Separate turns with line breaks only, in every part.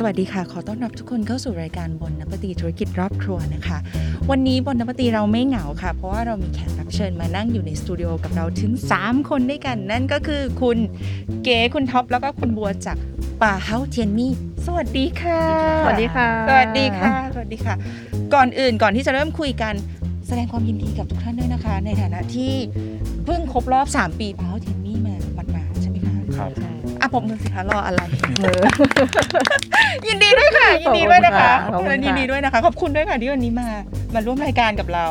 สวัสดีค่ะ ขอต้อนรับทุกคนเข้าสู่รายการบนนปตีธุรกิจรอบครัวนะคะ วันนี้บนนปตีเราไม่เหงาค่ะ เพราะว่าเรามีแขกรับเชิญมานั่งอยู่ในสตูดิโอกับเราถึง 3 คนด้วยกัน นั่นก็คือคุณเก๋คุณท็อป แล้วก็คุณบัวจากป่าเฮาเทียนมี่ สวัสดีค่ะ
สวัสดีค่ะ
สวัสดีค่ะ สวัสดีค่ะ ก่อนอื่นก่อนที่จะเริ่มคุยกันแสดงความยินดีกับทุกท่านด้วยนะคะ ในฐานะที่เพิ่งครบรอบ 3 ปีเปาเทนนี่มาหมาดๆใช่ไหมคะ
ครับ
ใช่
อ่ะผมมือสิคะรอ อะไร
เออ
ยินดีด้วยค่ะ ยินดีด้วยนะคะ
ขอบคุณค่ะ
ยินดีด้วยนะคะ ขอบคุณด้วยค่ะที่วันนี้มามาร่วมรายการกับเรา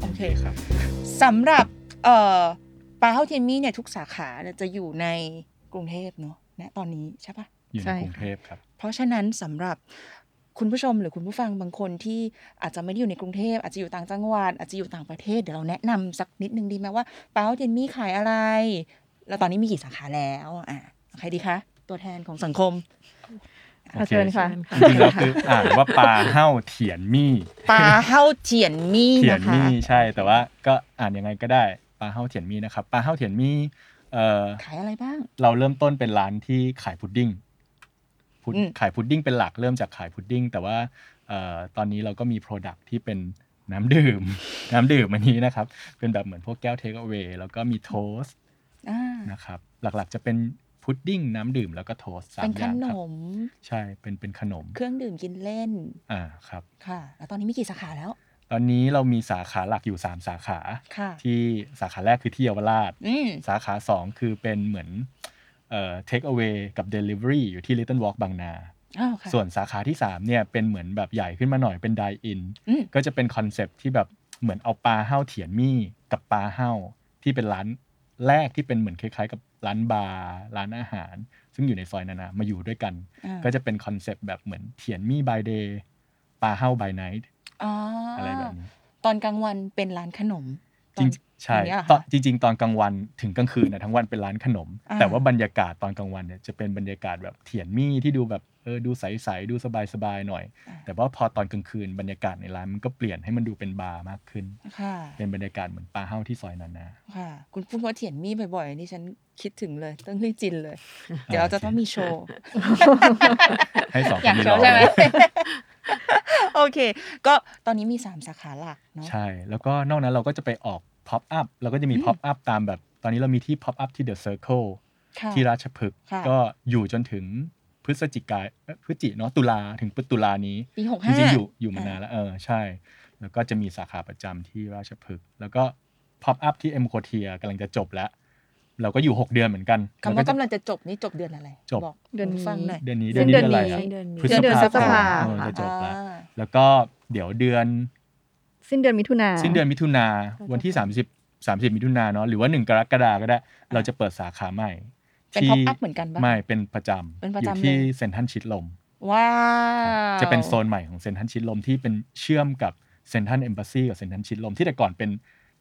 โอเคครับสำหรับเอ่อปาเฮาเทนมี่เนี่ยทุกสาขาเนี่ยจะอยู่ในกรุงเทพเนอะณตอนนี้ใช่ปะ
อยู่
ใช่
ในกรุงเทพครับ
เพราะฉะนั้นสำหรับคุณผู้ชมหรือคุณผู้ฟังบางคนที่อาจจะไม่ได้อยู่ในกรุงเทพอาจจะอยู่ต่างจังหวัดอาจจะอยู่ต่างประเทศเดี๋ยวเราแนะนำสักนิดนึงดีไหมว่าเป้าเจนมี่ขายอะไร แล้วตอนนี้มีกี่สาขาแล้วอ่ะใครดีคะ ตัวแทนของสังคม
โอเค
เชิญค่ะ
จริงๆแล้ว คืออ่านว่าปลาเห่าเถียนมี่
ปลาเฮาเจียนมี่
เถียน
นะคะ
มี่ใช่ แต่ว่าก็อ่านยังไงก็ได้ปลาเห่าเถียนมี่นะครับปลาเห่าเถียนมี่เอ่อ
ขายอะไรบ้าง
เราเริ่มต้นเป็นร้านที่ขายพุดดิ้งพุด
อืม
ขายพุดดิ้งเป็นหลักเริ่มจากขายพุดดิ้งแต่ว่าเอ่อตอนนี้เราก็มีโปรดักที่เป็นน้ำดื่ม น้ำดื่มอันนี้นะครับ เป็นแบบเหมือนพวกแก้วเทคเอาไว้แล้วก็มีโทสต์
อ่า
นะครับหลักๆจะเป็นพุดดิ้งน้ำดื่มแล้วก็โทสต์สา
เป็
ม
น
อ
ข
ย่าง
น
ครับ
ม
ใช่เป็นเป็นขนม
เครื่องดื่มกินเล่น
อ่าครับ
ค่ะ แล้วตอนนี้มีกี่สาขาแล้ว
ตอนนี้เรามีสาขาหลักอยู่ 3 สาขา
ค่ะ
ที่สาขาแรกคือที่เยาวราช
อืม
สาขา 2 คือเป็นเหมือนเอ่อ take away กับ delivery อยู่ที่ Little Walk บางนา
อ้าวค่ะ
ส่วนสาขาที่ 3 เนี่ย เป็นเหมือนแบบใหญ่ขึ้นมาหน่อยเป็น dine in
อืม
ก็จะเป็นคอนเซปต์ที่แบบเหมือนเอาปลาเห่าเถียนมี่กับปลาเห่าที่เป็นร้านแรกที่เป็นเหมือนคล้ายๆ กับร้านบาร์ร้านอาหาร ซึ่งอยู่ในซอยนานามาอยู่ด้วยกัน
อ่า
ก็จะเป็นคอนเซปต์แบบเหมือนเถียนมี่ by day ปลาเห่า by night
อ๋ออ
อะไรแบบนี้
ตอนกลางวันเป็นร้านขนมตอ
จริ
น
งใช่
อย่างเงี้ยเหรอคะ
ตอนจริง ๆ ตอนกลางวันถึงกลางคืนนะทั้งวันเป็นร้านขนม
อ่า
แต่ว่าบรรยากาศตอนกลางวันเนี่ยจะเป็นบรรยากาศแบบเถียนมี่ที่ดูแบบเออดูใสๆดูสบายๆหน่อย
อ่า
แต่ว่าพอตอนกลางคืนบรรยากาศในร้านมันก็เปลี่ยนให้มันดูเป็นบาร์มากขึ้น
ค่ะ
เป็นบรรยากาศเหมือนปลาเฮ้าที่ซอยนานา
ค่ะ คุณพูดว่าเถียนมี่บ่อยๆนี่ฉันคิดถึงเลยต้องรีจิน เลย เดี๋ยวเราจะต้องมีโชว์
ให้สอง
อ
ค
ยาน ก
นี้
โช
ลอ
ว์
ง
ใช่ไหม โอเค ก็ตอนนี้มี 3 สาขาหลักเนาะ
ใช่ แล้วก็นอกนั้นเราก็จะไปออก pop up เราก็จะมี
อืม
pop up ตามแบบ ตอนนี้เรามีที่ pop up ที่ The Circle
ค่ะ
ที่ราชพฤกษ์
ค่ะ
ก็อยู่จนถึงพฤศจิกายเอ้ยพฤศจิเนาะตุลาถึงตุลานี้
ปีหก
จ
ห้า
ริงๆอยู่อยู่มานานแล้วเออใช่ แล้วก็จะมีสาขาประจำที่ราชพฤกษ์แล้วก็พ o อ up ที่เอ็มโคเทียกำลังจะจบแล้ว เราก็อยู่ 6 เดือนเหมือนกัน
คำ
แล้
ว่าว
ก็จะ
กำลังจะจบนี่จบเดือนอะไร
จบ
บอก
เดือนนี้
ฟังหน่อย
เดือนนี้
สิ้
เดือน
น
นี้
เดือน
เดือนอะไร
นี้
อะ
สิ้นเดือนนี้
พฤษ
เดือน
ภา
พฤษภา
เออจะจบแล้ว
อ่า
แล้วก็เดี๋ยวเดือน
สิ้นเดือนมิถุนา
สิ้นเดือนมิถุนา
เราจะ
วันที่ 30 30 มิถุนาเนาะหรือว่า 1 กรกฎาก็ได้ เราจะเปิดสาขาใหม่
เป็น
ที่
พ็อปอัพเหมือนกันปะ
ไม่เป็นประจ
เป็น
ำ
ประ
อ
จำ
ยู่ที่
เลย
เซนทรัลชิดลม
ว้าว
จะเป็นโซนใหม่ของเซนทันชิดลมที่เป็นเชื่อมกับเซนทันเอมบ s ซีกับเซนทันชิดลมที่แต่ก่อนเป็น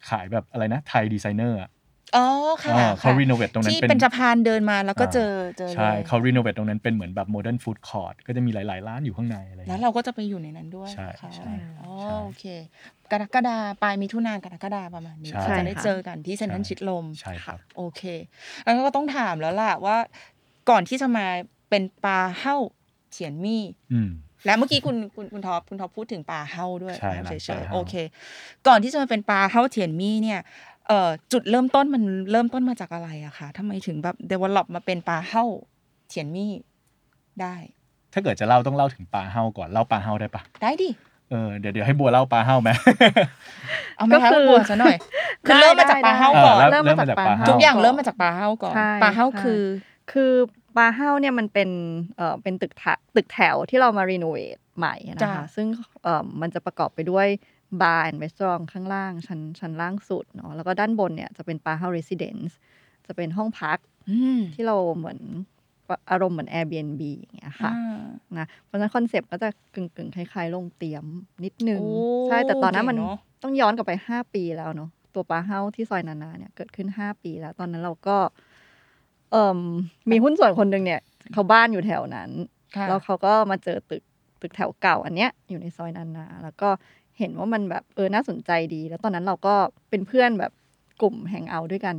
ขายแบบอะไรนะไทยดีไซเนอร์อะ
อ๋อค่ะ
อ่าเขา
ค่ะ
รีโนเวทตรงนั้น
ที่เป็นสะพานเดินมาแล้วก็เจอเจอ
ใช่
เลย
เขารีโนเวทตรงนั้นเป็นเหมือนแบบโมเดิร์นฟู้ดคอร์ทก็จะมีหลาย ๆ ร้านอยู่ข้างในอะไรอย่ง
แล้ว
งี้ย
เราก็จะไปอยู่ในนั้นด้วย
ใช่
ค่ะ
ใช่
อ๋อ
ใช่
โอเค กรกฎาปลายมิถุนากรกฎาประมาณนี้
ใช่
จะได้เจอกันที่เซ็นทรัลชิดลม
ใช่ครับ
โอเค แล้วก็ต้องถามแล้วล่ะว่า ก่อนที่จะมาเป็นปลาเห่าเฉียนมี่
อืม
และเมื่อกี้คุณคุณคุณท็อปคุณท็อปพูดถึงปลาเห่าด้วย
ใช่
นะ
ร้าน
เฉ
ปลาย
ๆ
เห่า
โอเค ก่อนที่จะมาเป็นปลาเห่าเฉียนมี่เนี่ยเอ่อจุดเริ่มต้นมันเริ่มต้นมาจากอะไรอะคะทำไมถึงแบบ develop มาเป็นปลาเห่าเฉียนมี่ได้
ถ้าเกิดจะเล่าต้องเล่าถึงปลาเฮาก่อนเล่าปลาเฮาได้ปะ
ได้ดิ
เออเดี๋ยวเดี๋ยวให้บัวเล่าปลาเฮา ไหม
เอาไหม
ก็
คะ
คือ
บวกซะหน่อย คือเริ่มมาจากปลาเฮ้าก่อน
เริ่มมาจากปลาเฮ้
ทุกอย่างเริ่มมาจากปลาเห่าก่อน
ใช่
ปลาเห่า
ใช่
คือ
คือปลาเฮ้าเนี่ยมันเป็นเอ่อเป็นตึกแถวตึกแถวที่เรามารีโนเวทใหม่นะ
จ้ะ
คะซึ่งเอ่อมันจะประกอบไปด้วยบาร์และร้านข้างล่างชั้นชั้นล่างสุดเนาะแล้วก็ด้านบนเนี่ยจะเป็นปลาเฮ้าเรสซิเดนซ์จะเป็นห้องพัก
อืม
ที่เราเหมือนอารมณ์เหมือน Airbnb อย่างเงี้ยค่ะ
อ่า
นะเพราะฉะนั้นคอนเซปต์ก็จะกึ่งๆคล้ายๆโรงเตรียมนิดนึง
โอ้
ใช่ แต่ตอนนั้นมัน
เจ๋งเนอะ
ต้องย้อนกลับไป 5 ปีแล้วเนาะตัวปลาเฮ้าที่ซอยนานาเนี่ยเกิดขึ้น 5 ปีแล้ว ตอนนั้นเราก็ เอ่มมีหุ้นส่วนคนหนึ่งเนี่ยเขาบ้านอยู่แถวนั้น
ค่ะ
แล้วเขาก็มาเจอตึกตึกแถวเก่าอันเนี้ยอยู่ในซอยนานา แล้วก็เห็นว่ามันแบบเออน่าสนใจดี แล้วตอนนั้นเราก็เป็นเพื่อนแบบกลุ่มแฮงเอาท์ด้วยกัน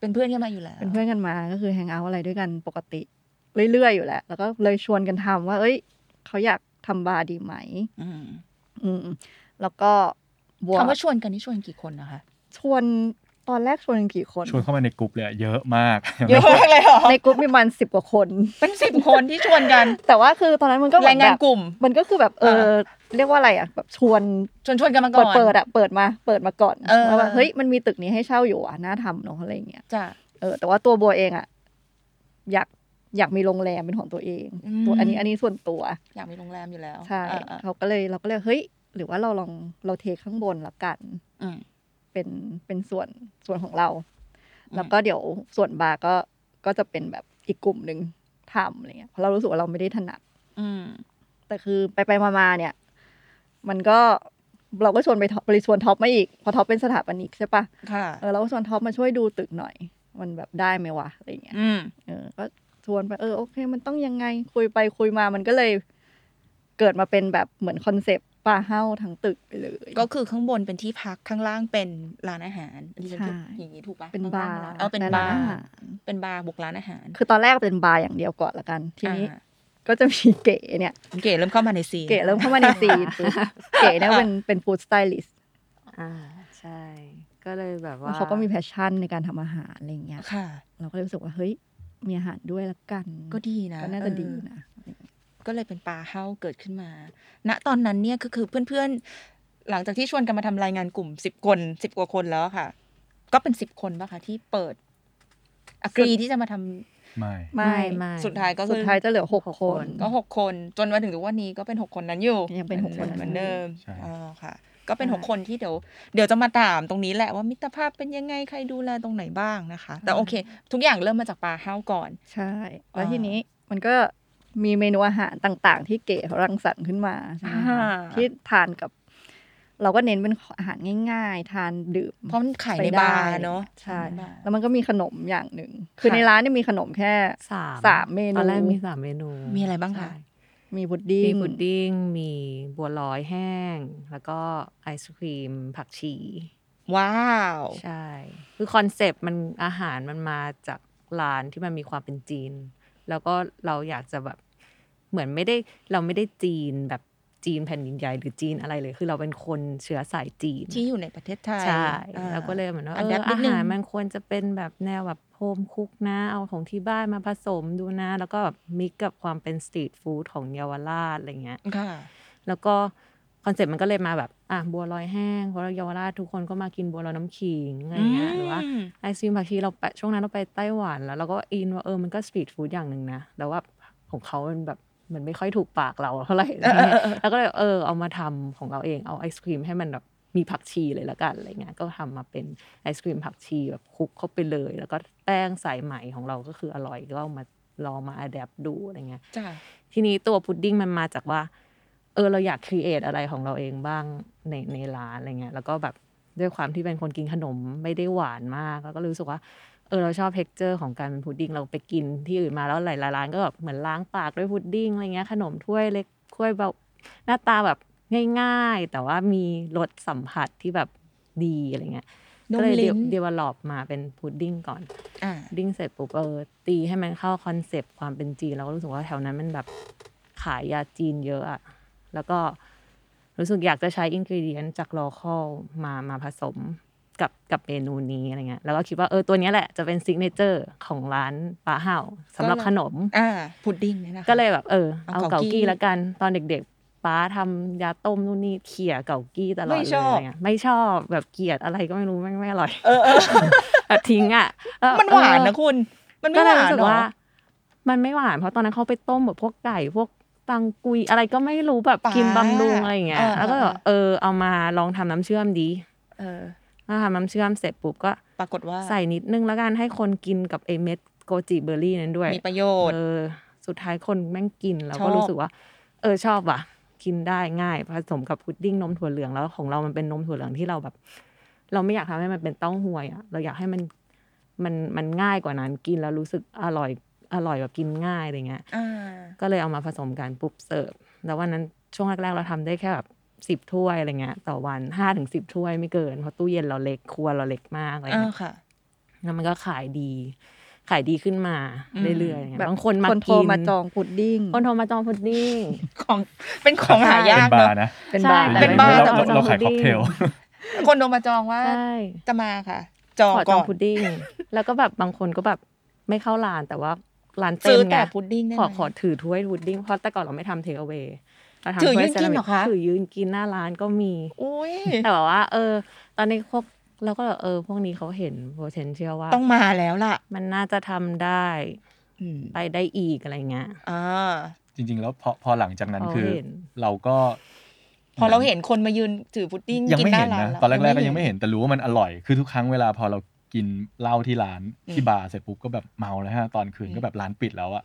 เป็นเพื่อนกันมาอยู่แล้ว
เป็นเพื่อนกันมาก็คือแฮงเอาท์อะไรด้วยกันปกติเรื่อยๆอยู่แหละแล้วก็เลยชวนกันทำว่า เอ้ย เขาอยากทำบาร์ดีไหม
อืม
อืมแล้วก็บวก
คำว่าชวนกันนี่ชวนกี่คนนะคะ
ชวนตอนแรกชวนกันกี่คน
ชวนเข้ามาในกลุ่มเลยอะเยอะมาก
เยอะมากเลยเหรอ
ในกลุ่มมีประมันสิบกว่าคน
เป็นสิบคนที่ชวนกัน
แต่ว่าคือตอนนั้นมันก็เห
แร
มือง น
งา
แบ
น
บ
กลุ่ม
มันก็คือแบบเออเรียกว่าอะไรอ่ะแบบชวน
ชวนชวนกันมาก่
เปิ
อน
ดเปิดอะเปิดมาเปิดมาก่อน
เออ
ว่าแบบเฮ้ยมันมีตึกนี้ให้เช่าอยู่อ่ะน่าทำเนาะอะไรอย่างเงี้ย
จ้ะ
เออแต่ว่าตัวบัวเองอะอยากอยากมีโรงแรมเป็นของตัวเอง
อืม
ตัวอันนี้อันนี้ส่วนตัว
อยากมีโรงแรมอยู่แล้ว
ใช่
อ่าอ่า
เขาก็เลยเราก็เลยเฮ้ย หรือว่าเราลองเราเทข้างบนละกัน
อืม
เป็นเป็นส่วนส่วนของเรา
อืม
แล้วก็เดี๋ยวส่วนบาร์ก็ก็จะเป็นแบบอีกกลุ่มหนึ่งทำอะไรเงี้ยเพราะเรารู้สึกว่าเราไม่ได้ถนัด
อืม
แต่คือไปไปมามาๆเนี่ย มันก็เราก็ชวนไปท็อปไปชวนท็อปมาอีกเพอท็อปเป็นสถาปนิกใช่ปะ
ค่ะ
เออเราก็ชวนท็อปมาช่วยดูตึกหน่อย มันแบบได้ไหมวะอะไรเงี้ย
อืม
เออก็ชวนไปเออโอเค มันต้องยังไงคุยไปคุยมามันก็เลย เกิดมาเป็นแบบเหมือนคอนเซปต์ปลาเฮ้าทั้งตึกไปเลย
ก็คือข้างบนเป็นที่พักข้างล่างเป็นร้านอาหารดิฉัน
ใช่
ถูกอย่างนี้ถูกปะ
เป็น
ข้งล่
บาง ร์
ร้นเออเป็น
ใน
บาร์
อาหาร
เป็นบาร์บุกร้านอาหาร
คือตอนแรกเป็นบาร์อย่างเดียวก่อนละกัน ทีนี้
อ่า
ก็จะมี เก๋เนี่ย
เก๋เริ่มเข้ามาในซีน
เก๋เริ่มเข้ามาในซีนปุ๊บเก๋เนี่ย เป็นเป็นฟู้ดสไตลิสต์
อ่าใช่ ก็เลยแบบ
แล้ว
ว่า
เขาก็มีแพชชั่นในการทำอาหารอะไรเงี้ย
ค่ะ
เราก็เลยรู้สึกว่าเฮ้ยมีอาหารด้วยละกัน
ก็ดีนะ
ก็น่าจะดี
เออ
นะ
ก็เลยเป็นปลาเฮ้าเกิดขึ้นมา ณ ตอนนั้นเนี่ยก็คือเพื่อนๆ หลังจากที่ชวนกันมาทำรายงานกลุ่มสิบคนสิบกว่าคนแล้วค่ะ ก็เป็นสิบคนปะคะที่เปิดอกรีที่จะมาทำ
ไม่
ไม่ไม่
สุดท้ายก็
สุ
คื
ด
อ
ท้ายจะเหลือหกคน
ก็หกคนจนมาถึงทุกวันนี้ก็เป็นหกคนนั้นอยู่
ยังเป็นหกคนนั้น
เหมือนเดิม
ใช่
อ๋อค่ะ ก็เป็น
ใช่
หกคนที่เดี๋ยวเดี๋ยวจะมาตามตรงนี้แหละว่ามิตรภาพเป็นยังไงใครดูแลตรงไหนบ้างนะคะ แต่โอเค ทุกอย่างเริ่มมาจากปลาเฮ้าก่อน
ใช่ แล้ว
อ่า
ทีนี้มันก็มีเมนูอาหารต่างๆ ที่เก๋เขารังสรรค์ขึ้นมาใช่ไหมคะ
อ่า
ที่ทานกับ เราก็เน้นเป็นอาหารง่ายๆ ทานดื่ม
เพราะมันขายใน
ไปได้
บาร์เนาะ
ใช่
บาร์
แล้วมันก็มีขนมอย่างหนึ่ง คือ
ค่ะ
ในร้านเนี่ยมีขนมแค่
สาม
สามเมนู
ตอนแรกมีสามเมนู
มีอะไรบ้างคะ
ใช่
มีบุด
มี
ดิ้ง
พุดดิ้งมีบัวลอยแห้ง แล้วก็ไอศครีม ผักชี
ว้าว
ใช่ คือคอนเซปต์มันอาหารมันมาจากร้านที่มันมีความเป็นจีน แล้วก็เราอยากจะแบบเหมือนไม่ได้เราไม่ได้จีนแบบจีนแผ่นดินใหญ่หรือจีนอะไรเลย คือเราเป็นคนเชื้อสายจีน
ที่อยู่ในประเทศไทย
ใช่
อ่
เราก็เลยเหมือนว่าเออ
adapt นิ
อา
ดนึง
หารมันควรจะเป็นแบบแนวแบบโฮมคุกนะ เอาของที่บ้านมาผสมดูนะ แล้วก็แบบมิกกับความเป็นสตรีทฟู้ดของเยาวราชอะไรเงี้ย
ค่ะ
แล้วก็คอนเซ็ปต์มันก็เลยมาแบบอ่ะบัวลอยแห้งเพราะเราเยาวราชทุกคนก็มากินบัวลอยน้ำขิงอะไรเงี้ยหรือว่า ไอศครีมผักชีเราไปช่วงนั้นเราไปไต้หวันแล้วเราก็อินว่าเออมันก็สตรีทฟู้ดอย่างหนึ่งนะแต่ว่าของเขามันแบบมันไม่ค่อยถูกปากเราเท่าไหร่ อะไรเงี้ยแล้วก็เลยเออเอามาทำของเราเองเอาไอศครีมให้มันแบบมีผักชีเลยละกันอะไรเงี้ยก็ทำมาเป็นไอศครีมผักชีแบบคลุกเข้าไปเลย แล้วก็แป้งสายไหมของเราก็คืออร่อยก็เอามาลองมาอัดแอปดูอะไรเงี้ย
จ้ะ
ทีนี้ตัวพุดดิ้งมันมาจากว่า เออเราอยากครีเอทอะไรของเราเองบ้างในในร้านอะไรเงี้ยแล้วก็แบบด้วยความที่เป็นคนกินขนมไม่ได้หวานมาก แล้วก็รู้สึกว่าเออเราชอบเท็กเจอร์ของการเป็นพุดดิ้งเราไปกินที่อื่นมาแล้วหลายๆร้านก็แบบเหมือนล้างปากด้วยพุดดิ้งอะไรเงี้ยขนมถ้วยเล็กถ้วยแบบหน้าตาแบบง่าย ๆ แต่ว่ามีรสสัมผัสที่แบบดีอะไรเงี้ย
น
ก็
ม
เลย
ลิ้น
เดเวลลอปมาเป็นพุดดิ้งก่อน
อ่า
ดิ้งเสร็จปุ๊บเออตีให้มันเข้าคอนเซปต์ความเป็นจีนเราก็รู้สึกว่าแถวนั้นมันแบบขายยาจีนเยอะอะแล้วก็รู้สึกอยากจะใช้อินกิเดียนจากลอคอลมามาผสมกับกับเมนูนี้อะไรเงี้ยแล้วก็คิดว่าเออตัวเนี้ยแหละจะเป็นซิกเนเจอร์ของร้านปลาเห่าสำหรับขนม
อ่าพุดดิ้งเนี่ยนะคะ
ก็เลยแบบเออ
เอา
เอา
เกา
เกา
กี้
กี้ละกันตอนเด็กๆป้าทำยาต้มนู่นนี่เขี่ยเกากี้ตลอด
ไม่
เลย
ชอบ
อะไรเงี้ยไม่ชอบแบบเกลียดอะไรก็ไม่รู้ไม่งไม่อร่อย
เออเออ
แบบทิ้งอ่ะเออ
มันหวานนะคุณ มัน
ก็
ไม่หาน
เลยวรู้สึก
หรอ
ว่า มันไม่หวานเพราะตอนนั้นเขาไปต้มแบบพวกไก่พวกตังกุยอะไรก็ไม่รู้แบบ
ปลา
กินบำรุงอะไรอย่างเงี้ย
เออเออ
แล้วก็แบบเออเอามาลองทำน้ำเชื่อมดี
เออ
ถ้าทำน้ำเชื่อมเสร็จปุ๊บก็
ปรากฏว่า
ใส่นิดนึงแล้วกันให้คนกินกับไอเม็ดโกจิเบอร์รี่นั้นด้วย
มีประโยชน์
เออสุดท้ายคนแม่งกินเรา
ชอ
ก็
บ
รู้สึกว่า เออชอบว่ะ กินได้ง่ายผสมกับพุดดิ้งนมถั่วเหลืองแล้วของเรามันเป็นนมถั่วเหลืองที่เราแบบ เราไม่อยากทำให้มันเป็นเต้าหวยอะเราอยากให้มัน มันมันง่ายกว่านั้นกินแล้วรู้สึกอร่อยอร่อยแบบกินง่ายอะไรเงี้ย
อ่า
ก็เลยเอามาผสมกันปุ๊บเสิร์ฟ แล้ววันนั้นช่วงแรกๆเราทำได้แค่แบบสิบ10 ถ้วยอะไรเงี้ยต่อวันห้าถึงสิบถ้วยไม่เกิน เพราะตู้เย็นเราเล็กครัวเราเล็กมากอะไร
อ่า
เงี้ย
ค่ะ
แล้วมันก็ขายดี ขายดีขึ้นมา
อืม
เรื่อยๆอะไรเงี้
แบบ
ยบางคนมา
คนโทร
กิน
มาจองพุดดิ้ง
คนโทรมาจองพุดดิ้ง
ของ เป็นของหายา
เป็
ก
นบา
เนาะ
ร์นะ
เป็น
ใช่
บ้าน
แต่
เป็นบ้าน
เราเราเราขายค็อกเทล
คนโทรมาจองว่า
ใช่
จะมาค่ะ จอง
ขอจ
ก่
อ
อง น
พุดดิ้งแล้วก็แบบบางคนก็แบบไม่เข้าร้านแต่ว่าร้านเต็
ซื้
ม
อ
ไง
แต่พุดดิ้งได้ไห
ขอ
ม
ขอถือถ้วยพุดดิ้งเพราะแต่ก่อนเราไม่ทำเทคเอาไว้เรา
ถื
ทำ
อ
ถ้
ยื
วย
น
เซ
กิน
รามิ
เหรอคะ
กถือยืนกินหน้าร้านก็มี
อุ้ย
แต่แบบว่า เออ ตอนนี้พวกเราก็แบบเออ พวกนี้เขาเห็น potential ว่า
ต้องมาแล้วล่ะ
มันน่าจะทำได้
อืม
ไปได้อีกอะไรเงี้ย
อ่า
จริง ๆ แล้วพอพอหลังจากนั้น
เอา
คือ
เห็น
เราก็
พอเราเห็นคนมายืนถือพุดดิ้ง
ยัง
กิน
ไม่
หน้า
เห็น
ร้าน
นะ
ล้ว
ตอนแรกๆก็ยังไม่เห็นแต่รู้ว่ามันอร่อย คือทุกครั้งเวลาพอเรากินเหล้าที่ร้าน
อืม
ที่บาร์เสร็จปุ๊บก็แบบเมาแล้วฮะตอนคืน
อืม
ก็แบบร้านปิดแล้วอะ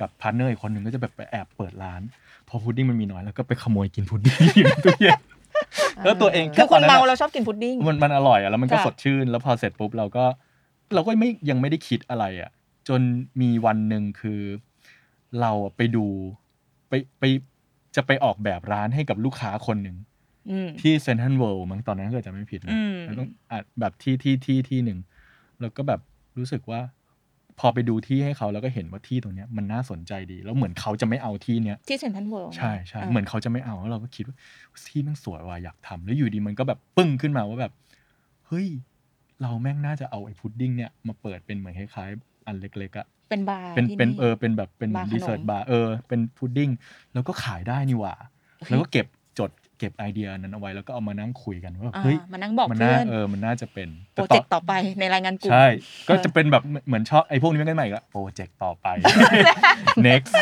กับพาร์ทเนอร์อีกคนหนึ่งก็จะแบบไปแอบเปิดร้าน พอพุดดิ้งมันมีน้อยแล้วก็ไปขโมยกินพุดดิ้งอยู่ในตู้เย็นแล้วตัวเอง
คือคน
ต
เมา
อะ
เราชอบกินพุดดิ้ง
มันมันอร่อยอ่ะแล้วมันก็
ค่ะ
สดชื่น แล้วพอเสร็จปุ๊บเราก็เราก็ไม่ยังไม่ได้คิดอะไรอ่ะ จนมีวันหนึ่งคือ เราอะไปดูไปไปจะไปออกแบบร้านให้กับลูกค้าคนหนึ่ง
อืม
ที่เซนทันเวิลด์มั้งตอนนั้นก็จะไม่ผิดนะ
อืม
แล้วต้องอ่ะแบบที่ที่ที่ที่หนึ่งแล้วก็แบบรู้สึกว่า พอไปดูที่ให้เขาแล้วก็เห็นว่าที่ตรงเนี้ยมันน่าสนใจดี แล้วเหมือนเขาจะไม่เอาที่เนี้ย
ที่เซ็นทรัลเวิลด์
ใช่ใช่
า
เหมือนเขาจะไม่เอาแล้วเราก็คิดว่าที่แม่งสวยว่ะอยากทำแล้วอยู่ดีมันก็แบบปึ้งขึ้นมาว่าแบบ เฮ้ย เราแม่งน่าจะเอาไอ้พุดดิ้งเนี่ยมาเปิดเป็นเหมือนคล้ายๆ อันเล็กๆอะ
เป็นบาร์
เป็น
ที่
เป็นเออเป็นแบบเป็นเหมือน
บาร์ขนม
ดีเซอร์ตบาร์เออเป็นพุดดิ้งแล้วก็ขายได้นี่หว่า แล้วก็เก็บจดเก็บไอเดียนั้นเอาไว้แล้วก็เอามานั่งคุยกันว่า
อ่า
เฮ้ย
มานั่งบอก
มัน
เพื่
น่า
อน
เออมันน่าจะเป็น
โปร
ต
เจก
อน
ต์ต่อไปในรายงานกลุ่ม
ใช่ ก็
เออ
จะเป็นแบบเหมือนชอบไอ้พวกนี้แม่งกันใหม่ก็โปรเจกต์ต่อ ไป next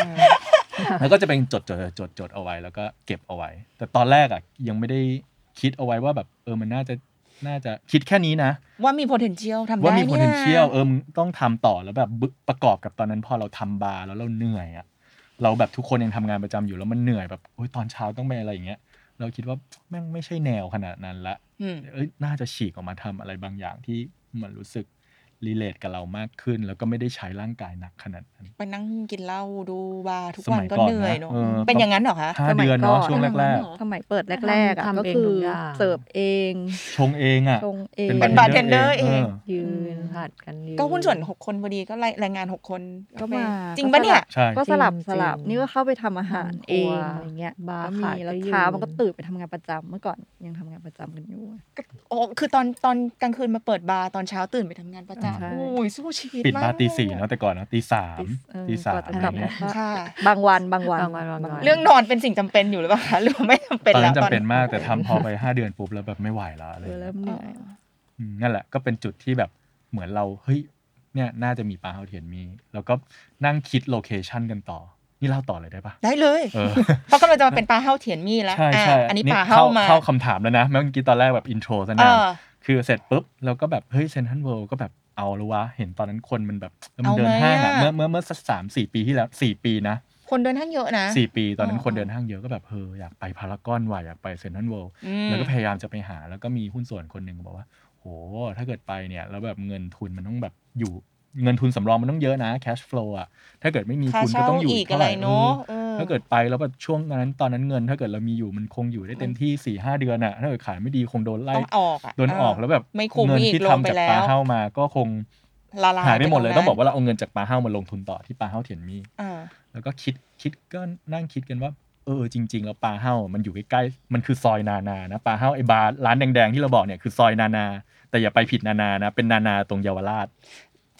แล้วก็จะเป็นจดจดจดจดเอาไว้แล้วก็เก็บเอาไว้ แต่ตอนแรกอ่ะยังไม่ได้คิดเอาไว้ว่าแบบเออมันน่าจะน่าจะคิดแค่นี้นะ
ว่ามี potential ทำได้
ว่ามี
เนี่ย
potential เออมึงต้องทำต่อแล้วแบบบึประกอบกับตอนนั้นพอเราทำบาร์แล้วเราเหนื่อยอ่ะเราแบบทุกคนยังทำงานประจำอยู่แล้วมันเหนื่อยแบบโอ๊ยตอนเช้าต้องไปอะไรอย่างเงี้ยเราคิดว่าแม่งไม่ใช่แนวขนาดนั้นละ
อืม
เอ้ยน่าจะฉีกออกมาทำอะไรบางอย่างที่มันรู้สึกรีเลทกับเรามากขึ้น แล้วก็ไม่ได้ใช้ร่างกายหนักขนาดนั้น
ไปนั่งกินเหล้าดูบาร์ทุก
ส
วั
มัน ย
ก็
ก่อน
เหนื่อย
นะ
เนาะ
เออ
เป็นอย่างนั้นเหรอคะ
ห้า
สมัย
เดือนเนาะ
ก่อน
ช่วงแรก
สมัยเปิดแรกๆอ่ะ
ทำ
ก็
เอง
คื
ทุ
อก
อย่าง
เสิร์ฟเอง
ๆ ชงเองอ่ะ
ชงเอง
เป็น bartender เอง
ยืนผัดกันยื
ก็หุ้นส่วนหกคนพอดีก็แรงงานหกคน
ก็มา
จริงปะเนี่ย
ใช่
ก็สลับ
จริงๆ
สลับนี่ก็เข้าไปทำอาหารเอง
ทำครัว
อะไรเงี้ย
บาร์
ก็มี
ขาย
แล้ว
ก็อยู่
เช้ามันก็ตื่นไปทำงานประจำเมื่อก่อนยังทำงานประจำกันอยู่
โอ้คือตอนตอนกลางคืนมาเปิดบาร์ตอนเช้าตื่นไปทำงานประจำ
ใช่
โอ้ยสู้ชีวิต
ปิด
มก
บาร์ตีสี่
ลย
เนาะแต่ก่อนเนาะตีสาม
เออ
ตีสาม
กว่จะ
อะ
ก
ไร
ลับ
เงี้ย
มา
ค่ะ
บางวันบางวัน
บางวันบางวัน
เรื่องนอนเป็นสิ่งจำเป็นอยู่หรือเปล่าคะหรือว่าไม่จำเป็น
ตอน
แล้
นั้
วน
จำเป็นมากแต่ทำพอไปห้าเดือนปุ๊บแล้วแบบไม่ไหวแล้วอะไร
เออ
เงี้
เริ่
ย
มเหนื่อย
อืมนั่นแหละก็เป็นจุดที่แบบเหมือนเราเฮ้ยเนี่ยน่าจะมีปลาเฮาเทียนมี แล้วก็นั่งคิดโลเคชันกันต่อ นี่เล่าต่อเลยได้ปะ
ได้เลย
เออ
เพราะกำลังจะมาเป็นปลาเห้าเถียนมี่แล้ว
ใช่
อ่ะ
ใช่
อันนี้ปลาเห้ามา
เข้าคำถามแล้วนะเมื่อกี้ตอนแรกแบบอินโทร
เอน
ซะาน
อ
คือเสร็จปุ๊บเราก็แบบเฮ้ยเซนทันเวิลก็แบบเอาละวะ เห็นตอนนั้นคนมันแบบเออมัน
เอาไหม
เดินห้างอ่ะ
อะ
เมื่อเมื่อเมื่อสักสามสี่ปีที่แล้วสี่ปีนะ
คนเดินห้างเยอะนะ
สี่ปีตอนนั้น
อ๋อ
คนเดินห้างเยอะก็แบบเอออยากไปพารากอนว่ะอยากไปเซนทันเวิล
อืม
แล้วก็พยายามจะไปหาแล้วก็มีหุ้นส่วนคนหนึ่งบอกว่าโหถ้าเกิดไปเนี่ยแล้วแบบเงินทุนมันต้องแบบอยู่เงินทุนสำรองมันต้องเยอะนะ cash flow อ่ะถ้าเกิดไม่มี
ค่า
ทุนก็
เช่า
ต้องอยู่
อีกอะ
เท่าไห
ไร
ร่
เนาะ
ออ ถ้าเกิดไปแล้วแบบช่วงนั้นตอนนั้นเงิน ถ้าเกิดเรามีอยู่มันคงอยู่ได้เต็มที่สี่ห้าเดือนอะถ้าเกิดขายไม่ดีคงโดนไล่
ต้องออกอะ
โดนออกแล้วแบบ
ไม่คุ้ม
เงิน
อีก
ที่
ล
ทำ
งไป
จาก
แล้
ปลาว เฮ้ามาก็คง
ละลาย
หายไปหมดเลย
ตร
ต้องบอกว่าเราเอาเงินจากปลาเฮ้ามาลงทุนต่อที่ปลาเฮ้าเทียนมี
อ่า
แล้วก็คิดคิดก็นั่งคิดกันว่าเออจริง ๆ แล้วปลาเฮ้ามันอยู่ใกล้ๆมันคือซอยนานานะปลาเฮ้าไอ้บาร์ร้านแดงๆที่เราบอกเนี่ยคือซอยนานา แต่อย่าไปผิดนานานะเป็นนานาตรงเยาวราช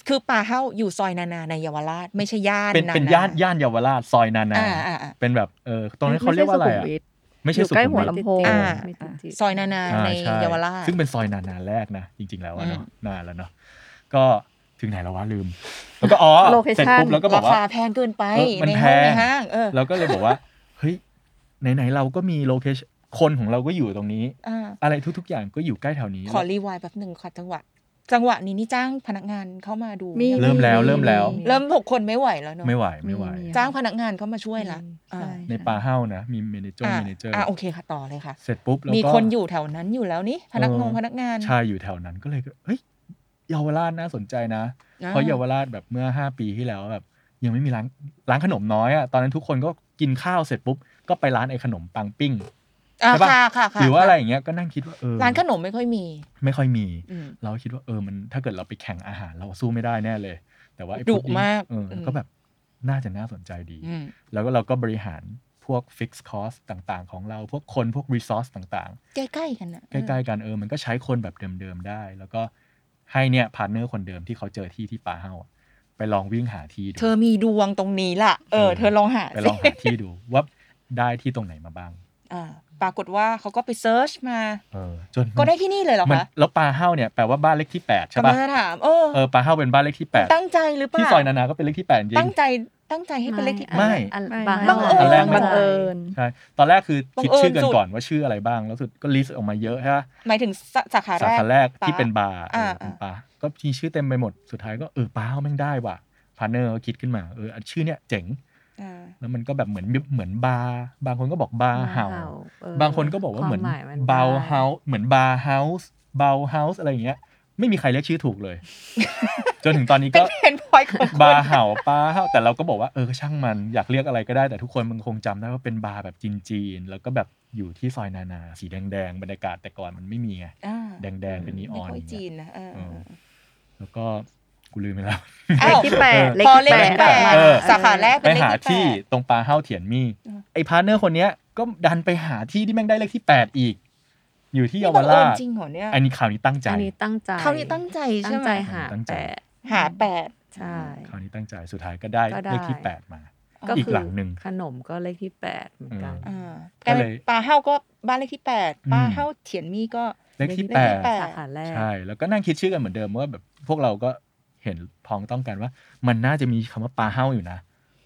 คือป่าเฮ้าอยู่ซอยนานาในเยาวราชไม่ใช่ย่าน
เป็นเป็นย่านย่านเยาวราชซอยนานา
อ่าอ่าอ่า
เป็นแบบเออตรงนั้นเขาเรียกว่าอะไรอะไม่
ไม่ใช่
ใช่
สุ
สุ
ขุมวิทอยู่ใกล้
ขุม
หัว
วิท
ลำโพง
อ่า
ไม่ติดจิต
ซอยนานา
อ่า
ใน
ช่
เยาวราช
ซึ่งเป็นซอยนานๆแรกนะ จริง ๆ แล้วอะเนาะ
อืม
นานแล้วเนาะก็ถึงไหนแล้ววะลืม แล้วก็อ๋อ
Location
เสร็จปุ๊บแล้วก็บอ
ราก
ว่า
คาแพงเกินไป
เออมัน
ในห้าง
แพง
ในห้างเออ
เราก็เลยบอกว่า เฮ้ย ไหน ๆ เราก็มีโลเคชคนของเราก็อยู่ตรงนี้
อ่า
อะไรทุก ๆ อย่างก็อยู่ใกล้แถวนี้
ขอรีไวายแป๊บหนึ่งค่ะจังหวะ จังหวะนี้นี่จ้างพนักงานเข้ามาดู
มี
เริ่มแล้วเริ่มแล้ว
เริ่มหกคนไม่ไหวแล้วเนาะ
ไม่ไหวไม่ไหว
มี
จ้างพนักงานเข้ามาช่วยละ
ใช่
ในป่าเฮ้านะ มีเมนเจอร์
อ่า
เมนเจอร์
อ่าโอเคค่ะต่อเลยค่ะ
เสร็จปุ๊บแล้วก็
มีคนอยู่แถวนั้นอยู่แล้วนี่พนักงง
เออ
พนักงาน
ชายอยู่แถวนั้นก็เลยก็เฮ้ย เยาวราชน่าสนใจนะ เพราะเยาวราชแบบเมื่อ 5 ปีที่แล้วแบบ ยังไม่มีร้านร้านขนมน้อยอะตอนนั้นทุกคนก็กินข้าวเสร็จปุ๊บก็ไปร้านไอ้ขนมปังปิ้ง
อ่า
ใช่ปะ
ค่ะค่ะค่ะ
หรือว่าอะไรอย่างเงี้ยก็นั่งคิดว่าเออ
ร้านขนมไม่ค่อยมี
ไม่ค่อยมี
อืม
เราคิดว่าเออมันถ้าเกิดเราไปแข่งอาหารเราสู้ไม่ได้แน่เลย แต่ว่าไอ้
ดุ
พุดดิ้ง
มาก
เอออ
ม
ก็แบบน่าจะน่าสนใจดี
อืม
แล้วก็เราก็บริหารพวก fixed cost ต่างๆ ของเราพวกคนพวก resource ต่าง
ใกล้ๆกันนะ
ๆ ใกล้ๆกันเออมันก็ใช้คนแบบเดิมๆได้ แล้วก็ให้เนี่ยพาร์ทเนอร์คนเดิมที่เขาเจอที่ที่ป่าเฮาอะไปลองวิ่งหาที่ดู
เธอมีดวงตรงนี้ล่ะ เออ
เออ
เธอลองหา
ไปล
สิ
องหาที่ดูว่าได้ที่ตรงไหนมาบ้าง
อ่าปรากฏว่าเขาก็ไปเซิร์ชมา
เออจน
ก็ได้ที่นี่เลยเหรอ
มัน
คะ
แล้วปลาเฮ้าเนี่ยแปลว่าบ้านเลขที่8ใช่
กำลั
ปะ
งจะถามเออ
เออปลาเฮ้าเป็นบ้านเลขที่
ตั้งใจหรือเป
8
ล่า
ที่ซอยนานาก็เป็นเลขที่8จริ
ตั้
ง
งใจตั้งใจให้เป็นเลขที่
ไม่
อัน
ไม่
บาง
ไม่
บังเอิญ
อันแรก
บังเอิญ
ใช่ตอนแรกคือคิ
บั
ด
งเอิญ
ชื่อกัน
สุด
ก่อนว่าชื่ออะไรบ้าง แล้วสุดก็ลิสต์ออกมาเยอะใช่ปะ
หมายถึงสาสาขา
สา
แรก
ขาแรก
ปะ
ที่เป็นบาร์เอออา เป็น
อ่า
บาร์ก็มีชื่อเต็มไปหมดสุดท้ายก็เออป้าเอาแม่งได้ว่ะพาร์เนอร์คิดขึ้นมาเอออันชื่อเนี้ยเจ๋ง
อ่า
แล้วมันก็แบบเหมือนเหมือนบาร์บางคนก็บอกบาร์เฮา
เออบ
างคนก็บอกว่าเหมือน
คย
เบาเฮาเหมือนบาร์เฮาส์เบาเฮาส์อะไรอย่างเงี้ย ไม่มีใครเรียกชื่อถูกเลย จนถึงตอนนี้
เป็
ก็
นเพนพอยของ
บาร์เห่า ปลาเห่าแต่เราก็บอกว่าเออช่างมันอยากเรียกอะไรก็ได้แต่ทุกคนมันคงจำได้ว่าเป็นบาร์แบบจีนๆแล้วก็แบบอยู่ที่ซอยนานา สีแดงๆบรรยากาศแต่ก่อนมันไม่มีไง
อ่า
แดงๆเป็นนีอ
ไม่
อน
ค่อย
อย่างเงี้ย
จีนนะเออเออ
แล้วก็กูลืมไปแล้ว
อ้าว
เลขที่แปด
พอเลขที่แปด
เออ
สาขาแรก
ไป
เป็นเลข
หา
ที่
ที่
แปด
ตรงปลาเฮ้าเถียนมี่
อืม
ไอ้พาร์ทเนอร์คนเนี้ยก็ดันไปหาที่ที่แม่งได้เลขที่ 8 อีก อยู่ที่
นี่
เยาว
บังเอิ
รา
ญ
ช
จริงเหรอเนี่ย
อันนี้ข่าวนี้ตั้งใจ
อันนี้ตั้งใจ
คราวนี้ตั้งใจใช่
ตั้ง
ไหม
ใจหา
ตั้งใจ
แต่
หาแปด
ใช่
ข่าวนี้ตั้งใจสุดท้ายก็ได้
ก็ได้
เลขที่ 8 มา
ก็
อีก
คือ
หลังหนึ่ง
ขนมก็เลขที่แปดเหมือนกัน
อืม
อ่า
ก็เลย
ปลาเฮ้าก็บ้านเลขที่แปด
อืม
ปลาเฮ้าเถียนมี่ก็
เลขที่
เลขที่แปด
8
สาขาแรก
ใช่แล้วก็นั่งคิดชื่อกันเหมือนเดิมว่าแบบพวกเราก็เห็นพ้องต้องกันว่า มันน่าจะมีคำว่าปลาเฮ้าอยู่นะ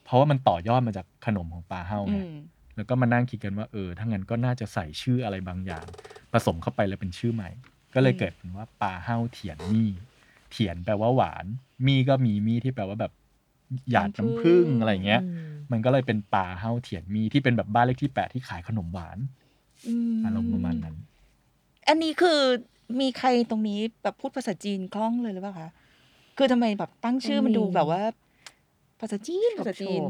เพราะว่ามันต่อยอดมาจากขนมของปลาเฮ้า
อื
ไง
ม
แล้วก็มานั่งคิดกันว่าเออถ้างั้นก็น่าจะใส่ชื่ออะไรบางอย่าง ผสมเข้าไปแล้วเป็นชื่อใหม่ ก็เลยเกิดเป็นว่าปลาเห้าเถียนมี่เถียนแปลว่าหวาน มี่ก็มีมี่ที่แปลว่าแบบหยาดน้ำผึ้งอะไรอย่างเงี้ย
อืม
มันก็เลยเป็นปลาเห้าเถียนมี่ที่เป็นแบบบ้านเลขที่แปดที่ขายขนมหวานอารมณ์ประมาณนั้น
อันนี้คือมีใครตรงนี้แบบพูดภาษาจีนคล่องเลยหรือเปล่าคะคือทำไมแบบตั้งชื่อ
ไม่มี
มันดูแบบว่า ภาษาจีนภาษาจีน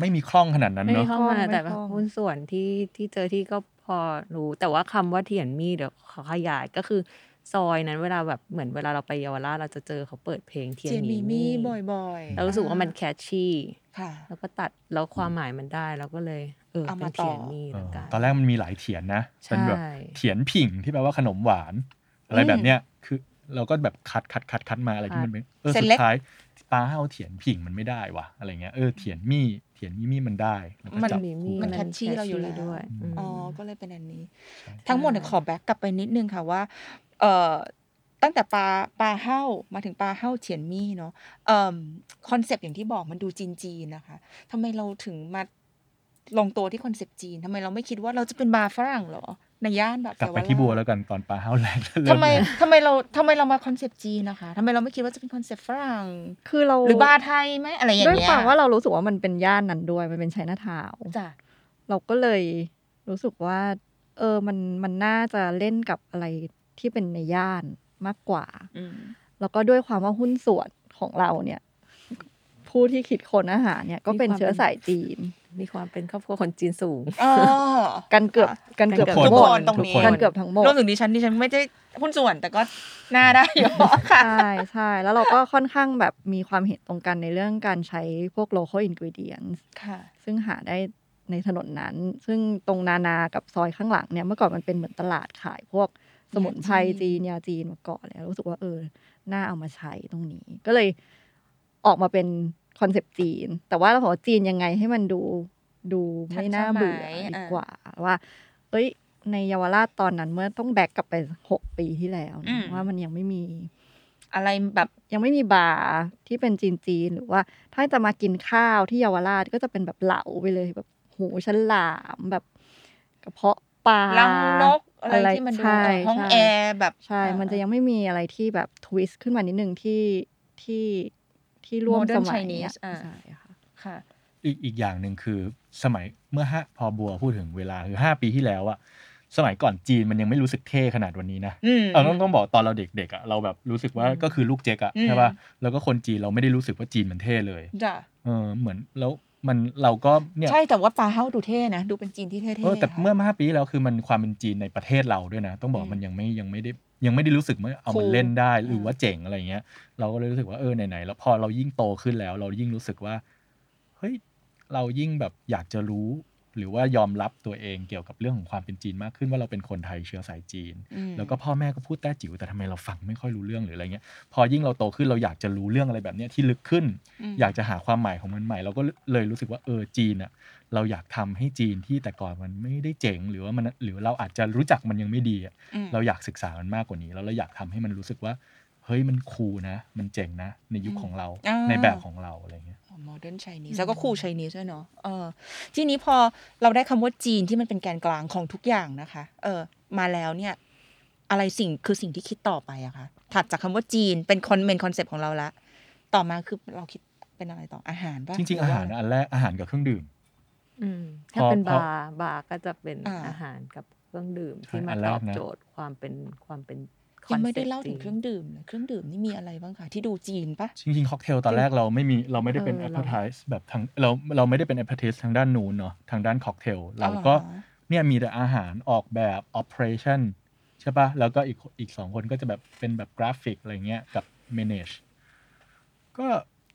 ไม่มีคล่องขนาดนั้น
ไม่
เน
ได้
อะ
เข้ามา
ไม่
แต่
เข้า
หุ้นส่วนที่ที่เจอที่ก็พอรู้ แต่ว่าคำว่าเถียนมี่เดี๋ยวขอขยายก็คือซอยนั้นเวลาแบบเหมือนเวลาเราไปเยาวราชเราจะเจอเขาเปิดเพลงเทียน
เจียนมี
มี่
มี่บ่อยๆ
เรารู้สึกว่ามันแคชชี่
ค่ะ
แล้วก็ตัดแล้วความหมายมันได้เราก็เลยเออ
เอา
เป็
มาน ต่อ
เทียนมี่
เอ
แล้ว
อ
กัน
ตอนแรกมันมีหลายเถียนนะ
ใช่
เป็นแบบเถียนผิงที่แปลว่าขนมหวาน อะไรแบบเนี้ย คือเราก็แบบคัดคัดคัดคัดมาอะไรที่มันเป็นเออ
Select
สุดท้ายปลาเห้าเถียนผิงมันไม่ได้ว่ะอะไรเงี้ย เออเถียนมี่เถียนมี่มี่มันได้แล้วก็
มัน
จับ
มี
คู่
มี่
มัน catchy เราอยู่แล้ว
ด้วยม
อ๋อ ก็เลยเป็นอันนี้
ใช่
ทั้งหมดเนี่ยขอแบ็กกลับไปนิดนึงค่ะว่า เอ่อ ตั้งแต่ปลาปลาเห้ามาถึงปลาเห้าเฉียนมี่เนาะเอ่อคอนเซปต์อย่างที่บอกมันดูจีนจีนๆนะคะทำไมเราถึงมาลงตัวที่คอนเซปต์จีนทำไมเราไม่คิดว่าเราจะเป็นบาร์ฝรั่งเหรอ ในย่านแบบ
กลับไป
เยาาช
ที่บัวแล้วกันตอนปลาเห้าแรกเริ่
ทำไม
เลย
ทำไมเราทำไมเรามาคอนเซปต์จีนนะคะทำไมเราไม่คิดว่าจะเป็นคอนเซปต์ฝรั่ง
คือเรา
หรือบาร์ไทยไหมอะไรอย่าง
ด้วย
เงี้ย
ความว่าเรารู้สึกว่ามันเป็นย่านนั้นด้วยมันเป็นไชน่าทาว
จ้ะ
เราก็เลยรู้สึกว่า เออมันมันน่าจะเล่นกับอะไรที่เป็นในย่านมากกว่า
อืม
แล้วก็ด้วยความว่าหุ้นส่วนของเราเนี่ย ผู้ที่คิดคนอาหารเนี่ย ก็เป็นเชื้อสายจีน
มีความเป็นครอบครัวคนจีนสูง
อ๋อ
กันเกือบกันเกือบ
ทุ
ทั้
ก
ง
คน
หมด
ตรงนี้
กันเกือบทั้งหมด
รวมถึงดิฉันดิฉันไม่ได้หุ้นส่วนแต่ก็หน้าได้อยู่ค่ะ
ใช่ใช่แล้วเราก็ค่อนข้างแบบมีความเห็นตรงกันในเรื่องการใช้พวก local ingredients
ค่ะ
ซึ่งหาได้ในถนนนั้น ซึ่งตรงนานากับซอยข้างหลังเนี่ย เมื่อก่อนมันเป็นเหมือนตลาดขายพวกสมุนไพร
ยาจีน
จีนยาจีนมาก่อนแล้วรู้สึกว่าเออ น่าเอามาใช้ตรงนี้ ก็เลยออกมาเป็นคอนเซปต์จีน แต่ว่าเราบอกว่าจีนยังไงให้มันดูดูไม่น่าเบื่อดีกว่าว่า เอ้ย ในเยาวราชตอนนั้นเมื่อต้องแบกกลับไปหกปีที่แล้ว
อื
นะ
ม
ว่ามันยังไม่มี
อะไรแบบ
ยังไม่มีบาร์ที่เป็นจีนจีนๆหรือว่าถ้าจะมากินข้าวที่เยาวราชก็จะเป็นแบบเหลาไปเลยแบบหูฉลามแบบกระเพาะปลา
ลังนกอะไรที่มันดู
ใช่
เออห้อง
ใช่
แอร์แบบ
ใช่ มันจะยังไม่มีอะไรที่แบบทวิสต์ขึ้นมานิดนึงที่ที่ที่ร่วมสมัยเนี่ยใช่ค่ะ
ค่ะ
อีกอีกอย่างหนึ่งคือสมัยเมื่อห้าพอบัวพูดถึงเวลาคือห้าปีที่แล้วอะ สมัยก่อนจีนมันยังไม่รู้สึกเท่ขนาดวันนี้นะ
อืม
เออต้องต้องบอกตอนเราเด็กๆอ่ะเราแบบรู้สึกว่าก็คือลูกเจ๊กอ่ะ
อืม
ใช่ป่ะแล้วก็คนจีนเราไม่ได้รู้สึกว่าจีนมันเท่เลย
จ้ะ
เออเหมือนแล้วมันเราก็เนี่ย
ใช่แต่ว่าปลาเฮ้าดูเท่นะ ดูเป็นจีนที่เท่ๆ
เออแต่
ค่ะ
เมื่อมาห้าปีที่แล้วคือมันความเป็นจีนในประเทศเราด้วยนะ ต้องบอก
อืม
มันยังไม่ยังไม่ได้ยังไม่ได้รู้สึกว่าเอา
ถู
มัน
ก
เล่นได้หรือ
ม
ว่าเจ๋งอะไรเงี้ย เราก็เลยรู้สึกว่าเออไหนๆแล้วพอเรายิ่งโตขึ้นแล้ว เรายิ่งรู้สึกว่าเฮ้ยเรายิ่งแบบอยากจะรู้ หรือว่ายอมรับตัวเองเกี่ยวกับเรื่องของความเป็นจีนมากขึ้นว่าเราเป็นคนไทยเชื้อสายจีน
อืม
แล้วก็พ่อแม่ก็พูดแต้จิ๋วแต่ทำไมเราฟังไม่ค่อยรู้เรื่องหรืออะไรเงี้ยพอยิ่งเราโตขึ้นเราอยากจะรู้เรื่องอะไรแบบเนี้ยที่ลึกขึ้น
อืม
อยากจะหาความหมายของมันใหม่ เราก็เลยรู้สึกว่าเออจีนอ่ะเราอยากทำให้จีนที่แต่ก่อนมันไม่ได้เจ๋งหรือว่ามันหรือเราอาจจะรู้จักมันยังไม่ดีอะ
อืม
เราอยากศึกษามันมากกว่านี้ แล้วเราอยากทำให้มันรู้สึกว่าเฮ้ยมันคูลนะ มันเจ๋งนะ ในยุคของเรา
อ่า
ในแบบของเราอะไรเงี้ย
โมเดิร์นไชนีสแล้วก็คูลไชนีสด้วยเนาะเออทีนี้พอเราได้คำว่าจีนที่มันเป็นแกนกลางของทุกอย่างนะคะ เออ มาแล้วเนี่ย อะไรสิ่งคือสิ่งที่คิดต่อไปอะคะถัดจากคำว่าจีนเป็นคอนเมนคอนเซปต์ของเราละ ต่อมาคือเราคิดเป็นอะไรต่ออาหารปะ
จริง ๆ
ว่
อาหารนะอันแรกอาหารกับเครื่องดื่ม
อืมถ้า
พอ
เป็น
พอบ
าร์บาร์ก็จะเป็น
อ่า
อาหารกับเครื่องดื่ม
ใช่
ที่
อั
มาน
แร
ต
ก
อบ
นะ
โจทย์ความเป็นความเป็นคอ
ยั
น
ง
เซ็
ไม่
ป
ได้
ต์
เล่าถึงเครื่องดื่มเลยเครื่องดื่มนี่มีอะไรบ้างคะที่ดูจีนปะ
จริงๆค็อกเทลตอนแรกเราไม่มีเราไม่ได้เป็น
เออ
a
เรา
p p e t i z e แบบทางเราเราไม่ได้เป็น a p p e t i z e ทางด้านนูนเนาะทางด้านค็อกเทลเราก็
อ่าฮะ
เนี่ยมีแต่อาหารออกแบบ operation ใช่ปะแล้วก็อีกอีกสองคนก็จะแบบเป็นแบบกราฟิกอะไรเงี้ยกับ manage ก็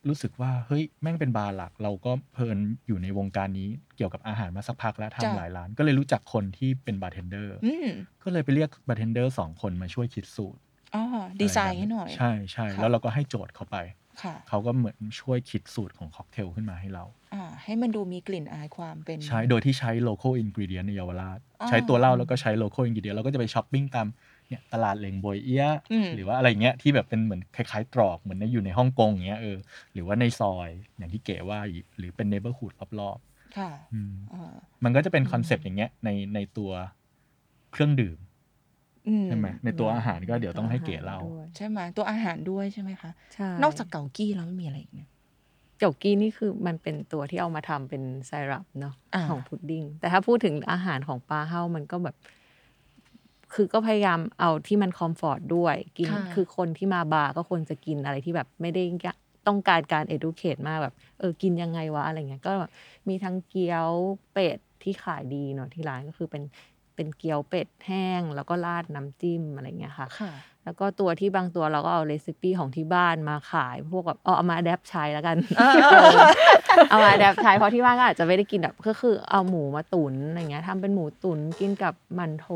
รู้สึกว่าเฮ้ยแม่งเป็นบาร์หลัก เราก็เพลินอยู่ในวงการนี้เกี่ยวกับอาหารมาสักพักแล้ว
จ้ะ
ทำหลายร้าน ก็เลยรู้จักคนที่เป็นบาร์เทนเดอร์
อืม
ก็เลยไปเรียกบาร์เทนเดอร์สองคนมาช่วยคิดสูตร
อ๋อดีไซน์ให้หน่อย
ใช่ใช่
ค่ะ
แล้วเราก็ให้โจทย์เขาไป
ค่ะ
เขาก็เหมือนช่วยคิดสูตรของค็อกเทลขึ้นมาให้เรา
อ่า ให้มันดูมีกลิ่นอายความเป็น
ใช้โดยที่ใช้ local ingredient ในเยาวราช
อ่า
ใช้ตัวเหล้าแล้วก็ใช้ local ingredient เราก็จะไปช้อปปิ้งตามเนี่ยตลาดเหลงบวยเอี้ยะ
อืม
หรือว่าอะไรเงี้ยที่แบบเป็นเหมือนคล้ายๆตรอกเหมือนในอยู่ในฮ่องกงอย่างเงี้ยเออหรือว่าในซอยอย่างที่เก๋ว่าอยู่หรือเป็น neighborhood รอบ
ค่ะ
ๆอืม
อ่า
มันก็จะเป็นคอนเซปต์อย่างเงี้ยในในตัวเครื่องดื่ม
อืม
ใช่ไหมในตัวอาหารก็เดี๋ยวต้องให้เก๋
หร
เล่า
ด้วย
ใช่ไหมตัวอาหารด้วยใช่ไหมคะ
ใช่
นอกจากเกากี้แล้วมันมีอะไรอีกเนี่ย
เกี๊ยวกี้นี่คือมันเป็นตัวที่เอามาทำเป็นไซรัปเนาะ
อ่า
ของพุดดิ้งแต่ถ้าพูดถึงอาหารของปลาเฮ้ามันก็แบบ คือก็พยายามเอาที่มันคอมฟอร์ตด้วยกิน
ค่ะ
คือคนที่มาบาร์ก็ควรจะกินอะไรที่แบบไม่ได้ต้องการการ educate มากแบบเออกินยังไงวะอะไรเงี้ยก็แบบมีทั้งเกี๊ยวเป็ดที่ขายดีเนาะที่ร้านก็คือเป็นเป็นเกี๊ยวเป็ดแห้ง แล้วก็ราดน้ำจิ้มอะไรเงี้ยค่ะ
ค่ะ
แล้วก็ตัวที่บางตัวเราก็เอาเรซิปี้ของที่บ้านมาขาย พวกแบบเอาเอามาแดปใช้แล้วกัน เอามาแดปใช้เพราะที่บ้านก็อาจจะไม่ได้กินแบบก็คือเอาหมูมาตุนอะไรเงี้ยทำเป็นหมูตุนกินกับหมันโถ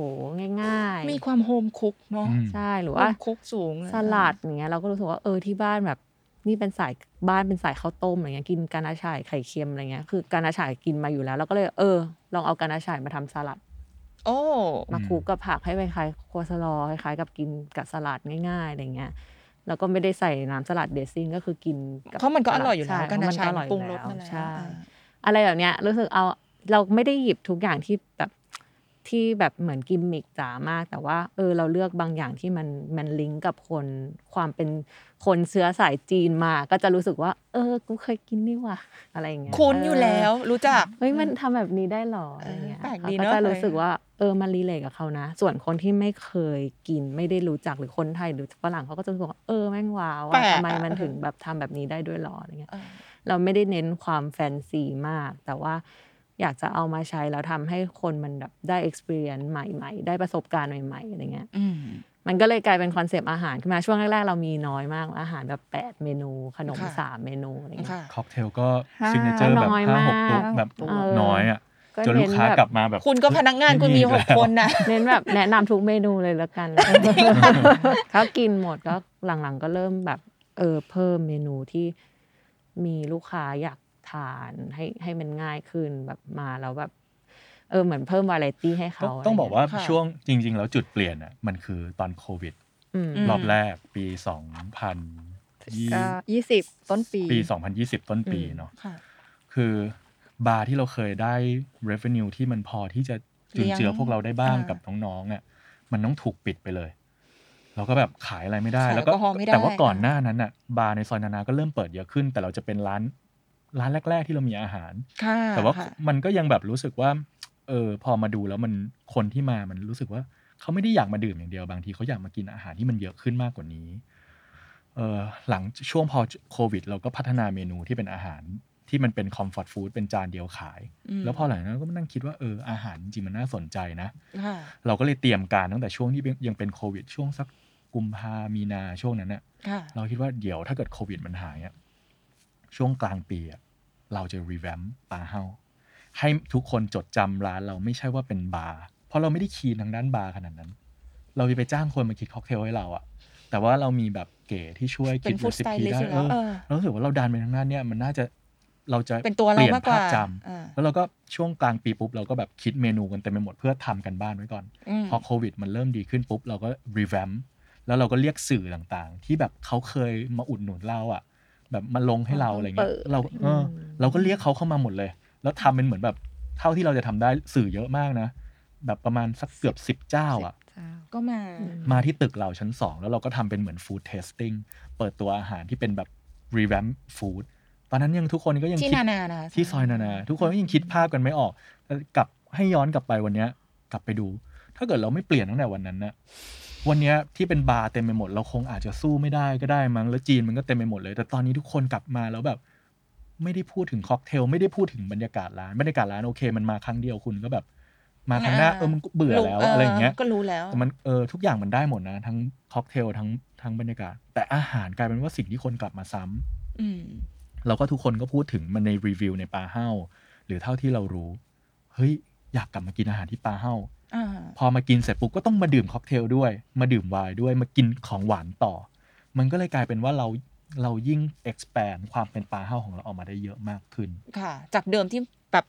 ง่าย
มีความโฮมคุกเนาะ
อืม
ๆ ใช่หรือ
โฮ
ว่า
มคุกสูงเย
สลัดอย่างเงี้ยเราก็รู้สึกว่าเออที่บ้านแบบนี่เป็นสายบ้านเป็นสายข้าวต้มอะไรเงี้ยกินกานาชายไข่เค็มอะไรเงี้ยคือ กานาชายกินมาอยู่แล้วเราก็เลยเออ ลองเอากานาชายมาทำสลัด
โอ้
มาคลุกกับผักให้เป็นคล้ายครัวสลอคล้ายๆกับกินกับสลัดง่ายๆอะไรเงี้ยแล้วก็ไม่ได้ใส่น้ำสลัดเดซซิ่งก็คือกินบ
เพราะมันก็อร่อยอยู่แล้ว
ใ
กันนะ
เพะมัก็ออย
ใช่ปรุงรส
อยู่
มาแล้ว
ใช่
อ่า
อะไรแบบเนี้ยรู้สึกเอาเราไม่ได้หยิบทุกอย่างที่แบบที่แบบเหมือนกิมมิกจ๋ามาก แต่ว่าเออเราเลือกบางอย่างที่มันมันลิงก์กับคนความเป็นคนเชื้อสายจีนมา ก็จะรู้สึกว่า เออกูเคยกินนี่ว่ะอะไรอย่างเงี้ย
คุ้นอยู่
เ
แล้วรู้จัก
เฮ้ยมันทำแบบนี้ได้หรอ
เอออ
อะไรเงี้ย
แปลก
เขา
ดีเน
ก็
อะ
จะรู้สึก
เออ
ว่าเออมันรีเลทกับเขานะ ส่วนคนที่ไม่เคยกินไม่ได้รู้จักหรือคนไทยหรือฝรั่งเขาก็จะรู้สึกว่าเออแม่งว้าว
แป
อะ
ลก
ทำไม
อะ
มันถึง
เออ
แบบทำแบบนี้ได้ด้วยหรออะไรเงี้ย
เออ
เราไม่ได้เน้นความแฟนซีมาก แต่ว่าอยากจะเอามาใช้แล้วทำให้คนมันแบบได้ experience ใหม่ ๆ ได้ประสบการณ์ใหม่ๆอะไรเงี้ย
อืม
มันก็เลยกลายเป็นคอนเซปต์อาหารขึ้นมาช่วงแรกๆเรามีน้อยมากอาหารแบบแปดเมนู ขนม
ค่ะ
สามเมนูอะไรเงี้ย
ค่ะ
ค็อกเทลก็
ห้า
ซิกเนเจอร์แบบ
น้อย
ห้าห
มาก
กตัวแบบ
เออ
น้อยอ่ะจนลู
เน้
ก
น
ค้า
แบบ
กลับมาแบบ
คุณก็พนักงานคุณมี
อี
หก
แล้
คว นนะ
เน้นแบบแนะนำทุกเมนูเลยแล้วกันเขากินหมดก็หลังๆก็เริ่มแบบเออเพิ่มเมนูที่มีลูกค้าอยากทานให้ให้มันง่ายขึ้นแบบมาแล้วแบบ เออเหมือนเพิ่มวาไรตี้ให้
ต้อ
เขา
งต้องบอกว่า
ค่ะ
ช่วงจริง ๆ แล้วจุดเปลี่ยนอ่ะมันคือตอนโควิด
อืม
รอบแรกปี 2000ยี่
ก็ยี่สิบต้นปี
ปี 2020 ต้นปี
อืม
เนาะ
ค่ะ
คือบาร์ที่เราเคยได้ revenue ที่มันพอที่จะจุนเจือ
เลี้ยง
พวกเราได้บ้าง
อ่ากั
กับน้องๆอ่ะมันต้องถูกปิดไปเลย เราก็แบบขายอะไรไม่ได้
ขาย
แล้วก็
แอลกอฮอล์ไม่ได้
แต่ว่าก่อนหน้านั้นอ่ะบาร์ในซอยนานาก็เริ่มเปิดเยอะขึ้น แต่เราจะเป็นร้านร้านแรก ๆ ที่เรามีอาหาร
ค่ะ
แต่ว่า
ค่ะ
มันก็ยังแบบรู้สึกว่า เออพอมาดูแล้วมันคนที่มามันรู้สึกว่าเขาไม่ได้อยากมาดื่มอย่างเดียวบางทีเขาอยากมากินอาหารที่มันเยอะขึ้นมากกว่านี้เออหลังช่วงพอโควิด เราก็พัฒนาเมนูที่เป็นอาหารที่มันเป็นคอมฟอร์ตฟู้ดเป็นจานเดียวขาย
ม
แล้วพอหลังจากนั้นก็มานั่งคิดว่าเอออาหารจริงๆมันน่าสนใจนะ
ค่ะ
เราก็เลยเตรียมการตั้งแต่ช่วงที่เป็นยังเป็นโควิด ช่วงสักกุมภามีนาช่วงนั้นน่ะ
ค่ะ
เราคิดว่าเดี๋ยวถ้าเกิดโควิดมันหายอะช่วงกลางปีอะเราจะรีแวมปาเฮาให้ทุกคนจดจำร้านเราไม่ใช่ว่าเป็นบาร์เพราะเราไม่ได้คีย์ทางด้านบาร์ขนาดนั้น เราจะไปจ้างคนมาคิดค็อกเทลให้เราอะแต่ว่าเรามีแบบเก๋ที่ช่วย
เป็
คิด
น food
รี
stylist
ปีได้
อยู่แล้ว
เอ
เอ
อ
อ
เรารู้สึกว่าเราดันไปทางด้านเนี้ยมันน่าจะเราจะ
เป็นตัวเรา
ลี่ยน
มากกว่า
ภพจำ
อ่า
แล้วเราก็ช่วงกลางปีปุ๊บ เราก็แบบคิดเมนูกันเต็มไปหมดเพื่อทำกันบ้านไว้ก่อน
ม
พอโควิดมันเริ่มดีขึ้นปุ๊บ เราก็รีแวมแล้วเราก็เรียกสื่อต่างๆ ที่แบบเขาเคยมาอุดหนุนเราอะแบบมาลงให้เราอะไรเงี้ย
เปิด
เราเออเราก็เรียกเขาเข้ามาหมดเลย แล้วทำเป็นเหมือนแบบเท่าที่เราจะทำได้สื่อเยอะมากนะ แบบประมาณสักเกือบสิบเจ้าอะ
เจ้า
ก็มา
มาที่ตึกเราชั้น 2 แล้วเราก็ทำเป็นเหมือนฟู้ดเทสติ้งเปิดตัวอาหารที่เป็นแบบรีแวมฟู้ดตอนนั้นยังทุกคนก็ยัง
ที่
คิด
นานานะคะ
ที่ซอยนานา ทุกคนก็ยังคิดภาพกันไม่ออกแต่กลับให้ย้อนกลับไปวันเนี้ยกลับไปดู ถ้าเกิดเราไม่เปลี่ยนตั้งแต่วันนั้นนะวันเนี้ยที่เป็นบาร์เต็มไปหมด เราคงอาจจะสู้ไม่ได้ก็ได้มั้งแล้วจีนมันก็เต็มไปหมดเลย แต่ตอนนี้ทุกคนกลับมาแล้วแบบ ไม่ได้พูดถึงค็อกเทลไม่ได้พูดถึงบรรยากาศร้านบรรยากาศร้านโอเค มันมาครั้งเดียวคุณก็แบบ มาครั้งหน้า
อ่า
เออมันก็เบื่อแล้วอะไรอย่างเงี้ย
ก็รู้แล้ว
แต่มันเออทุกอย่างมันได้หมดนะ ทั้งค็อกเทลทั้งทั้งบรรยากาศ แต่อาหารกลายเป็นว่าสิ่งที่คนกลับมาซ้ำ
อืม
เราก็ทุกคนก็พูดถึงมันในรีวิวในปาเฮ้าหรือเท่าที่เรารู้ เฮ้ย อยากกลับมากินอาหารที่ปาเฮ้า
อ่า
พอมากินเสร็จปุ๊บก็ต้องมาดื่มค็อกเทลด้วย มาดื่มไวน์ด้วยมากินของหวานต่อ มันก็เลยกลายเป็นว่าเราเรายิ่ง expand ความเป็นปาเฮ้าของเราออกมาได้เยอะมากขึ้น
ค่ะ จากเดิมที่แบบ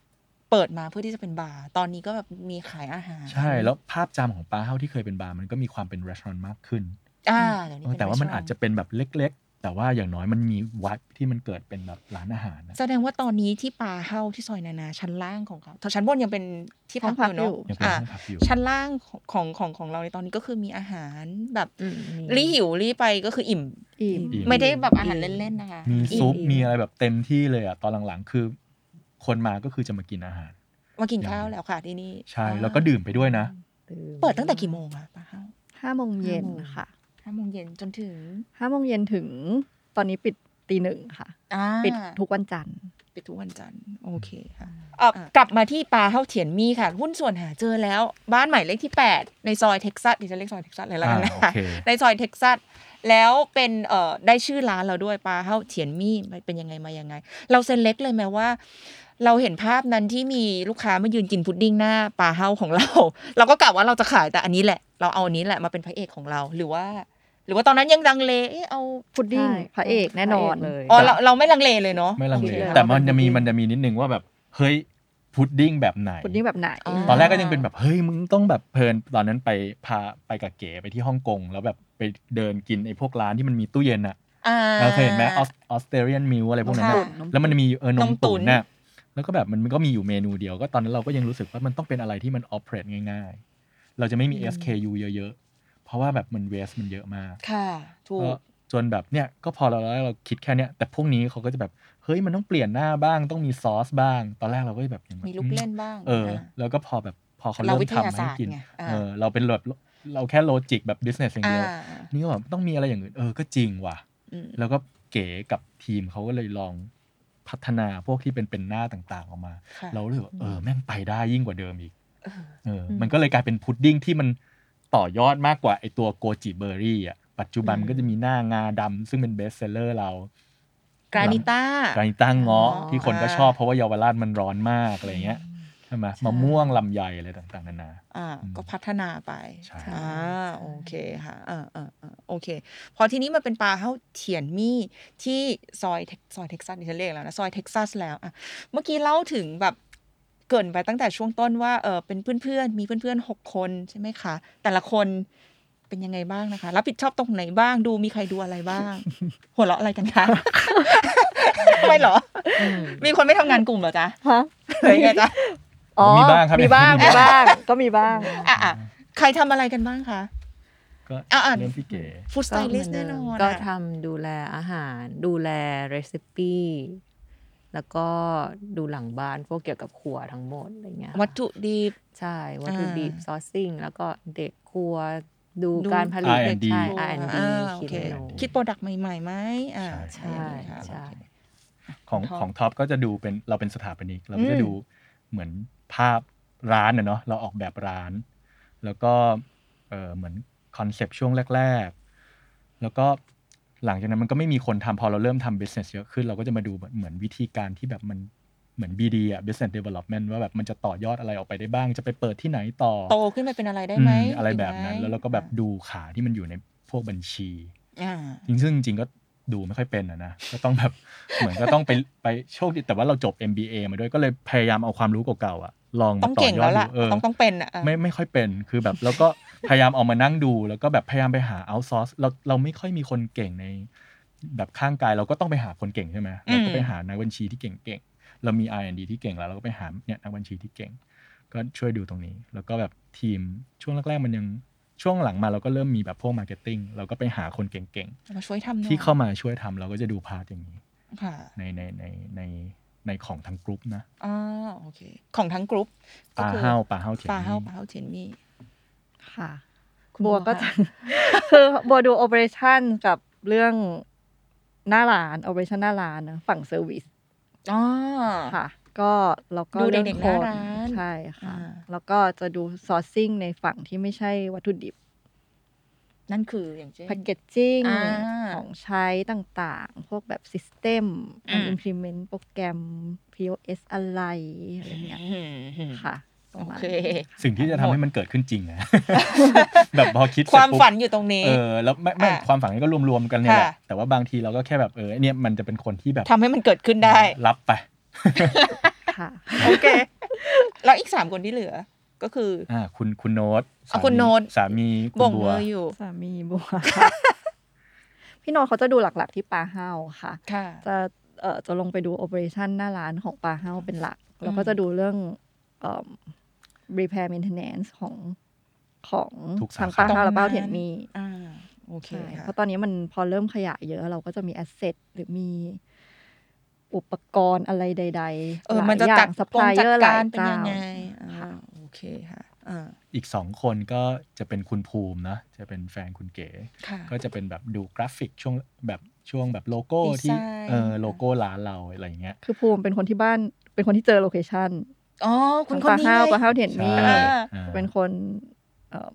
เปิดมาเพื่อที่จะเป็นบาร์ ตอนนี้ก็แบบมีขายอาหาร
ใช่แล้วภาพจำของปาเฮ้าที่เคยเป็นบาร์มันก็มีความเป็นร้านมากขึ้น
อ่าเดี๋ยวนี้
เออ
เป็น
แต่ว่ามัน
restaurant
อาจจะเป็นแบบเล็ก ๆ แต่ว่าอย่างน้อยมันมีวัดที่มันเกิดเป็นแบบร้านอาหารนะ
แสดงว่าตอนนี้ที่ปาเฮ้าที่ซอยนานาชั้นล่างของเขาชั้นบนยังเป็นที่พัก
ห้องพัก
อยู่เนาะ
อยู่
ยังเป็น
อ่า
ห้องพักอยู่
ชั้นล่างของของของของเราในตอนนี้ก็คือมีอาหารแบบ
อืมมี
รีหิวรีไปก็คืออิ่ม
อิ่ม
ไม่ได้แบบอาหารเล่นๆนะคะ
มีซุป
อิ่มๆ
มีอะไรแบบเต็มที่เลยอ่ะตอนหลังๆ คือ คนมาก็คือจะมากินอาหาร
มากินข้าวแล้วค่ะที่นี่
ใช่
อ่า
แล้วก็ดื่มไปด้วยนะ
เปิดตั้งแต่กี่โมงอะปาเฮ้า
ห้าโมงเย็นค่ะ
ห้าโมงเย็นจนถึง
ห้าโมงเย็นถึงตอนนี้ปิดตีหนึ่งค่ะ
อ่า
ปิดทุกวันจันทร์
ปิดทุกวันจันทร์โอเคค่ะเอ่ออ่ะกลับมาที่ปลาเฮ้าเถียนมี่ค่ะ หุ้นส่วนหาเจอแล้ว บ้านใหม่เลขที่ 8 ในซอยเท็กซัสดิฉันเรียกซอยเท็กซัสเลยแล้วกัน
อ่า
นะ
โอ
คะ
เค
ในซอยเท็กซัสแล้วเป็นเอ่อได้ชื่อร้านเราด้วยปลาเฮ้าเถียนมี่มันเป็นยังไงมายังไง เราเซเล็กเลยไหมว่า เราเห็นภาพนั้นที่มีลูกค้ามายืนกินพุดดิ้งหน้าปลาเฮ้าของเรา เราก็กะว่าเราจะขายแต่อันนี้แหละ เราเอาอันนี้แหละมาเป็นพระเอกของเราหรือว่า หรือว่าตอนนั้นยังดังเลเอ๊ะเอา
พุดดิ้ง
ใช่
พระเอกแน่นอน
พระเกเลย
อ๋อเราเราไม่ลังเลเลยเนาะ
ไม่ลัง
โอ
เล
เค
แต่มันจะมีมันจะมีนิดนึงว่าแบบเฮ้ยพุดดิ้งแบบไหน
พุดดิ้งแบบไหน
อ่า
ตอนแรกก็ยังเป็นแบบเฮ้ยมึงต้องแบบเพลินตอนนั้นไปพาไปกับเก๋ไปที่ฮ่องกงแล้วแบบไปเดินกินไอ้พวกร้านที่มันมีตู้เย็นอะ
อ่า
เราเคยเห็นไหมออสเตรเลียนมิวอะไรพวกนั้นน่ะ
ค่ะ
แล้วมันมีเออน
น
ม
มตุ๋
ตุ๋น
น
น่ะแล้วก็แบบมันก็มีอยู่เมนูเดียวก็ตอนนั้นเราก็ยังรู้สึกว่ามันต้องเป็นอะไรที่มันออ e เ a t e ง่าย ๆ เราจะไม่มี SKU เยอะๆ เพราะว่าแบบมันเวสมันเยอะมาก
ค่ะ ถู
ก็
ก
จนแบบเนี่ยก็พอเราเราคิดแค่เนี้ยแต่พวกนี้เขาก็จะแบบ เฮ้ยมันต้องเปลี่ยนหน้าบ้างต้องมีซอสบ้าง ตอนแรกเราก็แบบยังแบบ
มีลูกเล่นบ้าง
เออ
ะ
แล้วก็พอแบบพอเขา
เรา
เริ่ม
วิทยา
ทำมาให้
ศาสตร์
กิน
ไงอ่า
เออเราเป็นแบบเราแค่โลจิกแบบ business อย่าง
อ่า
เดียวนี่ก็แบบต้องมีอะไรอย่างอื่นเออก็จริงว่ะ
อืม
แล้วก็เก๋กับทีมเขาก็เลยลองพัฒนาพวกที่เป็นเป็นหน้าต่างๆออกมา
ค่ะ
เรารู้สึกว่าเออแม่งไปได้ยิ่งกว่าเดิมอีก
เออ
เออมันก็เลยกลายเป็นพุดดิ้งที่มันต่อยอดมากกว่าไอตัวโกจิเบอร์รี่อ่ะปัจจุบัน
อืม
มันก็จะมีหน้างาดำซึ่งเป็นเบสเซลเลอร์เรา
กรานิต้า
กานิต้างเงาะ
อ๋อ
ที่คนก็
อ่า
ชอบเพราะว่าเยาวราชมันร้อนมากอะไรเงี้ยใช่ไหม
ใช่
มะม่วงลำไยอะไรต่างๆนานา
อ่า ก็พัฒนาไป
ใช่
อ่าโอเคค่ะเออเออเออโอเค พอทีนี้มันเป็นปลาเฮ้าเถียนมี่ที่ซอยเท็กซอยเท็กซัสนี่ฉันเรียกแล้วนะ ซอยเท็กซัสแล้วอ่ะเมื่อกี้เล่าถึงแบบเกรินไปตั้งแต่ช่วงต้นว่าเออเป็นเพื่อนๆ มีเพื่อนๆหกคนใช่ไหมคะ แต่ละคนเป็นยังไงบ้างนะคะ รับผิดชอบตรงไหนบ้างดูมีใครดูอะไรบ้าง หัวเราะอะไรกันคะ ทำไมเหรอ
อืม
มีคนไม่ทำงานกลุ่มเหรอจ๊ะ
ฮะ
หรือไงจ๊ะ
อ๋อ
มีบ้างครับ
มีบ้าง
มี
มี
บ้า
บ้าง ง ก็มีบ้าง
อ่ะอ่ะใครทำอะไรกันบ้างคะ
ก็
อ่ะๆ
เริ่มที่เก๋
ฟู้ดสไตลิสต์แน่นอน
ก็
อะ
ทำดูแลอาหาร ดูแลเรซิปี้ แล้วก็ดูหลังบ้านพวกเกี่ยวกับครัวทั้งหมดอะไรเงี้ยค่ะ
วัตถุดิบ
ใช่วัตถุดิบ
อ่า
ซอสซิ่ง แล้วก็เด็กครัว ดู
ดู
การผลิต
R&D
ใช่
อ่า
R&D
อ่าโอ
คิด
เค
เมนู
คิดโปรดักต์ใหม่ๆไหมอ่า
ใช่
ใช่
ค่ะ
ใช่
ของ
ท็อป
ของท็อปก็จะดูเป็นเราเป็นสถาปนิกเราก็จะ
อืม
ดูเหมือนภาพร้านนะเนาะเราออกแบบร้าน แล้วก็เออเหมือนคอนเซปต์ช่วงแรก ๆ แล้วก็หลังจากนั้นมันก็ไม่มีคนทำพอเราเริ่มทำ business เยอะขึ้น เราก็จะมาดูเหมือนเหมือนวิธีการที่แบบมันเหมือน BD อ่ะ business development ว่าแบบมันจะต่อยอดอะไรออกไปได้บ้าง จะไปเปิดที่ไหนต่อ
โตขึ้นไปเป็นอะไรได้
อื
ไหม
มอะไรแบบนั้น
ถึงไหม
แล้วเราก็แบบดูขาที่มันอยู่ในพวกบัญชี
อ่า
จริงซึ่งจริงๆก็ดูไม่ค่อยเป็นอะนะ ก็ต้องแบบ เหมือนก็ต้องไปไปโชคดีแต่ว่าเราจบ MBA มาด้วยก็เลยพยายามเอาความรู้เก่าๆอะลองมา
ต้อง
ต่อ
เก่ง
ยอ
แล้
ด
ว
ดู
ล่ะ
เออ
ต้องต้องเป็นอ่ะ
ไม่ไม่ค่อยเป็นคือแบบแล้วก็พยายามเอามานั่งดู แล้วก็แบบพยายามไปหา outsource เราเราไม่ค่อยมีคนเก่งใน แบบข้างกายเราก็ต้องไปหาคนเก่งใช่ไหมเราก็ไป
อืม
หานักบัญชีที่เก่งๆเรามี R&D ที่เก่งแล้วเราก็ไปหาเนี่ยนักบัญชีที่เก่ง ก็ช่วยดูตรงนี้ แล้วก็แบบทีมช่วงแรกๆมันยังช่วงหลังมาเราก็เริ่มมีแบบพวก marketing เราก็ไปหาคนเก่งๆ
มาช่วยทำหน่อย
ที่เข้ามาช่วยทำเราก็จะดูพาร์ทอย่างนี้
ค่ะ
ในในในในในของทางกรุ๊ปนะ
อ่าโอเค ของทั้งกรุ๊ป
ปลาเห้าปลาเห้าเทียน
ปลาเฮา
นี่
ปลาเฮาเทียนมี่
ค่ะ
คุณบั
บั
ว
วก็
ค่ะ
จะคือบัวดูโอเปอเรชั่นกับเรื่องหน้าร้านโอเปอเรชั่นหน้าร้านนะฝั่งเซอร์วิส
อ๋อ
ค่ะ ก็แล้วก็
ดู
รื่อง
เด็กๆห
ค
น้าร้าน
ใช่ค่ะ
อ่า
แล้วก็จะดูซอร์ซิ่งในฝั่งที่ไม่ใช่วัตถุดิบ
นั่นคืออย่างเช่น
แพ c เกจจิ้ง
อ่า
ของใช้ต่างๆ พวกแบบซิสเต็ม
อื
การ
ม
implement โปรแกรม POS อะไรอะไรเงี้ยค่ะป
โอ
ระมาณ
เค
นี้
สิ่งที่จะทำให้มันเกิดขึ้นจริงนะ แบบพอคิด
ความ
เสร็จปุ๊บ
ฝันอยู่ตรงนี้
เออแล้วไม่ไม่
อ่ะ
ความฝันนี้ก็รวมๆกันเนี่ยแหละ
ค่ะ
แต่ว่าบางทีเราก็แค่แบบเออไอ้เนี่ยมันจะเป็นคนที่แบบ
ทำให้มันเกิดขึ้นได้
รับไป
ค่ะ
โอเค แล้วอีกสามคนที่เหลือ ก็คือ
อ่าคุณคุณโน้ต
อ่ะคุณโน้ต
สามีคุณ
บ่ง
บัว
มืออยู่
สามีบัว พี่โนนท์เขาจะดูหลักๆที่ปลาเฮาค่ะ
ค่ะ
จะเอ่อจะลงไปดูโอเปอเรชันหน้าร้านของปลาเฮาเป็นหลัก
อืม
แล้วก็จะดูเรื่องเอ่อ repair maintenance ของของทั้งปลาเฮาและปลาเฮาเทียนมี
อ่า โอเค
ใช่
ค่ะ
เพราะตอนนี้มันพอเริ่มขยายเยอะเราก็จะมีแอสเซทหรือมีอุปกรณ์อะไรใดๆ
เออ มันจะจัด
ซัพ
ก
พลาย
จัด
เออร์หลาก
าย รเป็น
เจ้า
ยังไงอ่า
ค่ะ
โอเคค่ะอ่า
อีกสองคนก็จะเป็นคุณภูมินะจะเป็นแฟนคุณเก๋
ค่ะ
ก็จะเป็นแบบดูกราฟิกช่วงแบบช่วงแบบโลโก้ที่
ดีไซน์
เออโลโก้ร้านเราอะไรอย่างเงี้ย
คือภูมิเป็นคนที่บ้านเป็นคนที่เจอโลเคชัน
อ๋อ คุณค
ป
น
ลา
นี้
เฮาปลา
ไง
เฮาเทียนมี
ใช่
อ่า
อ่า
เป็นคนเอ่อ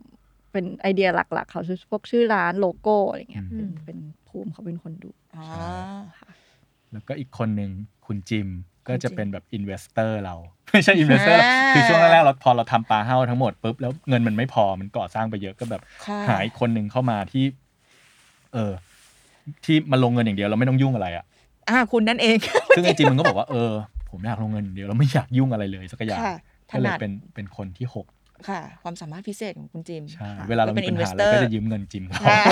เป็นไอเดียหลักๆ เขาชื่อพวกชื่อร้านโลโก้อะไรเงี้ย
อื
เป็น
ม
เป็นภูมิเขาเป็นคนดู
อ๋อ
แล้วก็อีกคนหนึ่งคุณจิมก็จะ
คุณจิม
เป็นแบบอินเวสเตอร์เรา ไม่ใช่อินเวสเตอร์
อ่า
คือช่วงแรกๆเราพอเราทำปลาเฮ้าทั้งหมดปุ๊บแล้วเงินมันไม่พอมันก่อสร้างไปเยอะก็แบบ
ค่ะ
หาอีกคนหนึ่งเข้ามาที่ เออ ที่มาลงเงินอย่างเดียวเราไม่ต้องยุ่งอะไรอะ่ะ
อ่า คุณนั่นเอง
ซึ่งไอจิมมันก็บอกว่าเออผมอยากลงเงินอย่างเดียวเราไม่อยากยุ่งอะไรเลยสักอย่าง
ค่ะถ
ก็เลย
นัด
เป็นเป็นคนที่หก
ค่ะ ความสามารถพิเศษของคุณจิม
ใช่
ค่ะ
เวลาเรา
ป็
มี
น
ปัญหาเรา
investor
ก็จะยืมเงินจิมเขา
ค่ะ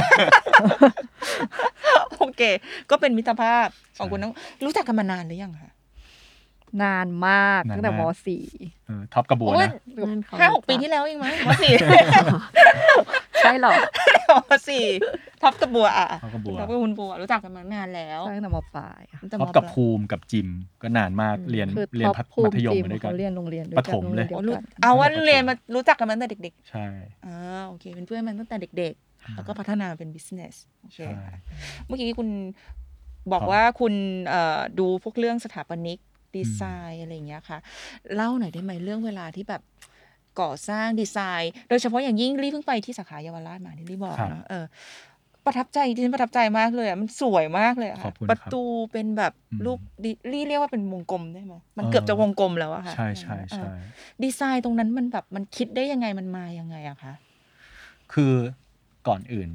โอเค ก็เป็นมิตรภาพของคุณ
ใช่
น้อง รู้จักกันมานานหรือยังคะ
นานมาก
นานมาก
ตั้งแต่มสี่
เออท็อปกระบวน
โอ้ย
นะ
นั่นเขา
ห้าหกปีที่แล้วเองมั้งมสี่
ใช่หรอ
มสี่ท็อปกับบัวอ่ะ
ท็อปกับบัว
ท็อปกับคุณบัว รู้จักกันมานานแล้ว
ตั้งแต่มปลายค่ะ
แต่
ท็อป
ม
กับ
ปลาย
ภูมิกับจิมก็นานมาก
อืม
เรียน
คือ
เรีย
ท็
น
อปภู
มั
มิ
ธยม
จิม
มาด้วยกัน
เขาเรียนโรงเรียนด้วย
ป
กั
ฐมเลย
โร
โอ้
ง
รู้
เรียนเดียวกัน
เอาว่าเรียนมารู้จักกันมาตั้งแต่เด็ก
ใช่
ๆอ่าโอเค เป็นเพื่อนมันตั้งแต่เด็ก ๆ แล้วก็พัฒนาเป็น business โอเค
ใช่
ค่ะ เมื่อกี้คุณบอก
ครับ
ว่าคุณเอ่อดูพวกเรื่องสถาปนิกดีไซน์อะไรอย่างเงี้ยค่ะ เล่าหน่อยได้ไหมเรื่องเวลาที่แบบก่อสร้างดีไซน์ โดยเฉพาะอย่างยิ่งรีเพิ่งไปที่สาขาเยาวราชมาที่รีบอกเนาะเออประทับใจที่ฉันประทับใจมากเลยอ่ะมันสวยมากเลยอะ
ข
ค่ะ
อบคุณ
ประ
ครับ
ตูเป็นแบบ
อืม
รูปดิรีเรียกว่าเป็นวงกลมได้ไหมมัน
เออ
เกือบจะวงกลมแล้วอะค่ะ
ใช่ใช่
เอ
ใช่
อดีไซน์ตรงนั้นมันแบบมันคิดได้ยังไงมันมายังไงอะคะ
คือก่อนอื่น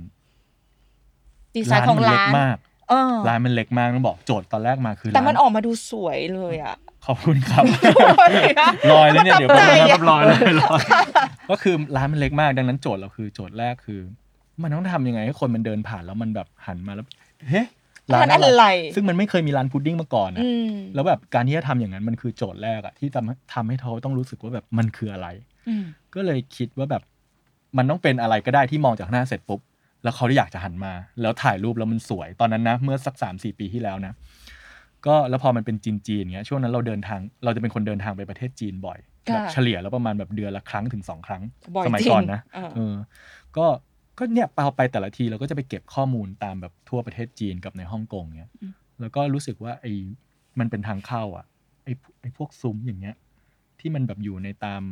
ดีไซน์ของ
มัเล็
ร้าก น
มาก
เออ
ร้านมันเล็กมากต้องบอกโจทย์ตอนแรกมาคือ
แต่มัน
ร้า
ออกมาดูสวยเลยอะ
ขอบคุณครับ ล
ล
อยแล้วเนี่ยเดี๋ยว
ป
แป๊
ระทับใจอะ
บนึงครับลอยเลยลอยก็คือร้านมันเล็กมากดังนั้นโจทย์เราคือโจทย์แรกคือ มันต้องทำยังไงให้คนมันเดินผ่านแล้วมันแบบหันมาแล้วเฮ้ย
ร้านอะไร
ซึ่งมันไม่เคยมีร้านพุดดิ้งมาก่อนนะ
อืม
แล้วแบบการที่จะทำอย่างนั้นมันคือโจทย์แรกอะที่ทำให้ทำให้เขาต้องรู้สึกว่าแบบมันคืออะไร
อืม
ก็เลยคิดว่าแบบมันต้องเป็นอะไรก็ได้ที่มองจากหน้าเสร็จปุ๊บ แล้วเขาอยากจะหันมา แล้วถ่ายรูปแล้วมันสวยตอนนั้นนะ เมื่อสักสามสี่ปีที่แล้วนะ ก็แล้วพอมันเป็นจีนจีนๆเงี้ยช่วงนั้นเราเดินทางเราจะเป็นคนเดินทางไปประเทศจีนบ่อย
ค่ะ
แบบเฉลี่ยแล้วประมาณแบบเดือนละครั้งถึงสองครั้ง
บ่อย
สมัย
จริง
ก่อนนะ
เออ
เออก็ก็เนี่ยพอไปแต่ละทีเราก็จะไปเก็บข้อมูลตามแบบทั่วประเทศจีนกับในฮ่องกงเนี่ย
อืม
แล้วก็รู้สึกว่าไอ้มันเป็นทางเข้าอ่ะไอ้พวไอ้พวกซุ้มอย่างเงี้ย ที่มันแบบอยู่ในตาม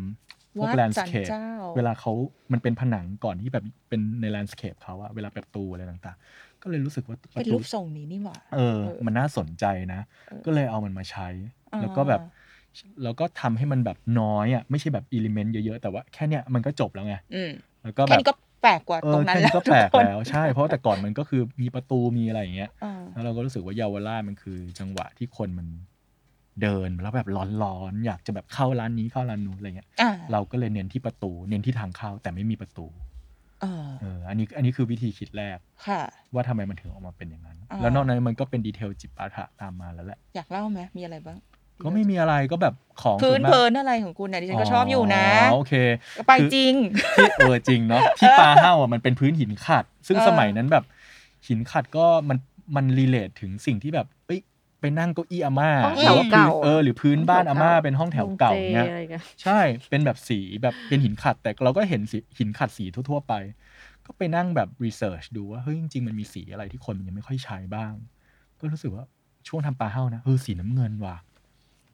พว
วั
ก
ด
แลนด์
สั
ส
น
เคป
เจ้า
เวลาเขามันเป็นผนังก่อนที่แบบเป็นในแลนด์สเคปเขาอะเวลาประตูอะไรต่างๆ ก็เลยรู้สึกว่าป
เป็น
ระตู
รูปทรงนี้นี่หว่า
เออ
เออ
มันน่าสนใจนะ
เออ
ก็เลยเอามันมาใช้
อ่า
แล้วก็แบบแล้วก็ทำให้มันแบบน้อยอ่ะไม่ใช่แบบอิเลเมนต์เยอะๆแต่ว่าแค่เนี้ยมันก็จบแล้วไง
อืม
แล้วก็แบ
แค่
บ
นี้ก็แปลกกว่า
เอ
ตร
อง
นั้น
แค่
แล้ว
ก็
ทุ
แปล
ก
ก
คน
แล้วใช่ เพราะแต่ก่อนมันก็คือมีประตูมีอะไรอย่างเงี้ย
เออ
แล้วเราก็รู้สึกว่าเยาวราชมันคือ จังหวะที่คนมันเดินแล้วแบบร้อนๆอยากจะแบบเข้าร้านนี้เข้าร้านนู้นอะไรเงี้ย
อ่ะ
เราก็เลยเน้นที่ประตู เน้นที่ทางเข้าแต่ไม่มีประตู
เออ
เอออันนี้อันนี้คือวิธีคิดแรก
ค่ะ
ว่าทำไมมันถึงออกมาเป็นอย่างนั้น
อ่า
แล้วนอกนั้นมันก็เป็นดีเทลจิปาถะตามมาแล้วแหละ
อยากเล่าไหมมีอะไรบ้าง
ก็ไม่มีอะไรก็แบบของ
พื้น
ส่วมา
เพลินอะไรของคุณเนี่ยดิฉันก็ชอบอยู่นะ
โอเค
ก็ไปจริง
ที่เออจริง เนาะที่ปลาเห่าอ่ะมันเป็นพื้นหินขัด ซึ่ง
เออ
สมัยนั้นแบบหินขัดก็มันมันรีเลทถึงสิ่งที่แบบเอ้ยไปนั่งเก้าอี้อาม่า
ห้อง
ห
แถ
รื
วเก่า
ว่าพื้นเออหรือพื้นบ้านอาม่าเป็นห้องแถวเก่า
เจ
เนี้ย
อะไรกัน
ใช่เป็นแบบสีแบบเป็นหินขัด แต่เราก็เห็นสีหินขัดสีทั่ว ๆ ไป ก็ไปนั่งแบบรีเสิร์ชดูว่าเฮ้ยจริงๆมันมีสีอะไรที่คนมันยังไม่ค่อยใช้บ้าง ก็รู้สึกว่าช่วงทำปลาเห่านะเออสีน้ำเงินว่ะ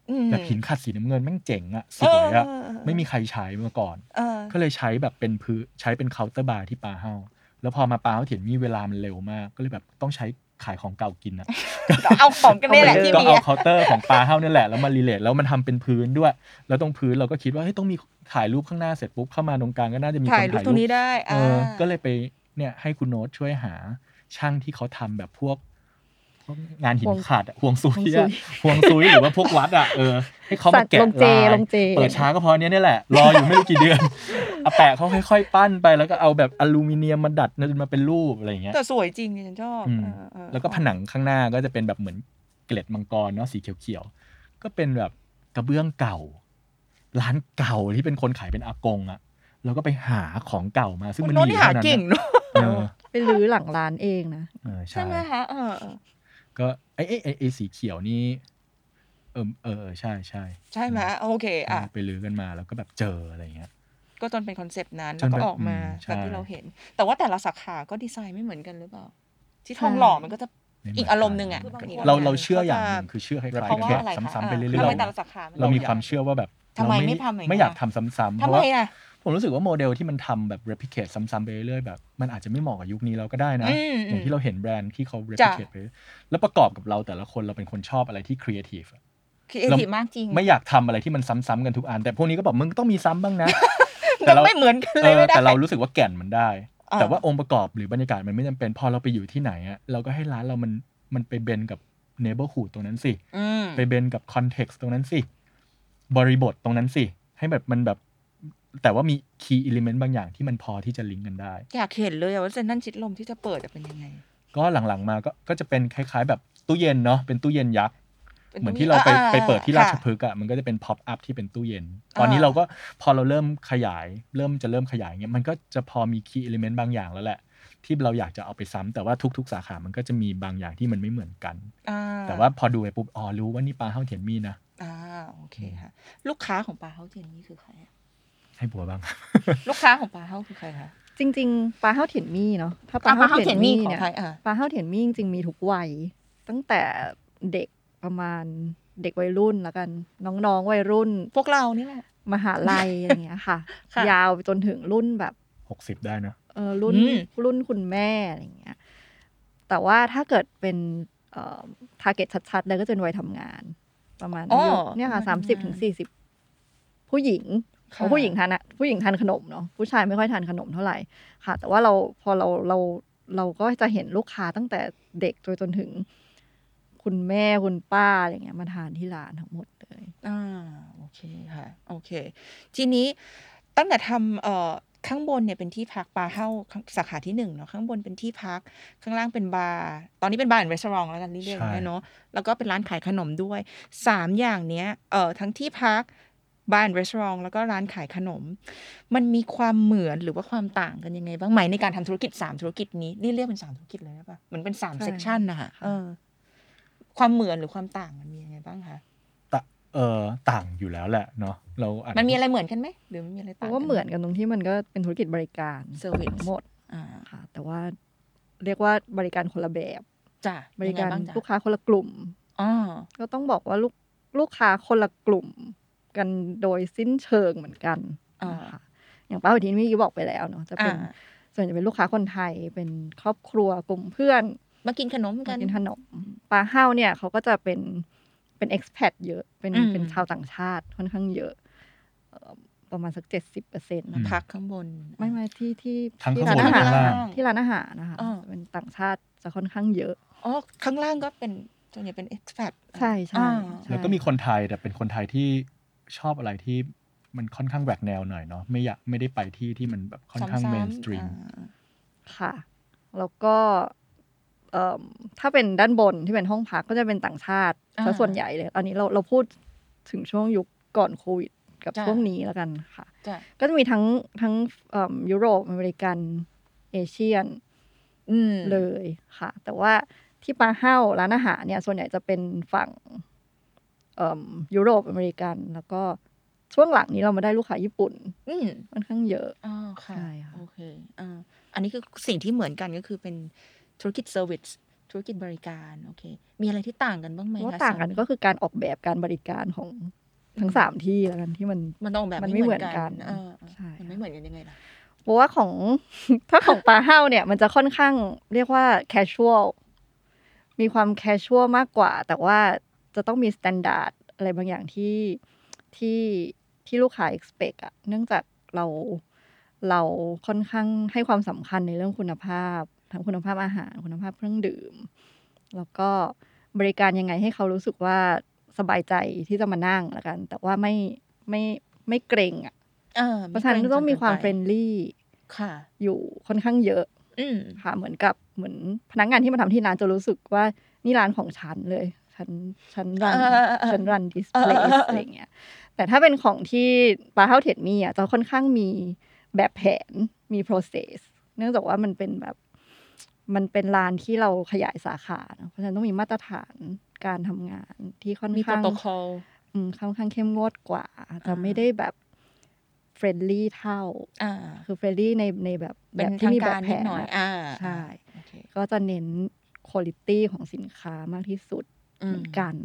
อืม
แบบหินขัดสีน้ำเงินแม่งเจ๋งอะสวยอะ
เเเ
ไม่มีใครใช้มาก่อน
เออ
ก็เลยใช้แบบเป็นพื้นใช้เป็นเคาน์เตอร์บาร์ที่ปาเฮาแล้วพอมาปาเฮาเถียนมีเวลามันเร็วมาก ก็เลยแบบต้องใช้ขายของเก่ากินนะ
เอาของกันนี่แหละที่
ก็
มี
เอา
อะ
เคาน์เตอร์ของปาเฮาเนี่ยแหละแล้วมารีเลทแล้วมันทำเป็นพื้นด้วย แล้วตรงพื้นเราก็คิดว่าเฮ้ยต้องมีถ่ายรูปข้างหน้าเสร็จปุ๊บเข้ามาตรงกลางก็น่าจะมีคน
ถ่า
ถ่าย
รู
ยรู
ป
ป
ตรงนี้ได้
เอ
อ่า
อก็เลยไปเนี่ยให้คุณโน้ตช่วยหาช่างที่เขาทำแบบพวกพวกงานหินขาดอะห่วงซุยอะห่วงซุยหรือว่าพวกวัดอะเออให้เขา
สั
มา
ตว์
แกะ
ลงเจ
ลาย
ลงเจ
เปิดช้าก็เพราะเนี้ยนี่แหละ รออยู่ไม่รู้กี่เดือน อาแปะเขาค่อยๆ ปั้นไปแล้วก็เอาแบบอลูมิเนียมมาดัดจนมาเป็นรูปอะไรอย่างเงี้ย
แต่สวยจริงดิฉันชอบ
อืม
เออเออ
แล้วก็ผนังข้างหน้าก็จะเป็นแบบเหมือนเกล็ดมังกรเนาะสีเขียวๆ ก็เป็นแบบกระเบื้องเก่า ร้านเก่าที่เป็นคนขายเป็นอากงอะแล้วก็ไปหาของเก่ามาซึ่ง
คุ
มั
ณ
น
โน้ต
มีอ
นี่
ยู่
หา
เท่านั้น
เก่ง
อะ
เนาะ
เออ
ไปรื้อหลังร้านเองนะ
เออใช่
ใช่ไหมคะเออเออ
ก็ไอ้ไอ้ไอ้ไอ้สีเขียวนี่เออเออเออใช่ใช่
ใช่ไหมโอเคอ่ะ
ไปลือกันมาแล้วก็แบบเจออะไรอย่างเงี้ย
ก็จนเป็นคอนเซปต์นั้น
จ
แล้ว
น
ก็
แบบ
ออกมา
อืมใช่
แบบที่เราเห็น แต่ว่าแต่ละสาขาก็ดีไซน์ไม่เหมือนกันหรือเปล่า ที่ทองหล่อมันก็จะ
ไม่เหมื
อี
อี
กอารมณ์หนึ่งอะ
เราเราเชื่ออย่างหนึ่งคือเชื่อคล้าย
เพ
ๆ
ราะว่า
กัน
อะไรคะ
ซ้ำๆไปเรื่อ
ทำไม
ย
แต่ละสาขาน
ๆเรามีความเชื่อว่าแบบ
ทำไม
เรา
ไม่ทำอย่างนั้น
ไม่อยากทำซ้ำๆเพ
ทำ
ราะ
ไม
ว่า
อ่ะ
ผมรู้สึกว่าโมเดลที่มันทำแบบ replicate ซ้ำๆไปเรื่อยๆแบบมันอาจจะไม่เหมาะกับยุคนี้เราก็ได้นะ
อืม
อย่างที่เราเห็นแบรนด์ที่เขา
จ้ะ
replicate ไปเรื่อยแล้วประกอบกับเราแต่ละคนเราเป็นคนชอบอะไรที่ creative อะ
ครีเอทีฟมากจริง
ไม่อยากทำอะไรที่มันซ้ำๆกันทุกอัน แต่พวกนี้ก็บอกมึงต้องมีซ้ำบ้างนะ
แต่ไม่เหมือนกัน
เอ
เลย
อ
ไม่ได้
แต่เรารู้สึกว่าแก่นมันได้
อ่า
แต่ว่าองค์ประกอบหรือบรรยากาศมันไม่จำเป็นพอเราไปอยู่ที่ไหนอะเราก็ให้ร้านเรามันมันไปเบนกับ neighborhood ตรงนั้นสิ
อืม
ไปเบนกับคอนเท็กซ์ตรงนั้นสิ บริบทตรงนั้นสิ ให้แบบมันแบบ แต่ว่ามีคีย์อิเลเมนต์บางอย่างที่มันพอที่จะลิงก์กันได้
อยากเห็นเลยอะว่าเซนทรันชิดลมที่จะเปิดจะเป็นยังไง
ก็หลังๆมาก็ก็จะเป็นคล้ายๆ แบบตู้เย็นเนาะเป็นตู้เย็นยักษ์
ป็
เหมือนที่เราไป
อ่อ่
ไปเปิดที่ราช
ค่ะ
พฤกษ์อะมันก็จะเป็นพ็อปอัพที่เป็นตู้เย็น ตอนนี้เราก็พอเราเริ่มขยาย เริ่มจะเริ่มขยายเงี้ยมันก็จะพอมีคีย์อิเลเมนต์บางอย่างแล้วแหละ ที่เราอยากจะเอาไปซ้ำแต่ว่าทุก ๆ สาขา มันก็จะมีบางอย่างที่มันไม่เหมือนกัน
อ่
แต่ว่าพอดูไปปุ๊บอ๋อรู้ว่านี่ปลาเฮ้าเทียนมีนะ
อ่าโอเคค่ะ ลูกค้าของปลาเฮาเจนนี่คือใครอะ
ให้บัวบ้าง
ลูกค้าของปลาเฮาคือใครคะ
จริง ๆปลาเฮ้าเถียนมี่เนาะถ้าป
อ่ะ
ลา
ปลา
เฮ้า
เฮา
เถี
เจ
ยน
นนี่
มี่
ของ
เนี่ย
ใครอ่ะ
ปลาเฮ้าเถียนมี่จริงๆมีทุกวัย ตั้งแต่เด็กประมาณเด็กวัยรุ่นละกัน น้องๆวัยรุ่น
พวกเรานี่แหละ
มหาลัยอะไรอย่างเงี้ยค่ะ
ค่ะ
ยาวไปจนถึงรุ่นแบบ
หกสิบได้นะ
เออรุ่น
อืม
รุ่นคุณแม่อะไรอย่างเงี้ย แต่ว่าถ้าเกิดเป็นทาร์เก็ตชัดๆเลยก็จะเป็นวัยทำงาน ประมาณ
อ๋อ
อายุเนี่ยค่ะ
วัยทำงา
สานมสิบถึงสี่สิบผู้หญิง
ค่ะ
เพราะผู้หญิงทานอะผู้หญิงทานขนมเนาะผู้ชายไม่ค่อยทานขนมเท่าไหร่ค่ะ แต่ว่าเราพอเราเราเราก็จะเห็นลูกค้าตั้งแต่เด็กจนจนถึง คุณแม่คุณป้าอะไรเงี้ยมาทานที่ร้านทั้งหมดเลย
อ่าโอเคค่ะโอเค ทีนี้ตั้งแต่ทำเอ่อข้างบนเนี่ยเป็นที่พักปลาเฮ้าข้างสาขาที่หนึ่งเนาะข้างบนเป็นที่พักข้างล่างเป็นบาร์ตอนนี้เป็นบาร์และร้านแล้วกันเรื่อยๆอ
ใช่
ย่างเงี้ยเนาะแล้วก็เป็นร้านขายขนมด้วยสามอย่างเนี้ยเอ่อทั้งที่พักบาร์และร้านแล้วก็ร้านขายขนม มันมีความเหมือนหรือว่าความต่างกันยังไงบ้างไหมในการทำธุรกิจสามธุรกิจนี้นี่เรียกเป็นสามธุรกิจเลยได้ปะเหมือนเป็นสาม
ใช่
เซกชันนะคะเออ ความเหมือนหรือความต่างมันมียังไงบ้างคะ
ตะเออต่างอยู่แล้วแหละเนาะเราอาจ
มันมีอะไรเหมือนกันไหมหรือมันมีอะไร
เพ
ต่าง
ราะว่าเหมือนกันตรงที่มันก็เป็นธุรกิจบริการ
เซอร์วิส
หมด
อ่า
ค่ะ แต่ว่าเรียกว่าบริการคนละแบบ
จ้ะ
บริกา
ยัง
ร
ไงบ้างจ้ะ
ลูกค้าคนละกลุ่ม
อ๋อ
ก็ต้องบอกว่าลูกลูกค้าคนละกลุ่มกันโดยสิ้นเชิงเหมือนกันนะคะอย่างป้าวันทีนเมื่อกี้บอกไปแล้วเนาะจะเป็น
อ่า
ส่วนจะเป็นลูกค้าคนไทยเป็นครอบครัวกลุ่มเพื่อน
มากินขนมกั
มาน กินขนมปลาห้าวเนี่ยเขาก็จะเป็นเป็นเอ็กซ์แพดเยอะเป็น
อืม
เป็นชาวต่างชาติค่อนข้างเยอะเอ่อประมาณสักเจ็ดสิบเปอร์เซ็นต์
พักข้างบน
ไม่ไม่ที่ที่
ทั้ง
ที่
ข้าง
ร้า
บ
น
น
อา
และ
หาร
ข้างล่าง
ที่ร้านอาหารนะคะ
อ่า
เป็นต่างชาติจะค่อนข้างเยอะ
อ๋อข้างล่างก็เป็นส่วนใหญ่เป็นเอ็กซ์แพด
ใช่ใช่
อ่า
ใช่
แล้วก็มีคนไทยแต่เป็นคนไทยที่ชอบอะไรที่มันค่อนข้างแหวกแนวหน่อยเนาะไม่อยากไม่ได้ไปที่ที่มันแบบค่อนข้างเมนสตรีม
ค่ะ แล้วก็เอิ่มถ้าเป็นด้านบนที่เป็นห้องพักก็จะเป็นต่างชาติ
อ่า
ซะส่วนใหญ่เลยอันนี้เราเราพูดถึงช่วงยุคก่อนโควิดกับ
จ้ะ
ช่วงนี้แล้วกันค่ะ
จ้ะ
ก็จะมีทั้งทั้งเอิ่มยุโรปอเมริกันเอเชียน
อืม
เลยค่ะ แต่ว่าที่ปาเฮ้าร้านอาหารเนี่ยส่วนใหญ่จะเป็นฝั่งเอิ่มยุโรปอเมริกัน แล้วก็ช่วงหลังนี้เรามาได้ลูกค้าญี่ปุ่น
อืม
ค่อนข้างเยอะ
อ๋อค่ะ
ใช่ค่ะ
โอเคอ่าอันนี้คือสิ่งที่เหมือนกันก็คือเป็นธุรกิจเซอร์วิสธุรกิจบริการโอเค มีอะไรที่ต่างกันบ้างไหม
ว่า
คะ
ต่างกัน
สม
ก็คือการออกแบบการบริการของทั้งสามที่แล้วกันที่มัน
มันต้องออกแบบ
มันไม่
ไม่เหมือนกัน
เหมือนกัน
เออเออ
ใช่
มันไม่เหมือนกันยังไงล่ะ
เพราะว่าของ ถ้าของปลาเฮ้าเนี่ย มันจะค่อนข้างเรียกว่าแคชชวลมีความแคชชวลมากกว่า แต่ว่าจะต้องมีสแตนดาร์ดอะไรบางอย่างที่ที่ที่ลูกค้า expect อะเนื่องจากเราเราค่อนข้างให้ความสำคัญในเรื่องคุณภาพ ทั้งคุณภาพอาหารคุณภาพเครื่องดื่ม แล้วก็บริการยังไงให้เขารู้สึกว่าสบายใจที่จะมานั่งละกัน แต่ว่าไม่ไม่ไม่เกรงอะ
เออ
เพราะฉะนั้นก็ต้องมีความเฟรนลี่
ค่ะ
อยู่ค่อนข้างเยอะ
อืม
ค่ะ เหมือนกับเหมือนพนักงานที่มาทำที่ร้านจะรู้สึกว่านี่ร้านของฉันเลยฉันฉันรัน
เออเออเออ
ฉันรันดิสเพ
เอ
ล
อเออ
ส
เอออ
อะไรเงี้ยแต่ถ้าเป็นของที่ปลาเท้าเทดมี่อ่ะจะค่อนข้างมีแบบแผนมี process เนื่องจากว่ามันเป็นแบบมันเป็นร้านที่เราขยายสาขาเนอะเพราะฉะนั้นต้องมีมาตรฐานการทำงานที่ค่อน
มีโปร
ข้าง
โตคอล
อืมค่อนข้างเข้มงวดกว่าอาจจะ
อ่า
ไม่ได้แบบเฟรนลี่เท่า
อ่า
คือเฟรนลี่ในในแบบ
เป็
แบ
น
บ
ทา
ที่
ง
มีแบ
กา
บ
ร
แผ
นิด
น
หน่อย
อะ
อ่า
ใช่
โอเค
ก็จะเน้นคุณ i t y ของสินค้ามากที่สุด
อื
เหมื
ม
อนกัน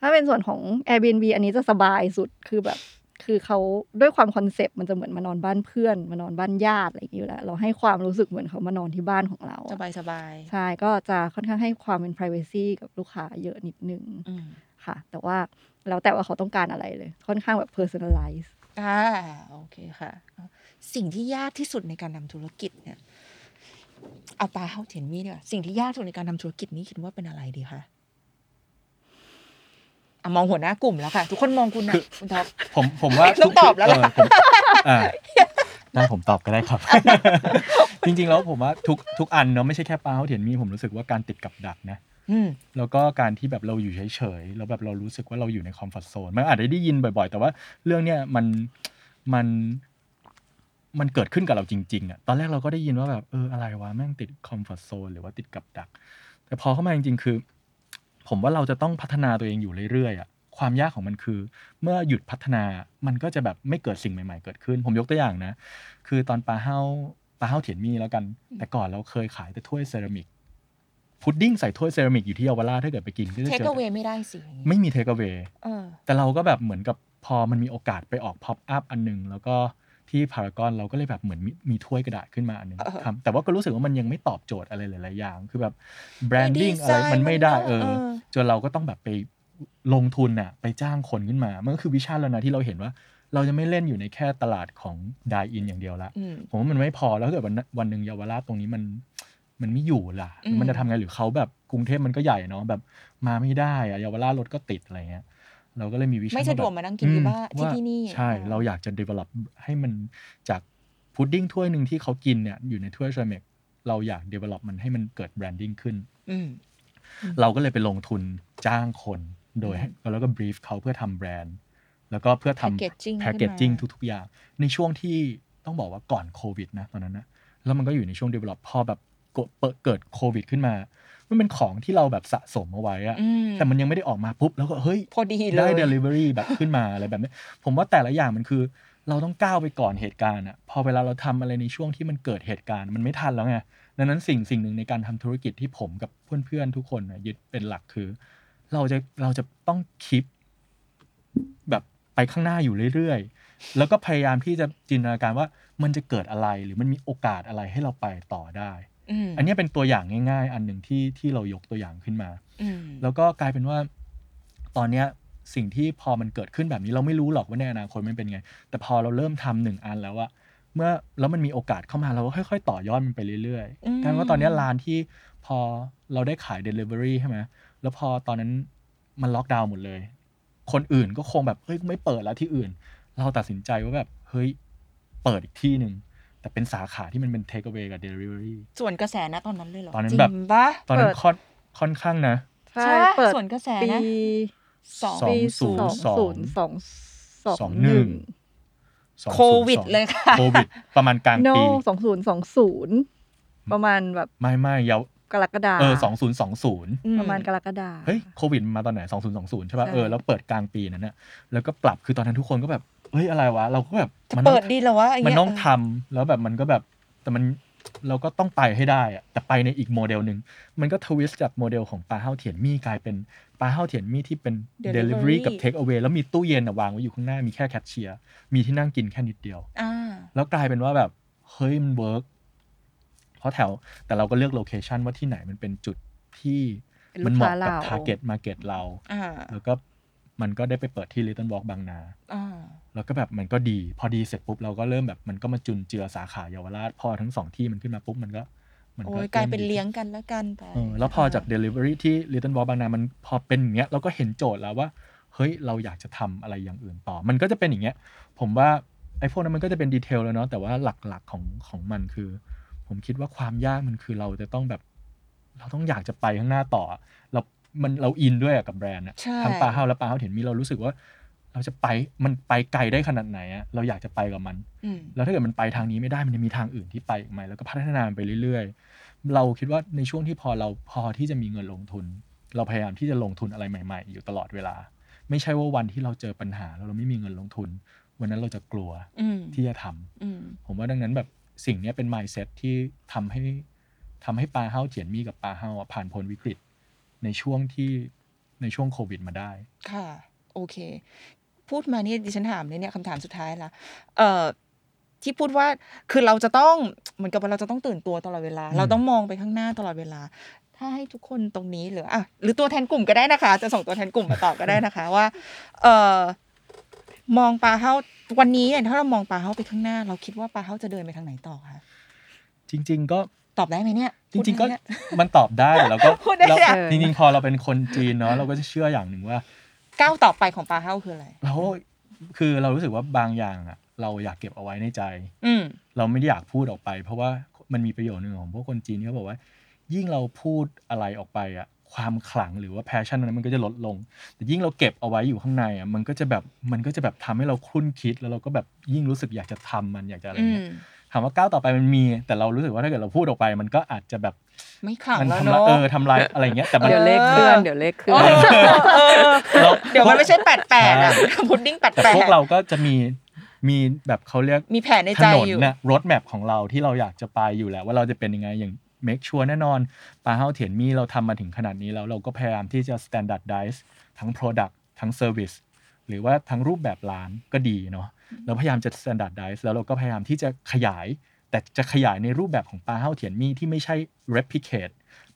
ถ้าเป็นส่วนของ Airbnb อันนี้จะสบายสุดคือแบบ คือเขาด้วยความคอนเซปต์มันจะเหมือนมานอนบ้านเพื่อน มานอนบ้านญาติอะไรอย่างนี้อยู่แล้ว เราให้ความรู้สึกเหมือนเขามานอนที่บ้านของเราอะ
สบายสบาย
ใช่ก็จะค่อนข้างให้ความเป็น p r i เวซีกับลูกค้าเยอะนิดนึง
อืม
ค่ะ แต่ว่าแล้วแต่ว่าเขาต้องการอะไรเลย ค่อนข้างแบบ personalize
อ่าโอเคค่ะ สิ่งที่ยากที่สุดในการทำธุรกิจเนี่ยเอาปลาเข้าเทียนมี่ดีกว่าสิ่งที่ยากที่สุดในการทำธุรกิจนี้คิดว่าเป็นอะไรดีคะอ่ะมองหัวหน้ากลุ่มแล้วค่ะ ทุกคนมองคุณนะคุณท็อป
ผมผมว่า
ต้องตอบแล้วล่ะ
เผมอ่าได้ผมตอบก็ได้ ครับ จริงๆแล้วผมว่าทุกทุกอันเนาะไม่ใช่แค่ปลาเขาเถียนมีผมรู้สึกว่าการติดกับดักนะ
อืม
แล้วก็การที่แบบเราอยู่เฉยๆ แล้วแบบเรารู้สึกว่าเราอยู่ในคอมฟอร์ทโซนมันอาจจะได้ยินบ่อยๆ แต่ว่าเรื่องเนี้ยมันมันมันเกิดขึ้นกับเราจริงๆอะตอนแรกเราก็ได้ยินว่าแบบเอออะไรวะแม่งติดคอมฟอร์ทโซนหรือว่าติดกับดัก แต่พอเข้ามาจริงๆ คือ ผมว่าเราจะต้องพัฒนาตัวเองอยู่เรื่อยๆอะความยากของมันคือ เมื่อหยุดพัฒนามันก็จะแบบไม่เกิดสิ่งใหม่ๆ เกิดขึ้น ผมยกตัวอย่างนะ คือตอนปลาเฮ้าปลาเฮ้าเถียนมีแล้วกัน แต่ก่อนเราเคยขายแต่ถ้วยเซรามิกพุดดิ้งใส่ถ้วยเซรามิกอยู่ที่เยาวราชถ้าเกิดไปกินก็จะ
เทค
เจ
เอา
อ
เวไม่ได้สิอย่างงี้
ไม่มีเทคเ w ว y
เออ
แต่เราก็แบบเหมือนกับพอมันมีโอกาสไปออกพ็อปอัพอันหนึง แล้วก็ที่พารากอนเราก็เลยแบบเหมือนมีมีถ้วยกระดาษขึ้นมาอันหนึง
เออ
ทำแต่ว่าก็รู้สึกว่ามันยังไม่ตอบโจทย์อะไรหลายๆอย่าง คือแบบแบรนดิ้ง
ไม่ดี
อะ
ไซ
ไร
น์
มันไม่ได้
มันก็
เออ
เออ
จนเราก็ต้องแบบไปลงทุนน่ะไปจ้างคนขึ้นมามันก็คือวิชั่นแล้วนะที่เราเห็นว่าเราจะไม่เล่นอยู่ในแค่ตลาดของดายอินอย่างเดียวละ
อืม
ผมว่ามันไม่พอแล้วถ้าเกิดวันนั้นวันหนึ่งเยาวราชตรงนี้มันมันไม่อยู่ล่ะ
อืม
มันจะทำไงหรือเขาแบบกรุงเทพมันก็ใหญ่เนาะแบบมาไม่ได้อะเยาวราชรถก็ติดอะไรเงี้ยเราก็เลยมีวิชั่น
ไม่สะดวก
แบบ
มานั่งกินที่บ้าน
อืม
ที่
ว่
ที่นี่
ใช่
อ่
เราอยากจะ develop ให้มันจากพุดดิ้งถ้วยหนึ่งที่เขากินเนี่ยอยู่ในถ้วยเซรามิกเราอยาก develop มันให้มันเกิด branding ขึ้น
อืม
เราก็เลยไปลงทุนจ้างคนโดยให้แล้วก็ brief เขาเพื่อทำแบรนด์ แล้วก็เพื่อทำ
Packaging
แพคเกจจิ้ง
ขึ้นมา
ทุก ๆ อย่าง ในช่วงที่ต้องบอกว่าก่อนโควิดนะตอนนั้นนะแล้วมันก็อยู่ในช่วง develop พอแบบเกิดเกิดโควิดขึ้นมา มันเป็นของที่เราแบบสะสมเอาไว้อะ
อืม
แต่มันยังไม่ได้ออกมาปุ๊บแล้วก็เฮ้ย
พอดีเล
ได้
ย
delivery แบบขึ้นมาอะไรแบบนี้ผมว่าแต่ละอย่างมันคือ เราต้องก้าวไปก่อนเหตุการณ์อะพอเวลาเราทำอะไรในช่วงที่มันเกิดเหตุการณ์มันไม่ทันแล้วไงดังนั้นสิ่งสิ่งหนึ่งในการทำธุรกิจที่ผมกับเพื่อนๆทุกคนน่ะยึดเป็นหลักคือ เราจะเราจะต้องคิดแบบไปข้างหน้าอยู่เรื่อยๆ แล้วก็พยายามที่จะจินตนาการว่ามันจะเกิดอะไรหรือมันมีโอกาสอะไรให้เราไปต่อได้
ม
อันเนี้ยเป็นตัวอย่างง่าย ๆ อันหนึ่งที่ที่เรายกตัวอย่างขึ้นมา
อืม
แล้วก็กลายเป็นว่าตอนเนี้ยสิ่งที่พอมันเกิดขึ้นแบบนี้เราไม่รู้หรอกว่าในอนาคตมันเป็นไง แต่พอเราเริ่มทำหนึ่งอันแล้วอะเมื่อแล้วมันมีโอกาสเข้ามาเราก็ค่อยๆ ต่อยอดมันไปเรื่อยๆกลายเป็นว่าตอนเนี้ยร้านที่พอเราได้ขาย Delivery ใช่ไหมแล้วพอตอนนั้นมันล็อกดาวน์หมดเลย คนอื่นก็คงแบบเฮ้ยไม่เปิดแล้วที่อื่น เราตัดสินใจว่าแบบเฮ้ยเปิดอีกที่หนึ่งแต่เป็นสาขาที่มันเป็น Take Away กับ Delivery
ส่วนกระแสนะตอนนั้นเลยเหรอ
ตอนนั้
จริ
นแบบ
งปะ
ตอนนั้น
เปิด
ค่อนค่อนข้างนะ
ใช่
ใช่ปะ
เปิด
ส่วนกระแส
ปี
นะสอง
สอง
ปี
ศูนย์สอง
ศูนย์สอง
สองหนึ่งสองศูนย์สอง
โควิดเลยค่ะ
โควิด ประมาณกลาง
โน
ปี
สองศูนย์สองศูนย์ประมาณแบบ
ไม่ไม่ยาว
กรกฎา
เออสองศูนย์สองศูนย์
อื
ประมาณกรกฎา
เฮ้ยโควิดมันมาตอนไหนสองศูนย์สองศูนย์ใช่ป่ะ
ใช่
เออแล้วเปิดกลางปีนั้นน่ะแล้วก็ปรับคือตอนนั้นทุกคนก็แบบเฮ้ยอะไรวะ เราก็แบบ
จะ
มั
เปิด
ต้อง
ดีเหรอวะย่า
มัน
เย
ต้องทำแล้วแบบมันก็แบบแต่มันเราก็ต้องไปให้ได้อะแต่ไปในอีกโมเดลหนึ่งมันก็ทวิสต์จากโมเดลของปลาเฮาเถียนมี่กลายเป็นปลาเฮาเถียนมี่ที่เป็น Delivery กับ Take Away แล้วมีตู้เย็นอะวางไว้อยู่ข้างหน้ามีแค่แคชเชียร์มีที่นั่งกินแค่นิดเดียว
อ่า
แล้วกลายเป็นว่าแบบเฮ้ยมันเวิร์กเพราะแถวแต่เราก็เลือกโลเคชันว่าที่ไหนมันเป็นจุดที่
เป็นลูก
มันเหมาะ
ค้าเรา
กับ Target Market เรา
อ่า
แล้วก็มันก็ได้ไปเปิดที่ Little Walk บางนา
อ่า
แล้วก็แบบมันก็ดี พอดีเสร็จปุ๊บเราก็เริ่มแบบมันก็มาจุนเจือสาขาเยาวราช พอทั้งสองที่มันขึ้นมาปุ๊บมันก็มัน
โอ้
ก็
ยกลายเป็น
ริ่มดี
เลี้ยงกันแล้วกันไป
เออแล้วพอจาก Delivery ที่ Little Walk บางนามันพอเป็นอย่างเงี้ยเราก็เห็นโจทย์แล้วว่า เฮ้ยเราอยากจะทำอะไรอย่างอื่นต่อ มันก็จะเป็นอย่างเงี้ย ผมว่าไอ้พวกนั้นมันก็จะเป็นดีเทลแล้วเนาะแต่ว่าหลักๆของของมันคือ ผมคิดว่าความยากมันคือเราจะต้องแบบ เราต้องอยากจะไปข้างหน้าต่ออะเรามันเราอินด้วยอะกับแบรนด์อะ
ใช่
ทั้งปลาเฮาและปลาเฮาเห็นมีเรารู้สึกว่า เราจะไปมันไปไกลได้ขนาดไหนอะเราอยากจะไปกับมัน
อืม
แล้วถ้าเกิดมันไปทางนี้ไม่ได้มันจะมีทางอื่นที่ไปอีกไหมแล้วก็พัฒนามันไปเรื่อย ๆ เราคิดว่าในช่วงที่พอเราพอที่จะมีเงินลงทุน เราพยายามที่จะลงทุนอะไรใหม่ ๆ อยู่ตลอดเวลา ไม่ใช่ว่าวันที่เราเจอปัญหาแล้วเราไม่มีเงินลงทุน วันนั้นเราจะกลัว
อืม
ที่จะทำ
อืม
ผมว่าดังนั้นแบบสิ่งเนี้ยเป็น mindset ที่ทำให้ทำให้ปลาเฮาเจียนมีกับปลาเฮาอะผ่านพ้นวิกฤต ในช่วงที่ในช่วงโควิดมาได้
ค่ะ โอเค พูดมานี่ดิฉันถามเลยเนี่ยคำถามสุดท้ายละเอ่อที่พูดว่าคือเราจะต้องเหมือนกับว่าเราจะต้องตื่นตัวตลอดเวลา
อืม
เราต้องมองไปข้างหน้าตลอดเวลา ถ้าให้ทุกคนตรงนี้หรืออ่ะหรือตัวแทนกลุ่มก็ได้นะคะ จะส่งตัวแทนกลุ่มมาตอบก็ได้นะคะ ว่า เอ่อมองปลาเฮาวันนี้เนี่ยถ้าเรามองปลาเฮาไปข้างหน้า เราคิดว่าปลาเฮาจะเดินไปทางไหนต่อคะ
จริง ๆ ก็
ตอบได้ไหมเนี่ย
จริง ๆ
พู
ก็
ดได้ไหมเนี่ย
มันตอบได้แต่เราก็
พูดได้
เรา
อะ
จริงๆพอเราเป็นคนจีนเนาะเราก็จะเชื่ออย่างหนึ่งว่า
ก้าวต่อไปของปลาเฮาคืออะไร
เราคือเรารู้สึกว่าบางอย่างอะเราอยากเก็บเอาไว้ในใจ
อืม
เราไม่ได้อยากพูดออกไป เพราะว่ามันมีประโยชน์หนึ่งของพวกคนจีนที่เขาบอกว่า ยิ่งเราพูดอะไรออกไปอะความขลังหรือว่าแพชชั่นนั้นมันก็จะลดลง แต่ยิ่งเราเก็บเอาไว้อยู่ข้างในอะมันก็จะแบบมันก็จะแบบทำให้เราคลุ้นคิดแล้วเราก็แบบยิ่งรู้สึกอยากจะทำมันอยากจะอะไร
อื
เงี้
ม
ยถามว่าก้าวต่อไปมันมี แต่เรารู้สึกว่าถ้าเกิดเราพูดออกไป มันก็อาจจะแบบ
ไม่ขลัง
มั
แล้ว
ทำลาย
เนาะ
เออทำลายอะไรเงี้ยแต่มัน
เดี๋ยวเลขเคลื่อนเดี๋ยวเลขเคลื่อน
เรา
เดี๋ยวมันไม่ใช่แปดแปดอะพุดดิ้งแปด
แต่
แปด
พวกเราก็จะมีมีแบบเขาเรียก
มีแผนใน
ถ
ใจ
นน
อยู่
เนี่ยรถแมพของเราที่เราอยากจะไปอยู่แหละว่าเราจะเป็นยังไงอย่างเมคชัวร์แน่นอนปลาเฮาเถียนมีเราทำมาถึงขนาดนี้แล้ว เราก็พยายามที่จะ standardize ทั้ง Product ทั้ง Service หรือว่าทั้งรูปแบบร้านก็ดีเนาะเราพยายามจะ standardize แล้วเราก็พยายามที่จะขยาย แต่จะขยายในรูปแบบของปลาเฮาเถียนมีที่ไม่ใช่ replicate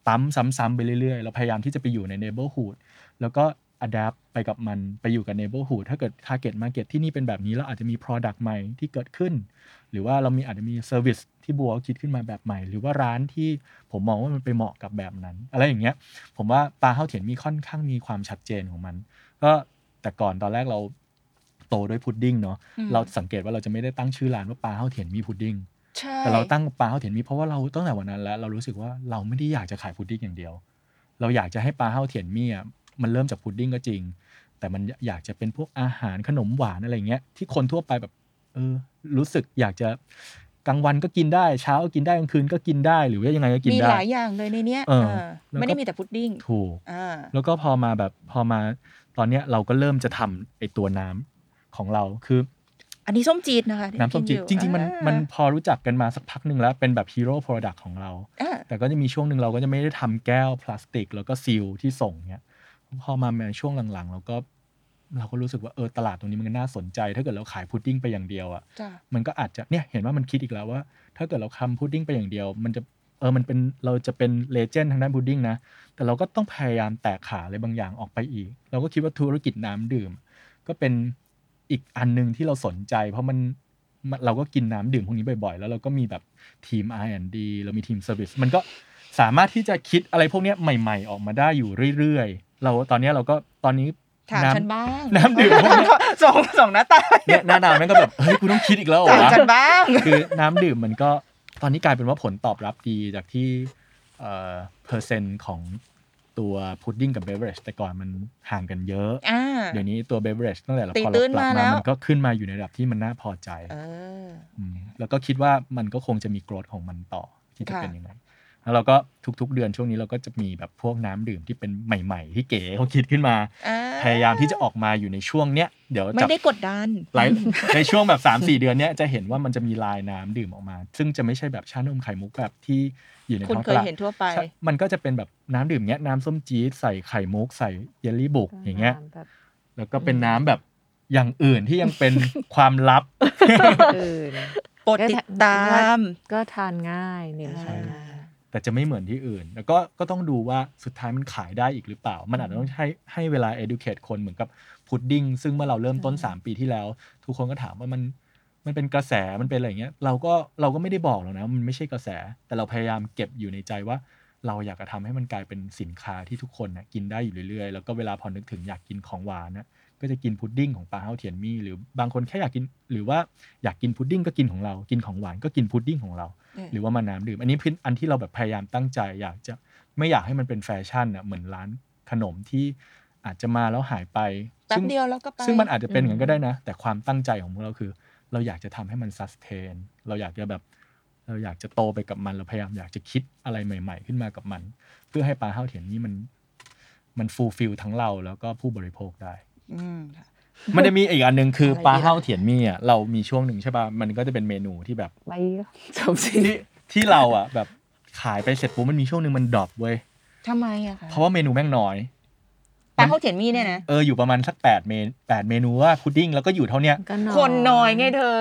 ปั๊มซ้ำๆไปเรื่อยๆ เราพยายามที่จะไปอยู่ใน neighborhood แล้วก็ adapt ไปกับมันไปอยู่กับ neighborhood ถ้าเกิด target market ที่นี่เป็นแบบนี้เราอาจจะมี product ใหม่ที่เกิดขึ้น หรือว่าเรามีอาจจะมีเซอร์วิสที่บัวคิดขึ้นมาแบบใหม่ หรือว่าร้านที่ผมมองว่ามันไปเหมาะกับแบบนั้น อะไรอย่างเงี้ย ผมว่าปลาเฮาเถียนมีค่อนข้างมีความชัดเจนของมัน ก็แต่ก่อนตอนแรกเราโตด้วยพุดดิ้งเนาะ
อืม
เราสังเกตว่าเราจะไม่ได้ตั้งชื่อร้านว่าปลาเฮาเถียนมีพุดดิ้ง
ใช่
แต่เราตั้งปลาเฮาเถียนมีเพราะว่าเราตั้งแต่วันนั้นแล้วเรารู้สึกว่าเราไม่ได้อยากจะขายพุดดิ้งอย่างเดียว เราอยากจะให้ปลาเฮาเถียนมีอ่ะมันเริ่มจากพุดดิ้งก็จริง แต่มันอยากจะเป็นพวกอาหารขนมหวานอะไรเงี้ยที่คนทั่วไปแบบ เออรู้สึกอยากจะ กลางวันก็กินได้ เช้าก็กินได้กลางคืนก็กินได้หรือว่ายังไงก็กิน
มี
ได้
หลายอย่างเลยในเนี้ย
เออ
เออ
แล้วก็
ไม่ได้มีแต่พุดดิ้ง
ถูก
อ่า
แล้วก็พอมาแบบพอมาตอนเนี้ยเราก็เริ่มจะทำไอตัวน้ำของเราคือ
อันนี้ส้มจีดนะคะที่
น้ำส้มจีด
กิอยู่
จริง ๆ มัน
อ่า
มันพอรู้จักกันมาสักพักหนึ่งแล้วเป็นแบบฮีโร่โปรดักต์ของเรา
อ่า
แต่ก็จะมีช่วงหนึ่งเราก็จะไม่ได้ทำแก้วพลาสติก แล้วก็ซีลที่ส่งเนี่ยพอมาในช่วงหลังๆ เราก็เราก็รู้สึกว่าเออตลาดตรงนี้มันก็น่าสนใจ ถ้าเกิดเราขายพุดดิ้งไปอย่างเดียวอะ
จ้ะ
มันก็อาจจะเนี่ยเห็นว่ามันคิดอีกแล้วว่า ถ้าเกิดเราทำพุดดิ้งไปอย่างเดียว มันจะเออมันเป็นเราจะเป็นเลเจนด์ทางด้านพุดดิ้งนะ แต่เราก็ต้องพยายามแตกขาอะไรบางอย่างออกไปอีก เราก็คิดว่าธุรกิจน้ำดื่ม ก็เป็นอีกอันหนึ่งที่เราสนใจ เพราะมันมันเราก็กินน้ำดื่มพวกนี้บ่อยๆ แล้วเราก็มีแบบทีม R&D เรามีทีมเซอร์วิสมันก็สามารถที่จะคิดอะไรพวกเนี้ยใหม่ ๆ ออกมาได้อยู่เรื่อยๆ เราตอนเนี้ยเราก็ตอนนี้
ถาม
น้
ฉันบ้าง
ำน้ำดื่มพวกเนี้ย
สองสองหน้าตา
เนี่ยหน้าหนาวแม่งก็แบบเฮ้ยกูต้องคิดอีกแล้วเหรอ
ถาม
วะ
ฉันบ้าง
คือน้ำดื่มมันก็ตอนนี้กลายเป็นว่าผลตอบรับดีจากที่เอ่อเปอร์เซ็นต์ของตัวพุดดิ้งกับเบเวอร์เรจแต่ก่อนมันห่างกันเยอะ
อ่า
เดี๋ยวนี้ตัวเบเวอร์เรจตั้งแต่เรา
ตี
พอ
ตื้น
เราปรับ
มาแล้
มา
ว
มันก็ขึ้นมาอยู่ในระดับที่มันน่าพอใจ
เออ
มแล้วก็คิดว่ามันก็คงจะมี growth ของมันต่อที่จะ
ค่ะ
เป็นยังไงแล้วเราก็ทุกๆ เดือนช่วงนี้เราก็จะมีแบบพวกน้ำดื่มที่เป็นใหม่ ๆ ที่เก๋เขาคิดขึ้นมา
อ่
พยายามที่จะออกมาอยู่ในช่วงเนี้ยเดี๋ยว
ไม่
จับ
ได้กดดัน
หลาย ในช่วงแบบ 3 4 เดือนเนี้ยจะเห็นว่ามันจะมีลายน้ำดื่มออกมา ซึ่งจะไม่ใช่แบบชานมไข่มุกแบบที่อยู่ใน
คุณ
ท้อง
เค
ต
ย
ลาด
เห็นทั่วไป
ใช่มันก็จะเป็นแบบน้ำดื่มเนี้ยน้ำส้มจี๊ดใส่ไข่มุกใส่เยลลี่บุกอย่างเงี้ย
แบบ
แล้วก็เป็นน้ำแบบอย่างอื่นที่ยังเป็น ความลับ
อื่น
โปรดติดตาม
ก็ทานง่ายเน้น
อ่า
ทานง่าย
แต่จะไม่เหมือนที่อื่น แล้วก็ก็ต้องดูว่าสุดท้ายมันขายได้อีกหรือเปล่า มันอาจจะต้องให้ให้เวลา educate คนเหมือนกับพุดดิ้งซึ่งเมื่อเราเริ่มต้น 3 ปีที่แล้ว ทุกคนก็ถามว่ามันมันเป็นกระแสมันเป็นอะไรอย่างเงี้ยเราก็เราก็ไม่ได้บอกหรอกนะมันไม่ใช่กระแส แต่เราพยายามเก็บอยู่ในใจว่า เราอยากจะทำให้มันกลายเป็นสินค้าที่ทุกคนนะกินได้อยู่เรื่อยๆ แล้วก็เวลาพอนึกถึงอยากกินของหวานนะก็จะกินพุดดิ้งของปลาเฮาเทียนมี่หรือบางคนแค่อยากกินหรือว่าอยากกินพุดดิ้งก็กินของเรากินของหวานก็กินพุดดิ้งของเรา หรือว่ามาน้ำดื่ม อันนี้เป็นอันที่เราแบบพยายามตั้งใจ อยากจะไม่อยากให้มันเป็นแฟชั่นอ่ะเหมือนร้านขนมที่อาจจะมาแล้วหายไป
แป๊บ
ซึ่ง
เดียวแล้วก็ไป
ซึ่งมันอาจจะเป็นอย่างนั้นก็ได้นะ แต่ความตั้งใจของพวกเราคือ เราอยากจะทำให้มันซัสเทนเราอยากจะแบบ เราอยากจะโตไปกับมันเราพยายามอยากจะคิดอะไรใหม่ ๆ ขึ้นมากับมัน เพื่อให้ปลาเห้าเถียนนี้มันมันฟูลฟิลทั้งเราแล้วก็ผู้บริโภคได้
อืมค่ะ
มันจะมีอีกอันหนึ่งคือปลาเห้าเถียนมี่อ่ะเรามีช่วงหนึ่งใช่ป่ะมันก็จะเป็นเมนูที่แบบ
ไว้จบสิ
ที่ที่เราอ่ะแบบขายไปเสร็จปุ๊บมันมีช่วงหนึ่งมันดรอปเว้ย
ทำไมอะคะ
เพราะว่าเมนูแม่งน้อย
ปลาข้าวเถียนมี่เนี่ยนะ
เอออยู่ประมาณสัก8ปดเมนแปดเมนูว่าพุดดิ้งแล้วก็อยู่เท่าเนี้ย
ก็
คนน้อยไงเธอ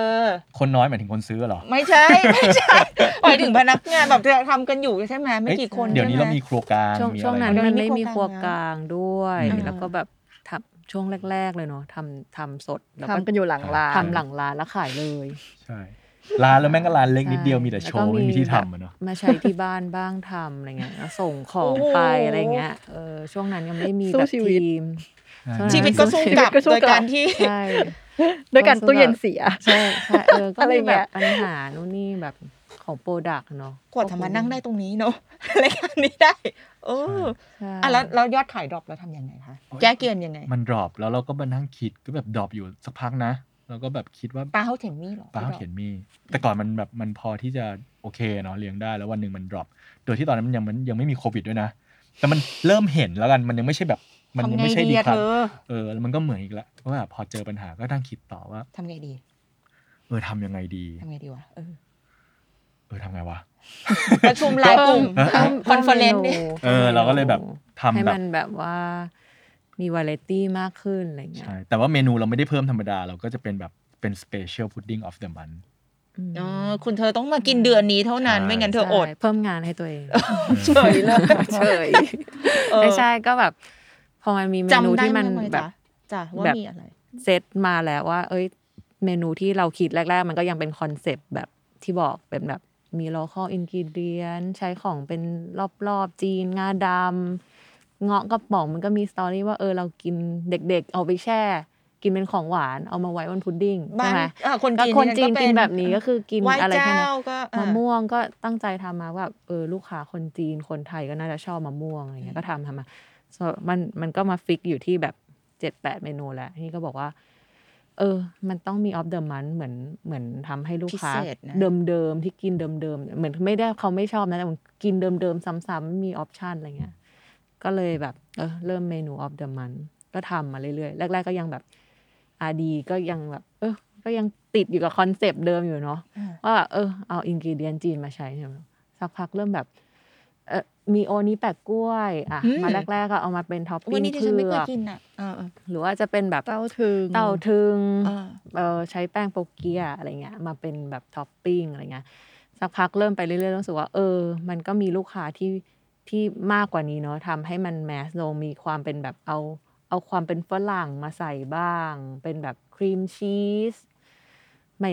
คนน้อยหมายถึงคนซื้อเหรอ
ไม่ใช่ ไม่ใช่หมายถึงพนักงานแบบเธอทำกันอยู่ใช่ไหมไม่กี่คน
เอ้ยเดี๋ยวนี้
ใช่
เรา
ไห
มีครัวกลาง
ช่วง
มี
ช่วง
อะไร
เดี๋ยวนี้
นั้นมันไม่
มี
มี
ค
ค
รั
รั
ว
ว
ก
ก
ลา
ลางงด้วย
อืม
แล้วก็แบบทำช่วงแรก ๆ เลยเนาะทำทำสดแล้วก็
ทำกันอยู่หลังร้าน
ทำหลังร้านแล้วขายเลย
ใช่ร้านแล้วแม่งก็ร้านเล็กนิดเดียวมีแต่โชว์
ล้ก็
ไม่มีที่ทำอะเนาะ
มาใช้ที่บ้านบ้างทำอะไรเงี้ยแล้วส่งของไปอะไรเงี้ยเออช่วงนั้นยังไม่มี
สู้
แบบ
ชีวิต
ทีม
อ่า
ช่วงนั้น
ชีวิตก็สู้กลับ
ชีวิตก็สู้
โดย
กลับ
การที่
ใช่
ด้วยกันตู้เย็นเสีย
ใช่ใช่เออก็
อะไร
มี
เงี้ย
แบบปัญหานู่นนี่แบบของโปรดักต์เนาะ
กว่าจะมานั่งได้ตรงนี้เนอะ รายการนี้ได้ โอ้
ใช่
อ่ะแล้วแล้วยอดขายดรอปเราทำยังไงคะ
โอ้ย
แก้เกียนยังไง
มันดรอปแล้วเราก็มานั่งคิดก็แบบดรอปอยู่สักพักนะแล้วก็แบบคิดว่า
ปลาเฮาเทมมี่หรอ
ปลาเฮาเถียนมี่แต่ก่อนมันแบบมันพอที่จะโอเคเนาะเลี้ยงได้แล้ววันหนึ่งมันดรอปโดยที่ตอนนั้นมันยังมันยังไม่มีโควิดด้วยนะ แต่มันเริ่มเห็นแล้วกันมันยังไม่ใช่แบบมันยัง
ทำไง
ไม่ใช่
ดี
ดี
อะ
ครั
เธ
บ
อ
เออแล้วมันก็เหมือนอีกแล้วว่าแบบพอเจอปัญหาก็นั่งคิดต่อว่า
ทำไงดี
เออทำยังไงดี
ทำไงดีวะเออ
เออทำไงวะ
ประชุมไลายกลุ่ม
เออ
คอนเฟอเรนซ์นี่
เออ เราก็เลยแบบทำ
ให้
แบ
มั
บ
นแบบว่ามีวาไรตี้มากขึ้นอะไรเงี้ย
ใช่แต่ว่าเมนูเราไม่ได้เพิ่มธรรมดา เราก็จะเป็นแบบเป็น special pudding of the month
อืม
อ๋อ คุณเธอต้องมากินเดือนนี้เท่านั้น
ใช่
ไม่งั้นเธออด
ใช่เพิ่มงานให้ตัวเอง
เฉยเลย
เฉย
เออ
ไม่ใช่ก็แบบ พอมันมีเมนู
จำได้
ที่
ไหม
มัน
ไหม
แบ
จ๊ะ
บ
จ้ะว่า
แบบ
มีอะไร
เซตมาแล้วว่า เอ้ย เมนูที่เราคิดแรก ๆ มันก็ยังเป็นคอนเซปต์แบบที่บอกเป็นแบบมี local ingredient ใช้ของเป็นรอบๆจีนงาดำเงาะกระป๋องมันก็มีสตอรี่ว่าเออเรากินเด็ก ๆ เอาไปแช่ กินเป็นของหวานเอามาไว้บนพุดดิ้ง
บ้า
ใช่
น
ไหม
เอ่อคน
ก็
จีน
คนจี
เย
นกิน
เป็
แบบนี้ก็คือกิน
ไหว้
อะไรแค่
เจ้า
นั้น
ก็เออ
มะม่วงก็ตั้งใจทำมาว่าแบบเออลูกค้าคนจีนคนไทยก็น่าจะชอบมะม่วงอะไรเงี้ยก็ทำทำมา so มันมันก็มาฟิกอยู่ที่แบบเจ็ดแปดเมนูแหละนี่ก็บอกว่า เออ มันต้องมีออฟเดอะมันเหมือนเหมือนทำให้ลูกค้า
พิเศษนะ
เดิมๆที่กินเดิมๆเหมือนไม่ได้เขาไม่ชอบนะแต่มันกินเดิมๆซ้ำๆมีออปชันอะไรเงี้ยก็เลยแบบเออเริ่มเมนูออฟเดอะมันก็ทำมาเรื่อยๆแรก ๆ ก็ยังแบบอาดีก็ยังแบบ เออ ก็ยังติดอยู่กับคอนเซปต์เดิมอยู่เนาะ
อ่า
ว่าเออเอาอินกิเดียนจีนมาใช้ใช่ไหมสักพักเริ่มแบบเออมีโอนี้แปะกล้วยอ่ะ
อืม
มาแรกๆก็เอามาเป็นท็อป
วั
ปิ้
น
ง
นี้ดิ
เผื
ฉันไม่เคย
อก
กินอ่ะเออเออ
หรือว่าจะเป็นแบบ
เต้าถึง
เต้าถึง
เออ
เออใช้แป้งโปเกียอะไรเงี้ยมาเป็นแบบท็อปปิ้งอะไรเงี้ยสักพักเริ่มไปเรื่อยๆรู้สึกว่าเออ มันก็มีลูกค้าที่ที่มากกว่านี้เนาะทำให้มันแมสลงมีความเป็นแบบเอาเอาความเป็นฝรั่งมาใส่บ้าง เป็นแบบครีมชีส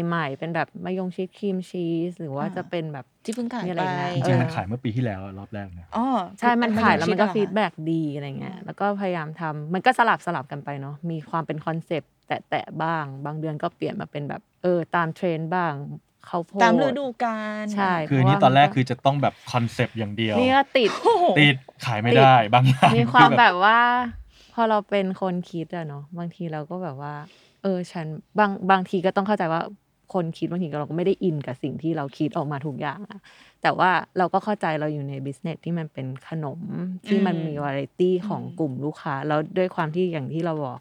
ใหม่ๆ เป็นแบบมายงชีสครีมชีสหรือว่า
อ่า
จะเป็นแบบ
ที่เพิ่งขาย
มีอะ
ไป
ไรนะ
จริงๆมันขายเมื่อปีที่แล้วรอบแรกนะ
อ๋อ
ใช่ มันขายแล้วมันก็
ชื่อตาด
ฟีดแบ็กดีอะไรเงี้ย แล้วก็พยายามทำ มันก็สลับสลับกันไปเนาะ มีความเป็นคอนเซปต์แตะๆบ้าง บางเดือนก็เปลี่ยนมาเป็นแบบเออตามเทรนด์บ้างเขาวโพด
ตามฤดูกาล
ใช่
คืออันนี้ตอนแรกคือจะต้องแบบคอนเซปต์อย่างเดียว
นี่ก็ติด
โอ้โห
ติดขายไม่ได้บางอย่าง
มีความ
อ
แบบว่า พอเราเป็นคนคิดอะเนาะ บางทีเราก็แบบว่า เออ ฉันบางบางทีก็ต้องเข้าใจว่าคนคิดบางทีเราก็ไม่ได้อินกับสิ่งที่เราคิดออกมาทุกอย่างอะแต่ว่าเราก็เข้าใจเราอยู่ในบิสเนสที่มันเป็นขนมที่มันมี
อืม
วาไรตี้ของกลุ่มลูกค้าแล้วด้วยความที่อย่างที่เราบอก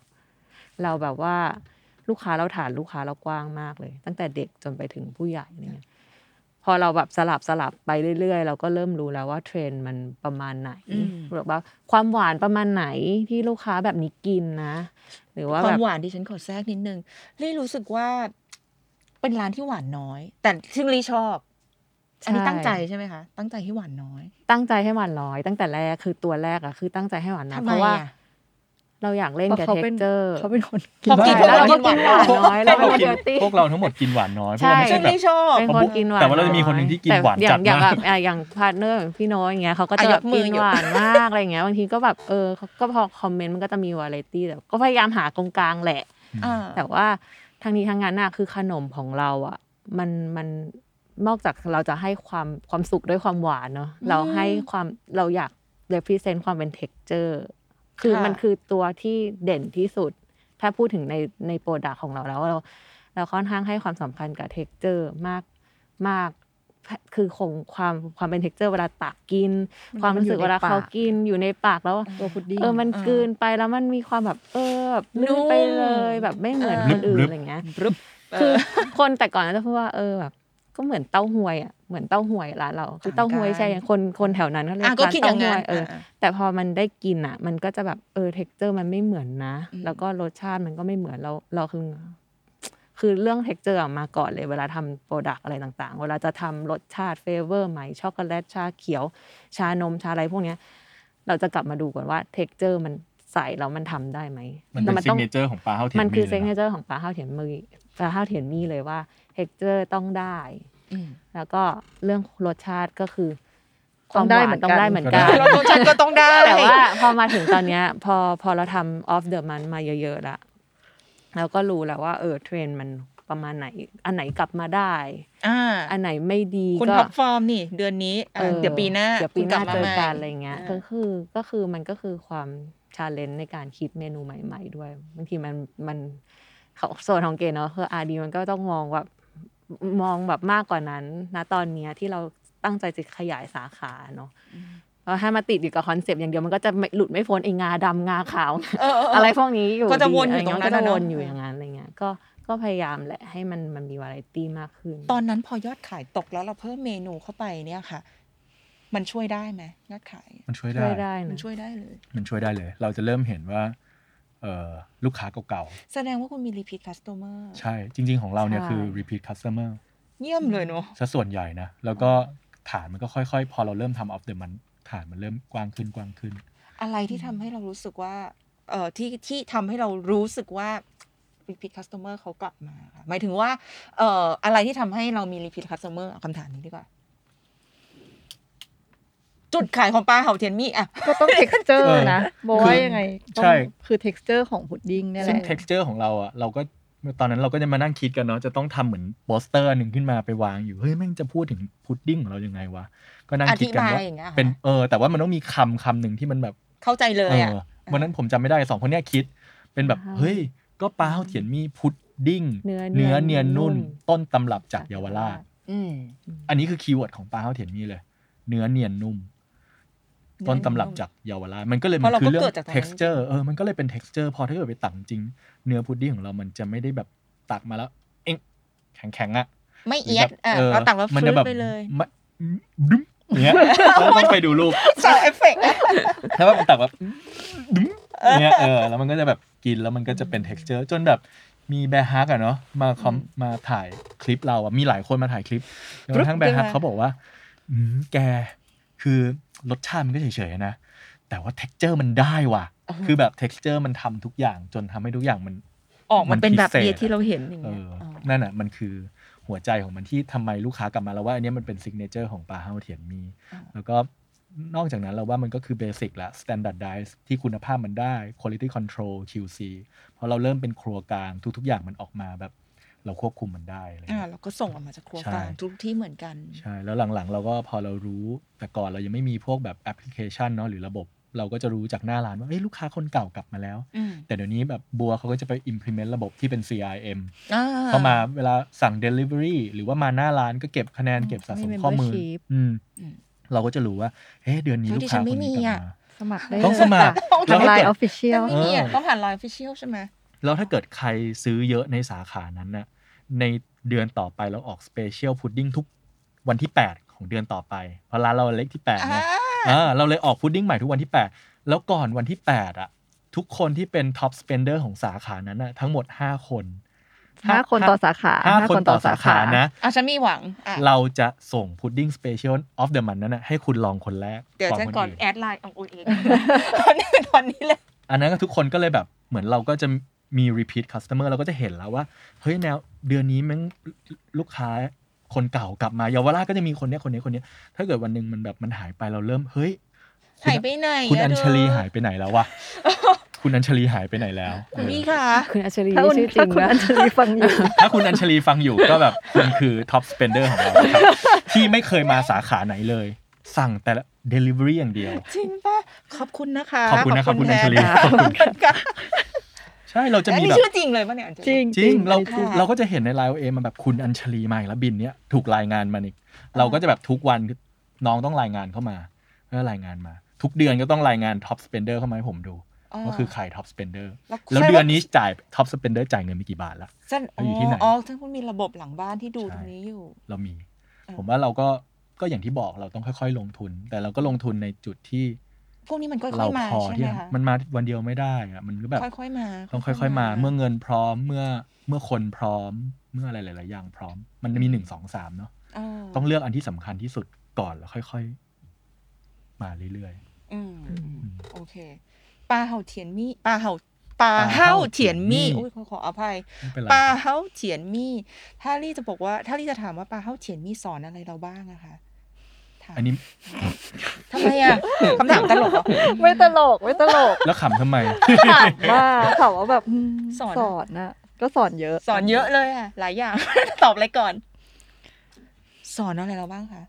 เราแบบว่าลูกค้าเราฐานลูกค้าเรากว้างมากเลย ตั้งแต่เด็กจนไปถึงผู้ใหญ่อะไรเนี่ยพอเราแบบสลับสลับไปเรื่อยๆ เราก็เริ่มรู้แล้วว่าเทรนด์มันประมาณไหน
อืม
หรือว่าความหวานประมาณไหนที่ลูกค้าแบบนี้กินนะ หรือว่า
ค
แบ
วาม
บ
หวานดิฉันขอแทรกนิดนึงลี่รู้สึกว่าเป็นร้านที่หวานน้อย แต่ซึ่งลี่ชอบ
ใช่
อันนี้ตั้งใจใช่ไหมคะ ตั้งใจให้หวานน้อย
ตั้งใจให้หวานร้อย ตั้งแต่แรกคือตัวแรกอะคือตั้งใจให้หวานนะ
ทำไม
เพราะว่า
อะ
เราอยากเล่นกับ
เพราะเขา
เท็
เป็น
เจอร์
เขาเป็นคนกิ
พ
น
อกิน
ได้
แล้ว
พ
เราก็
อกิ
กิ
น
น
หวาว
หาน นน้ อยเรา
พวกเรา
เป็นคน
กิน
เดอร์ตี้
พวกเราทั้งหมดกินหวานน้อยเพ
ใช่
ราะว่าไม่
ซึ่
ใช่
ง
แบบ
ลี่ชอบ
เป็นคนกินหวาน
แต่ว่าเราจะมีคนหนึ่งที่กิน
แต่
หวานจัด
อย่างอย่าง
มา
แบ
ก
บอ่ะอย่างพาร์ทเนอร์อย่างพี่โน้อยอย่างเงี้ยเขาก็
อ่ะ
จะ
ย
แบบ
กมื
กิ
อน อยู่
หวานมากอะไรเงี้ยบางทีก็แบบเออเขาก็พอคอมเมนต์มันก็จะมีวาไรตี้แต่ก็พยายามหากงกลางแหละ
อ่า
แต่ว่าทางนี้ทางนั้นน่ะคือขนมของเราอ่ะมันมันนอกจากเราจะให้ความความสุขด้วยความหวานเนาะเราให้ความเราอยาก represent ความเป็น texture คือ
ค่ะ
มันคือตัวที่เด่นที่สุด ถ้าพูดถึงในในโปรดักของเราแล้วเรา เราค่อนข้างให้ความสำคัญกับ texture มากมาก คือคงความความเป็น texture เวลาตักกิน
มัน
ความรู้สึก
อยู่ใน
เวลาเขา
ปาก
กินอยู่ในปากแล้ว
ตัวพุดดิ้ง
เออ มัน
อ่าก
ลืนไปแล้วมันมีความแบบเออแบบ
นุ่
ลื่น
ม
ไปเลยแบบไม่เหมือน
เออ
คนอื่น
ลึบๆ
อะไรเงี้ย
รึบ
คือ
เ
คนแต่ก่อนจะพูดว่าเออแบบก็เหมือนเต้าหวยอ่ะ เหมือนเต้าหวยร้านเรา คือเต้าหวยใช่คนคนแถวนั้นก็เรีย
อ่ะ
กร้าน
ก็คิดอ
เต้า
ย่าง
ห
นั้
วน ยเออ
อ่ะ
แต่พอมันได้กินอ่ะ มันก็จะแบบเออเท็กเจอร์มันไม่เหมือนนะ
อืม
แล้วก็รสชาติมันก็ไม่เหมือนเราเราคือ คือเรื่องเท็กเจอร์มาก่อนเลย เวลาทำโปรดักอะไรต่างๆ เวลาจะทำรสชาติเฟเวอร์ใหม่ช็อกโกแลตชาเขียว ชานมชาอะไรพวกเนี้ย เราจะกลับมาดูก่อนว่าเท็กเจอร์มันใส่แล้วมันทำได้ไหม
มันเป็น
แต่
ซิ
ต้
กเนเจอร์ของปลาข้าวเทียม
มันคือ
มีล
เซ็
ย
กเน
นะ
เจอร์ของปลาข้าวเทียมมือปลาข้าวเทียมมีเลยว่าเท็กเจอร์ต้องได้
อืม
แล้วก็เรื่องรสชาติก็คือ
ต้องได้เหมือน
ควาหวาต้องได้เหมือน
กั
กัน น
เราต้องฉันก็ต้องได้
แต่ว่าพอมาถึงตอนเนี้ย พอพอเราทำ off the man มาเยอะๆละเราก็รู้แล้วว่าเออเทรนด์มันประมาณไหน อันไหนกลับมาได้
อ่า
อันไหนไม่ดี
คุณ
ก็
ท็อปฟอร์มนี่ เดือนนี้อ่ะ
ออ
เดี๋ยวปีหน้า
เดี๋ยวปีหน้า
คุณลับม
เจอ
ใหม่
กันอะไรเงี้ย
อ่า
ก็คือก็คือมันก็คือความชาเลนจ์ในการคิดเมนูใหม่ๆด้วยบางทีมันมันของโซนของเกณฑ์เนาะคืออาดีมันก็ต้องมองแบบมองแบบมากกว่านั้นนะตอนเนี้ยที่เราตั้งใจจะขยายสาขาเนาะเพราะถ้ามาติดอยู่กับคอนเซปต์อย่างเดียวมันก็จะไม่หลุดไม่พ้นไอ้งาดำงาขาว
เออเ
อะไรพวกนี้อยู่
ก็จะ
ดี
วนอยู่
ไร
ตร
เงี้
งนั้น
ก็จะ
อะ
ว
เนาะ
นอยู่อย่างนั้นอะไรเงี้ยก็ก็พยายามแหละให้มันมันมีวาไรตี้มากขึ้น
ตอนนั้นพอยอดขายตกแล้วเราเพิ่มเมนูเข้าไปเนี่ยค่ะ มันช่วยได้ไหมยอดขาย
มันช่วย
ช่วย
ได้
ได้
มั
นะ
นช่วยได้เลย
มันช่วยได้เลย เราจะเริ่มเห็นว่าเอ่อลูกค้าเก่า
แสดงว่าคุณมีรีพีทคัส t ต m e r
ๆ ใช่ จริง ๆ ของเราเนี่ยคือ repeat customer
เยี่ยมเลยเนาะ
ซะส่วนใหญ่นะ แล้วก็ฐานมันก็ค่อยๆ พอเราเริ่มทำ off the มันฐานมันเริ่มกว้างขึ้นกว้างขึ้น
อะไรที่ทำให้เรารู้สึกว่า เอ่อที่ที่ทำให้เรารู้สึกว่า repeat customer เขากลับมาค่ะหมายถึงว่า เอ่ออะไรที่ทำให้เรามี repeat customer เอาคำถามนี้ดีกว่า จุดขายของปลาเห่าเทียนมี่อ่ะ
ก็ต้องเท็กเจอร์นะโบ
คือ
ว่ายังไงต้อง
ใช่
คือเท็กเจอร์ของพุดดิ้งเนี่ยแห
ซึ่ง
ละ
texture ของเราอะเราก็ตอนนั้นเราก็จะมานั่งคิดกันเนาะจะต้องทำเหมือนโปสเตอร์หนึ่งขึ้นมาไปวางอยู่ เฮ้ยแม่งจะพูดถึงพุดดิ้งของเรายังไงวะ ก็นั่งคิดกัน
อธิ
ว่า
บายอย่างเงี้ยเหรอ
เป็นเออแต่ว่ามันต้องมีคำคำหนึ่งที่มันแบบ
เข้าใจเลย
เอ
อ่ะ
อวันนั้นผมจำไม่ได้สองคนเนี้ยคิด เป็นแบบ
อ่าฮะ
เฮ้ยก็ปลาเฮาเถียนมีพุด ดิ้ง
เนื้อ
เนื้อเนียนนุ่น
เนียนนุ่น
ต้นตำรับจากเยาวราช
อืม
อันนี้คือคีย์เวิร์ดของปลาข้าวเถียนมี่เลย เนื้อเนียนนุ่ม
เนื้อ
ต้นตำรับจากเยาวราชมันก็เลย
เพราะเรา
คื
ก็
เรื่
เกิดจากตรงนั้น
texture เออมันก็เลยเป็น texture พอถ้าเกิดไปตักจริง เนื้อพุดดิ้งของเรามันจะไม่ได้แบบตักมาแล้ว เอ็งแข็งแข็งๆอะ
ไม่เอียดอ่ะ
หอแบบ
เราตักแล้ว
มัน
ฟื้
จะ
น
แบบ
ไปเลย
มะดึ้มอย่างเงี้ยเราต้องไปดูรูป
สาวเอฟเฟกต์อ่ะ
ถ้าว่ามันตักแบบดึ้มอย่างเงี้ยเออแล้วมันก็จะแบบกินแล้วมันก็จะเป็น texture จนแบบมีแบร์ฮักอะเนาะมาคอมมาถ่ายคลิปเราอะมีหลายคนมาถ่ายคลิปจนกระทั้งแบ
ปึ๊บ
ร์ฮัก
ขึ้นมา
เขาบอกว่า อืมแกคือรสชาติมันก็เฉยๆนะ แต่ว่า texture มันได้ว่ะ คือแบบ texture มันทำทุกอย่างจนทำให้ทุกอย่างมัน
ออกมาเป็นแบบ
มันพิเศษ
เอียดที่เราเห็นอย่าง
เอ
เงี้ย
อ
อ
นั่นอ่ะมันคือหัวใจของมันที่ทำไมลูกค้ากลับมาแล้วว่าอันเนี้ยมันเป็นซิกเนเจอร์ของปลาเฮาเทียนมี
อ่า
แล้วก็นอกจากนั้นเราว่ามันก็คือเบสิกละสแตนดาร์ดไดซ์ที่คุณภาพมันได้ Quality Control QC เพราะเราเริ่มเป็นครัวกลางทุก ๆ อย่างมันออกมาแบบ เราควบคุมมันได้อะไรอย่าง
่า
เงี้ย
เราก็ส่งออกมาจากครัว
ใช่
กลางทุกที่เหมือนกัน
ใช่ แล้วหลังๆ เราก็พอเรารู้แต่ก่อนเรายังไม่มีพวกแบบแอปพลิเคชันเนาะหรือระบบ เราก็จะรู้จากหน้าร้านว่าเอ้ยลูกค้าคนเก่ากลับมาแล้ว
อืม
แต่เดี๋ยวนี้แบบบัวเขาก็จะไป implement ระบบที่เป็น CRM
อ่
เข้ามาเวลาสั่ง Delivery หรือว่ามาหน้าร้านก็เก็บคะแนนเก็บสะสม
มี membership
ข้อมูลอืม
อืม
เราก็จะรู้ว่าเอ๊ะเดือนนี้
เฮ้ย
ลูก
ดิ
ค้า
ฉัน
ค
ไม่
นนี้
มี
กลั
อะ
บมา
สมัครได้
ต้องสมัคร
ทางไลน์ออฟฟิเชียล
ไม่มีอ่ะ
เออ
ต้องผ่านไลน์ฟิเชียลใช่ไหม
แล้วถ้าเกิดใครซื้อเยอะในสาขานั้นนะในเดือนต่อไปเราออกสเปเชียลพุดดิ้งทุกวันที่ 8 ของเดือนต่อไป เพราะร้านเราเล็กที่8นะอ่าเราเลยออกพุดดิ้งใหม่ทุกวันที่ 8 แล้วก่อนวันที่ 8 อ่ะ ทุกคนที่เป็นท็อปสเปนเดอร์ของสาขานั้นนะทั้งหมด 5 คน
ห้าคนต่อสาขา
ห้า
ห้า
คน
คนต่
ต่
อ
อ
สา
สา
ขา
ขา
นะ
นะ
อ่ะฉันมีหวังอ่ะ
เราจะส่งพุดดิ้งสเปเชียลออฟเดอะมันนั้นนะให้คุณลองคนแรก
เดี๋ยวฉัน
ค
ก่อน
อื่
แอดไลน์ของอุยเองคนนี้เป็นคนนี้เลย
อันนั้นก็ทุกคนก็เลยแบบเหมือนเราก็จะมี repeat customer เราก็จะเห็นแล้วว่า เฮ้ยแนวเดือนนี้แมันลูกค้าคนเก่ากลับมาเยาวราชก็จะมีคนเนี้ยคนเนี้ยคนเนี้ยถ้าเกิดวันหนึ่งมันแบบมันหายไปเราเริ่มเฮ้ยคุณ
หายไปไหน
คุณ
ะ
อัญชลี
เธอ
หายไปไหนแล้ววะ คุณอัญชลีหายไปไหนแล้ว
คุณพี่
เออ
คะ
คุณอัชรี
ถ้าคุณ
ชื่อจริ
ถ้าง คุณ
นะ
อัญชลีฟังอยู่
ถ้าคุณอัญชลีฟังอยู่ก็แบบคุณคือ top spender ของเรานะครับที่ไม่เคยมาสาขาไหนเลย สั่งแต่ละ delivery อย่างเดียว
จริงป่ะ ขอบคุณนะคะ
ขอบคุณนะครับคุณอัญชลี
แทนนะ
ขอบคุณ
ขอบคุณค่ะ
ใช่เราจะ
อัน
มี
นี้
แบบ
ชื่อจริงเลยป่ะเนี่ยอัญชลี
จริง
จริง เรา
อันนี้ค่ะ
เราก็จะเห็นในไลน์เอมันแบบคุณอัญชลีมาอีกแล้วบินเนี้ยถูกรายงานมาอีกเราก็จะแบบทุกวันน้องต้องรายงานเข้ามาเพื่อรายงานมา ทุกเดือนก็ต้องรายงานท็อปสเปนเดอร์เข้ามาให้ผมดู
า
ว่าคือใครท็อปสเปนเดอร์
แล้ว
แล้วเดือนนี้จ่ายท็อปสเปนเดอร์จ่ายเงินไปกี่บาทละ
ฉัน
แล้วอยู่ที่ไหน
อ๋อท่านคุณมีระบบหลังบ้านที่ดู
ใช่
ตรงนี้อยู่
เรามี
อ่า
ผมว่าเราก็ก็อย่างที่บอกเราต้องค่อย ๆ ลงทุน แต่เราก็ลงทุนในจุดที่
พวกนี้มันค่
เรา
อยๆมา
พอ
ใช่
ที่
ไหม
จะ
คะ
มันมาวันเดียวไม่ได้อะมันก็แบบ
ค่อยๆมา
ต้องค่อย ๆ มาเมื่อเงินพร้อมเมื่อเมื่อคนพร้อมเมื่ออะไรหลาย ๆ อย่างพร้อม มันมีหนึ่งสองสามเนาะ
เออ
ต้องเลือกอันที่สำคัญที่สุดก่อนแล้วค่อย ๆ มาเรื่อย
อืมอืม
อืม
โอเคปลาเห่าเทียนมี่ปลาเห่าปลา
ปลา
เห่า
เห่า
เทียนมี่
เทียนมี่
อุ้ยขอขออภัย
ๆไม่เป็นไร
ปลาเฮ้าเฉียนมี่ ถ้าลี่จะบอกว่า ถ้าลี่จะถามว่าปลาเฮ้าเฉียนมี่สอนอะไรเราบ้างอะคะถาม
อันนี้
ทำไม อะคำถามตลกเหรอ
ไม่ตลกไม่ตลก
แล้ว ขำทำไม
ถามว่าถามว่าแบบอืม
สอน
สอนนะก็สอนเยอะ
สอนเยอะเลยอะหลายอย่าง ตอบอะไรก่อน สอนอะไรเราบ้างคะ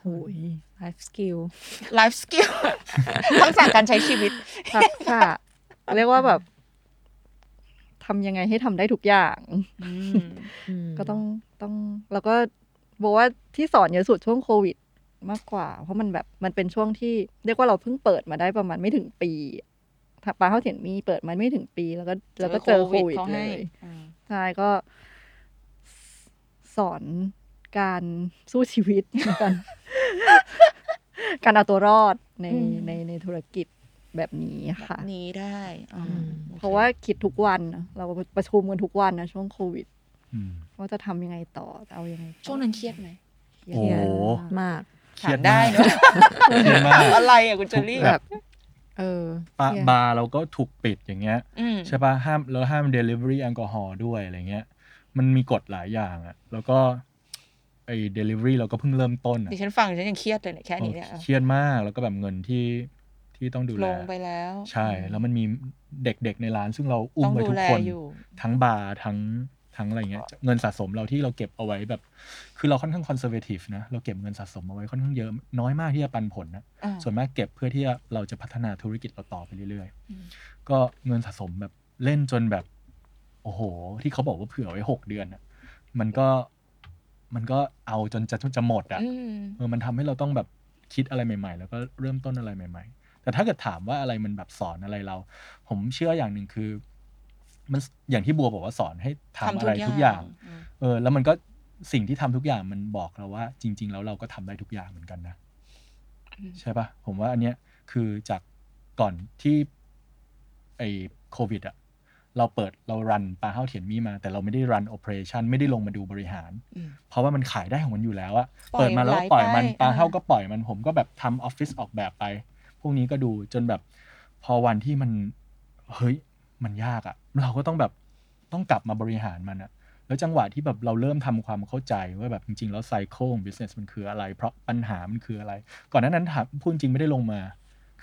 โอ้ย
ไลฟ์สกิล
ไลฟ์สกิล ทักษะการใช้ชีวิต
ทักษะเรียกว่าแบบทำยังไงให้ทำได้ทุกอย่าง ก็ต้องต้องแล้วก็บอกว่าที่สอนเยอะสุดช่วงโควิดมากกว่า เพราะมันแบบมันเป็นช่วงที่เรียกว่าเราเพิ่งเปิดมาได้ประมาณไม่ถึงปีถ้าปลาเข้าเถียนมีเปิดมาไม่ถึงปี แล้วก็แล้วก็เจอโควิด
เขา
เล
ให้
ย
อืม
ใช่ก็สอนการสู้ชีวิต กัน การเอาตัวรอดใน
อืม
ในในธุรกิจแบบนี้ค่ะ
หนี้ได้อ๋ออ
ม
โอค
เพราะว่าคิดทุกวันนะเราประชุมกันทุกวันนะช่วงโควิด
อืม
ว่าจะทำยังไงต่อจะเอายังไงต่อ
ช่วงนั้นเครียดไหม
เครียด
โอ้
มาก
มาก
เครียด
ถามได้เน
มาก
อะ
เครียดมาก
ถามอะไรอะคุณเจอรี่
แบบ
เออ
ปะ
เครียด
บาร์เราก็ถูกปิดอย่างเงี้ย
อืม
ใช่ปะห้ามแล้วห้ามเดลิเวอรี่แอลกอฮอล์ด้วยอะไรเงี้ย มันมีกฎหลายอย่างอะแล้วก็ไอ้เดลิเวอรี่เราก็เพิ่งเริ่มต้นอะ
ดิฉันฟังดิฉันยังเครียดเลยเนี่ยแค่นี้เนี่ย
เครียดมากแล้วก็แบบเงินที่ที่ต้องดูแล
ลงไปแล้ว
ใช่ แล้วมันมีเด็กๆในร้าน ซึ่งเราอุ้
ต้
ม
อง
ไว้
ดู
ทุก
แล
คน
อยู่
ทั้งบาร์ทั้งทั้งอะไรเงี้ยเงินสะสมเราที่เราเก็บเอาไว้แบบ คือเราค่อนข้างคอนเซอร์เวทีฟนะ เราเก็บเงินสะสมเอาไว้ค่อนข้างเยอะน้อยมากที่จะปันผลนะ
อ่า
ส่วนมากเก็บเพื่อที่เราจะพัฒนาธุรกิจเราต่อไปเรื่อย
อืม
ๆ ก็เงินสะสมแบบเล่นจนแบบ โอ้โห ที่เขาบอกว่าเผื่อไว้หกเดือนอะมันก็มันก็เอาจนจะจะหมดอะ
อืม
เออมันทำให้เราต้องแบบคิดอะไรใหม่ ๆ แล้วก็เริ่มต้นอะไรใหม่ ๆ แต่ถ้าเกิดถามว่าอะไรมันแบบสอนอะไรเรา ผมเชื่ออย่างหนึ่งคือ มันอย่างที่บัวบอกว่าสอนให้ทำอะไรทุกอย่าง เออ แล้วมันก็สิ่งที่ทำทุกอย่างมันบอกเราว่า จริง ๆ แล้วเราก็ทำได้ทุกอย่างเหมือนกันนะ
อืม
ใช่ปะผมว่าอันเนี้ยคือจากก่อนที่ไอโควิดอะเราเปิดเรารันปลาเฮ้าเถียนมีมา แต่เราไม่ได้รันโอเปอเรชันไม่ได้ลงมาดูบริหาร
อืม
เพราะว่ามันขายได้ของมันอยู่แล้วอะ
ปล่อย
เปิดมาแล้วก็ปล่อยมัน
ไหลไป
ปลา
อ่า
เฮ้าก็ปล่อยมันผมก็แบบทำออฟฟิศออกแบบไป พวกนี้ก็ดูจนแบบ พอวันที่มัน เฮ้ย มันยากอะเราก็ต้องแบบต้องกลับมาบริหารมันอะแล้วจังหวะที่แบบเราเริ่มทำความเข้าใจว่าแบบจริง ๆ แล้วไซเคิลของ business มันคืออะไร เพราะปัญหามันคืออะไร ก่อนหน้านั้นถามพูดจริงไม่ได้ลงมา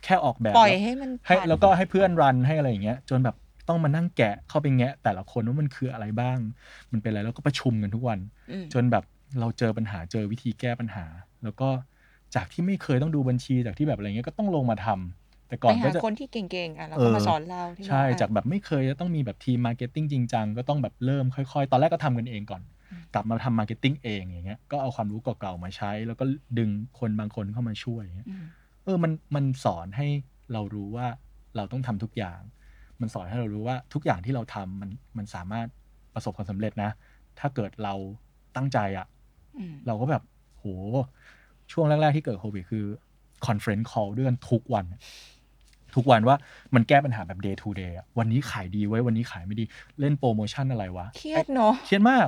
แค่ออกแบบ
ปล่อย
แล้ว
ให้มัน
ให้
ผ่าน
แล้วก็ให้เพื่อนรันให้อะไรอย่างเงี้ย จนแบบต้องมานั่งแกะเข้าไปแงะ แต่ละคนว่ามันคืออะไรบ้าง มันเป็นอะไรแล้วก็ประชุมกันทุกวัน
อืม
จนแบบเราเจอปัญหาเจอวิธีแก้ปัญหา แล้วก็จากที่ไม่เคยต้องดูบัญชีจากที่แบบอะไรเงี้ยก็ต้องลงมาทำแต่ก่อ
ไป
น
หา
ก็จะ
คนที่เก่งๆอ่ะแล้ว
เอ
ก็
อ
มาสอนเราที่
ใช่
บ้น
จากแบบไม่เคยจะต้องมีแบบทีมมาร์เก็ตติ้งจริงจังก็ต้องแบบเริ่มค่อยๆ ตอนแรกก็ทำกันเองก่อน
อืม
กลับมาทำมาร์เก็ตติ้งเองอย่างเงี้ยก็เอาความรู้เก่าๆมาใช้ แล้วก็ดึงคนบางคนเข้ามาช่วยอย่างเงี้ย
อืม
เออ มัน มันสอนให้เรารู้ว่าเราต้องทำทุกอย่าง มันสอนให้เรารู้ว่าทุกอย่างที่เราทำมัน มันสามารถประสบความสำเร็จนะ ถ้าเกิดเราตั้งใจอะ
อืม
เราก็แบบ โห ช่วงแรก ๆ ที่เกิดโควิดคือคอนเฟรนซ์คอลด้วยกันทุกวัน ทุกวันว่ามันแก้ปัญหาแบบ day to day อะวันนี้ขายดีไว้ยวันนี้ขายไม่ดี เล่นโปรโมชั่นอะไรวะ
เครียดเนาะ
เครียดมาก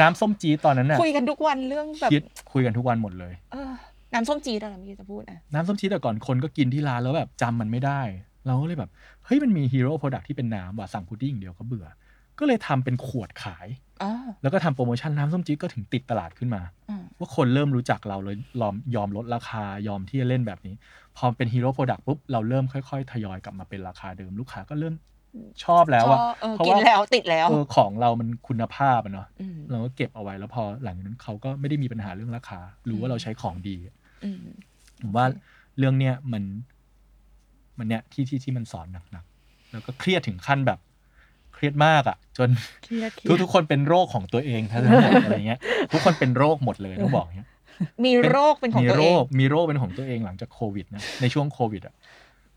น้ำส้มจีดตอนนั้นน่ะ
คุยกันทุกวันเรื่องแบบ
เครียดคุยกันทุกวันหมดเลย
เออน้ำส้มจีดอะไรเมื่อกี้จะพูดอ่ะ
น้ำส้มชีสแต่ก่อนคนก็กินที่ร้านแล้วแบบจำมันไม่ได้ เราก็เลยแบบ เฮ้ยมันมีฮีโร่โปรดักที่เป็นน้ำว่ะสั่งพุดดิ้งอย่างเดียวก็เบื่อ ก็เลยทำเป็นขวดขาย
อ๋อ
แล้วก็ทำโปรโมชั่นน้ำส้มจี๊ดก็ถึงติดตลาดขึ้นมา
อืม
ว่าคนเริ่มรู้จักเราเลยยอมยอมลดราคายอมที่จะเล่นแบบนี้ พอเป็นฮีโร่โปรดักปุ๊บเราเริ่มค่อยๆ ทยอยกลับมาเป็นราคาเดิมลูกค้าก็เริ่มชอบแล้วอะ
ชบเออ
เพราะ
กิน
ว่า
แล้วติดแล้ว
เออของเรามันคุณภาพอะเนาะ
ม
เราก็เก็บเอาไว้แล้วพอหลังจากนั้นเขาก็ไม่ได้มีปัญหาเรื่องราคารู้ว่าเราใช้ของดี
อืม
ผมว่าเรื่องเนี้ยมัน มันเนี้ยที่ที่ที่มันสอนหนักๆ แล้วก็เครียดถึงขั้นแบบ เครียดมากอะ่ะ จน
เครียดเครี
ทุก
ยด
ทุกคนเป็นโรคของตัวเองทั้งนั้นเลยอะไรเงี้ย ทุกคนเป็นโรคหมดเลยต้องบอกเนี้ย
มีโรคเป็นของ
มี
ตัว
โร
เอง
คมีโรคเป็นของตัวเองหลังจากโควิดนะในช่วงโควิดอะ่ะ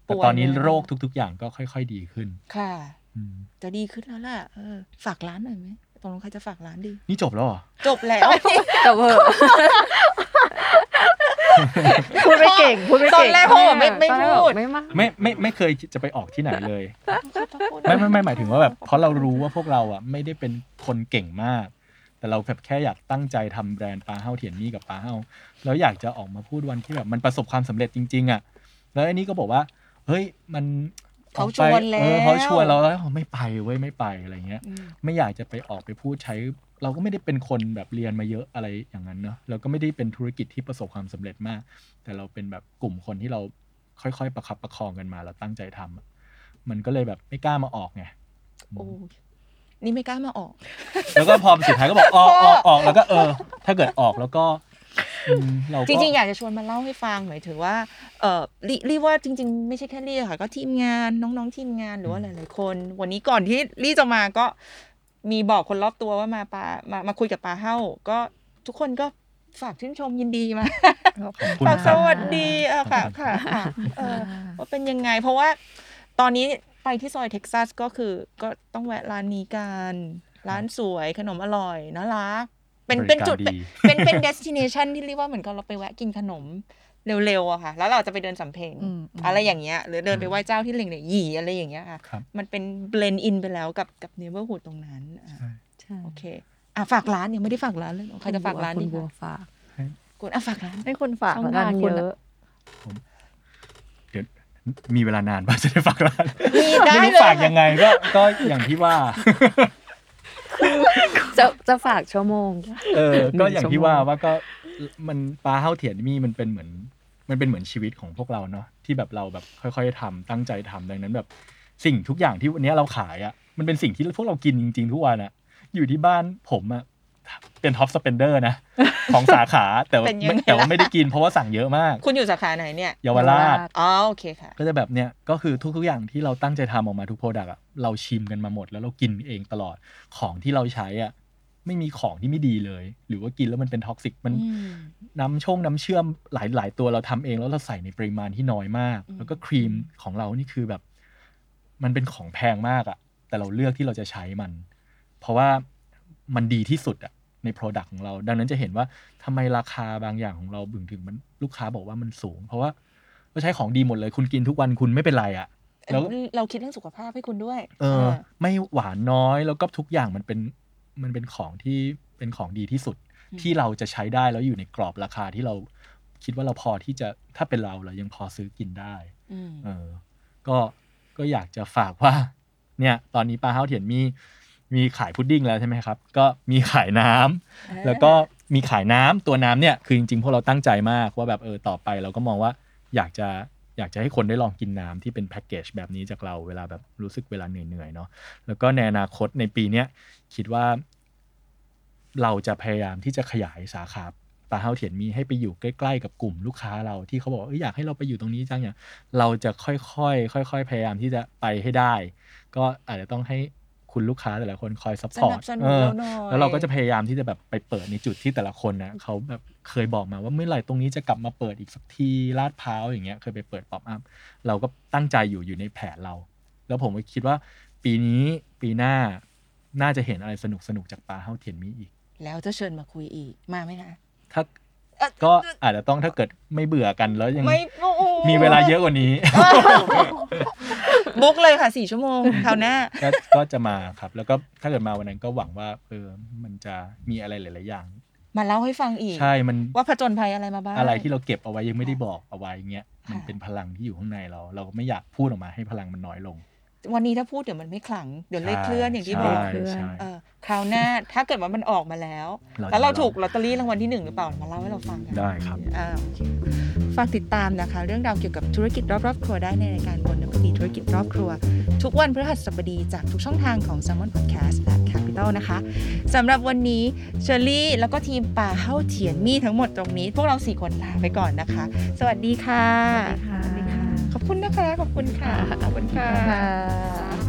แต่
ป่วย
ตอนนี้
เลย
โรคทุก ๆ อย่างก็ค่อย ๆ ดีขึ้น
ค่ะ
อืม
จะดีขึ้นแล้วล่ะเออ ฝากร้านหน่อยไหมตรงนู้นใครจะฝากร้านดี
นี่จบแล้วเหรอ
จบแล้ว
แต่เวอร์
พูดไม่ เก่งพูดไม่
ตอน
เก่ง
แรกพ่อบอกไม่ไม่พูด
ไม่มา
ไม่ไม่ไม่เคยจะไปออกที่ไหน เลย
ขอโทษ
ไม่ไม่ไม่หมายถึงว่าแบบเพราะเรารู้ว่าพวกเราอ่ะไม่ได้เป็นคนเก่งมาก แต่เราแบบแค่อยากตั้งใจทำแบรนด์ปลาเฮ้าเทียนนี่กับปลาเฮ้าแล้วอยากจะออกมาพูดวันที่แบบมันประสบความสำเร็จจริง ๆ อ่ะ แล้วอันนี้ก็บอกว่า เฮ้ยมัน
เขา
ออก
ช
ไป
วนแล้ว
เออเขาชวนเราแล้วไม่ไปเว้ยไม่ไปอะไรเงี้ย
อืม
ไม่อยากจะไปออกไปพูดใช้ เราก็ไม่ได้เป็นคนแบบเรียนมาเยอะอะไรอย่างนั้นเนอะเราก็ไม่ได้เป็นธุรกิจที่ประสบความสำเร็จมาก แต่เราเป็นแบบกลุ่มคนที่เราค่อยๆ ประคับประคองกันมาเราตั้งใจทำอะมันก็เลยแบบไม่กล้ามาออกไง
โอ้นี่ไม่กล้ามาออก
แล้วก็พอสุดท้ายก็ บอกออกออกออกแล้วก็เออ ถ้าเกิดออกแล้วก็อืมเรา
จ
ก็
ริงๆ อยากจะชวนมาเล่าให้ฟังหมายถึงว่าเออลิลี่ว่าจริง ๆ ไม่ใช่แค่ลี่ค่ะ ก็ทีมงานน้องๆ ทีมงานหรือว่าหลายๆคน วันนี้ก่อนที่ลี่จะมาก็มีบอกคนรอบตัวว่ามาปามามาคุยกับปาเฮ้าก็ทุกคนก็ฝากชื่นชมยินดีมา
ขอบคุณ
ฝาก
ค
ส
รับ
วัสดีเออค่ะค่ะค่ะเออว่าเป็นยังไง เพราะว่าตอนนี้ไปที่ซอยเท็กซัสก็คือก็ต้องแวะร้านนี้กันร้านสวยขนมอร่อยน่ารักเป็นเป็นจุด
บริการ
เป็นเป็น destination ที่เรียกว่าเหมือนกับเราไปแวะกินขนมเร็วๆอะค่ะ แล้วเราจะไปเดินสำเพ็ง
มม
อะไรอย่างเงี้ย หรือเดินไปไหว้เจ้าที่เหล่งเนี่ยหยีอะไรอย่างเงี้ยค่ะ
ครับ
มันเป็น blend in ไปแล้วกับกับ neighborhood ตรงนั้นอ่ะ
ใช่
โอเคอ่ะฝากร้านยังไม่ได้ฝากร้านเลยใครจะฝากร้าน
คุ
ดี
ณบัว
คะ
ฝาก
คุณอ่ะฝากร้าน
ให้คนฝาก
ช่อง
แล้วกัน
ทาง
คุณ
เย
อะ
อะ
เดี๋ยวมีเวลานานป่ะ จะได้ฝากร้าน
มีได้
ไม่รู้
เลย
ฝาก
ค่ะ
ยังไงก็ก็อย่างที่ว่า
จะจะฝากชั่วโมง
เออ ก็อ
หนึ่ง
ย่างที่ว่า
ชั่วโมง
ว่าก็มันปลาเฮ้าเถียนมี่มันเป็นเหมือน มันเป็นเหมือนชีวิตของพวกเราเนาะที่แบบเราแบบค่อยๆทำตั้งใจทำดังนั้นแบบสิ่งทุกอย่างที่วันเนี้ยเราขายอะ่ะมันเป็นสิ่งที่พวกเรากินจริง ๆ ทุกวันอะ่ะอยู่ที่บ้านผมอะ่ะ เป็นท็อปสเปนเดอร์นะ ของสาขาแต่ว่า
เป็นยังไงล่ะ
แต่ว่าไม่ได้กินเพราะว่าสั่งเยอะมาก
คุณอยู่สาขาไหนเนี่ย
เยาวราช
อ๋อโอเคค่ะ
ก็จะแบบเนี้ยก็คือทุกๆอย่างที่เราตั้งใจทำออกมาทุกโปรดักต์อะเราชิมกันมาหมด แล้วเรากินเองตลอดของที่เราใช้อ่ะไม่มีของที่ไม่ดีเลย หรือว่ากินแล้วมันเป็นท็อกซิกมัน
อืม
น้ำช่งน้ำเชื่อมหลายๆ ตัวเราทำเองแล้วเราใส่ในปริมาณที่น้อยมาก
อืม
แล้วก็ครีมของเรานี่คือแบบ มันเป็นของแพงมากอ่ะ แต่เราเลือกที่เราจะใช้มัน เพราะว่ามันดีที่สุดอ่ะในโปรดักต์ของเรา ดังนั้นจะเห็นว่าทำไมราคาบางอย่างของเราบึงถึงมันลูกค้าบอกว่ามันสูง เพราะว่าเราใช้ของดีหมดเลย คุณกินทุกวันคุณไม่เป็นไรอ่ะ แล้ว
เราคิดเรื่องสุขภาพให้คุณด้วย
เออ ไม่หวานน้อยแล้วก็ทุกอย่างมันเป็นมันเป็นของที่เป็นของดีที่สุด ที่เราจะใช้ได้แล้วอยู่ในกรอบราคาที่เราคิดว่าเราพอที่จะถ้าเป็นเราเรายังพอซื้อกินได้
อืม
เออ ก็ ก็อยากจะฝาก ว่า เนี่ย ตอนนี้ปลาเฮ้าเถียนมี มีขายพุดดิ้งแล้วใช่ไหมครับ ก็มีขายน้ำ แล้วก็มีขายน้ำตัวน้ำเนี่ย คือจริงๆ พวกเราตั้งใจมากว่าแบบเออต่อไปเราก็มองว่าอยากจะอยากจะให้คนได้ลองกินน้ำที่เป็นแพ็กเกจแบบนี้จากเราเวลาแบบรู้สึกเวลาเหนื่อยๆเนาะแล้วก็ในอนาคตในปีเนี้ยคิดว่า เราจะพยายามที่จะขยายสาขาปลาเฮาเถียนมีให้ไปอยู่ใกล้ๆกับกลุ่มลูกค้าเราที่เขาบอกว่าเอ้ยอยากให้เราไปอยู่ตรงนี้จังเนี่ยเราจะค่อยๆค่อย ๆ พยายามที่จะไปให้ได้ ก็อาจจะต้องให้คุณลูกค้าแต่ละคนคอยซัพ
ส
พอร์
นั
ต
บสนุนเราหน่อย
แล้วเราก็จะพยายามที่จะแบบไปเปิดในจุดที่แต่ละคนนะเขาแบบเคยบอกมาว่าเมื่อไหร่ตรงนี้จะกลับมาเปิดอีกสักทีลาดพร้าวอย่างเงี้ยเคยไปเปิดป๊อปอัพเราก็ตั้งใจอยู่อยู่ในแผนเรา แล้วผมก็คิดว่า ปีนี้ปีหน้าน่าจะเห็นอะไรสนุกสนุกๆจากปลาเฮ้าเทียนมีอีก
แล้วจะเชิญมาคุยอีกมาไหมคะ
ถ้าก็อาจจะต้องถ้าเกิดไม่เบื่อกันแล้วยัง
โอ้โห
มีเวลาเยอะกว่านี้
บุ๊กเลยค่ะสี่ชั่วโมงคราวหน้า
ก็ก็จะมาครับ แล้วก็ถ้าเกิดมาวันนั้นก็หวังว่าเออมันจะมีอะไรหลาย ๆ อย่าง
มาเล่าให้ฟังอีก
ใช่มัน
ว่าผจญภัยอะไรมาบ้าง
อะไรที่เราเก็บเอาไว้ยังไม่ได้บอกเอาไว้เงี้ยมัน
ค่ะ
เป็นพลังที่อยู่ข้างในเรา เราไม่อยากพูดออกมาให้พลังมันน้อยลง
วันนี้ถ้าพูดเดี๋ยวมันไม่ขลัง เดี๋ยวเลขเคลื่อนอย่างที่บ
ใช่
อก
ใช่ใช่
เออคราวหน้าถ้าเกิดว่ามันออกมาแล้ว
เราจะ
แล้วเรา
เล่า
ถูกลอตเตอรี่รางวัลที่หนึ่งหรือเปล่ามาเล่าให้เราฟังกัน
ได้ครับ
อ่าโอเคฝากติดตามนะคะ เรื่องราวเกี่ยวกับธุรกิจรอบรอบๆครัวได้ในรายการบนนปฏิธุรกิจรอบครัว ทุกวันพฤหัสบดีจากทุกช่องทางของ s ซ l m o n Podcast และ Capital นะคะสำหรับวันนี้เชอรี่แล้วก็ทีมป่าเฮ้าเถียนมี่ทั้งหมดตรงนี้ พวกเราสี่คนลาไปก่อนนะคะ สวัสดีค่ะ
สวัสดีค่ะ
ขอบคุณนะคะ ขอบคุณค่ะ ขอบคุณค่ะ
ค่ะ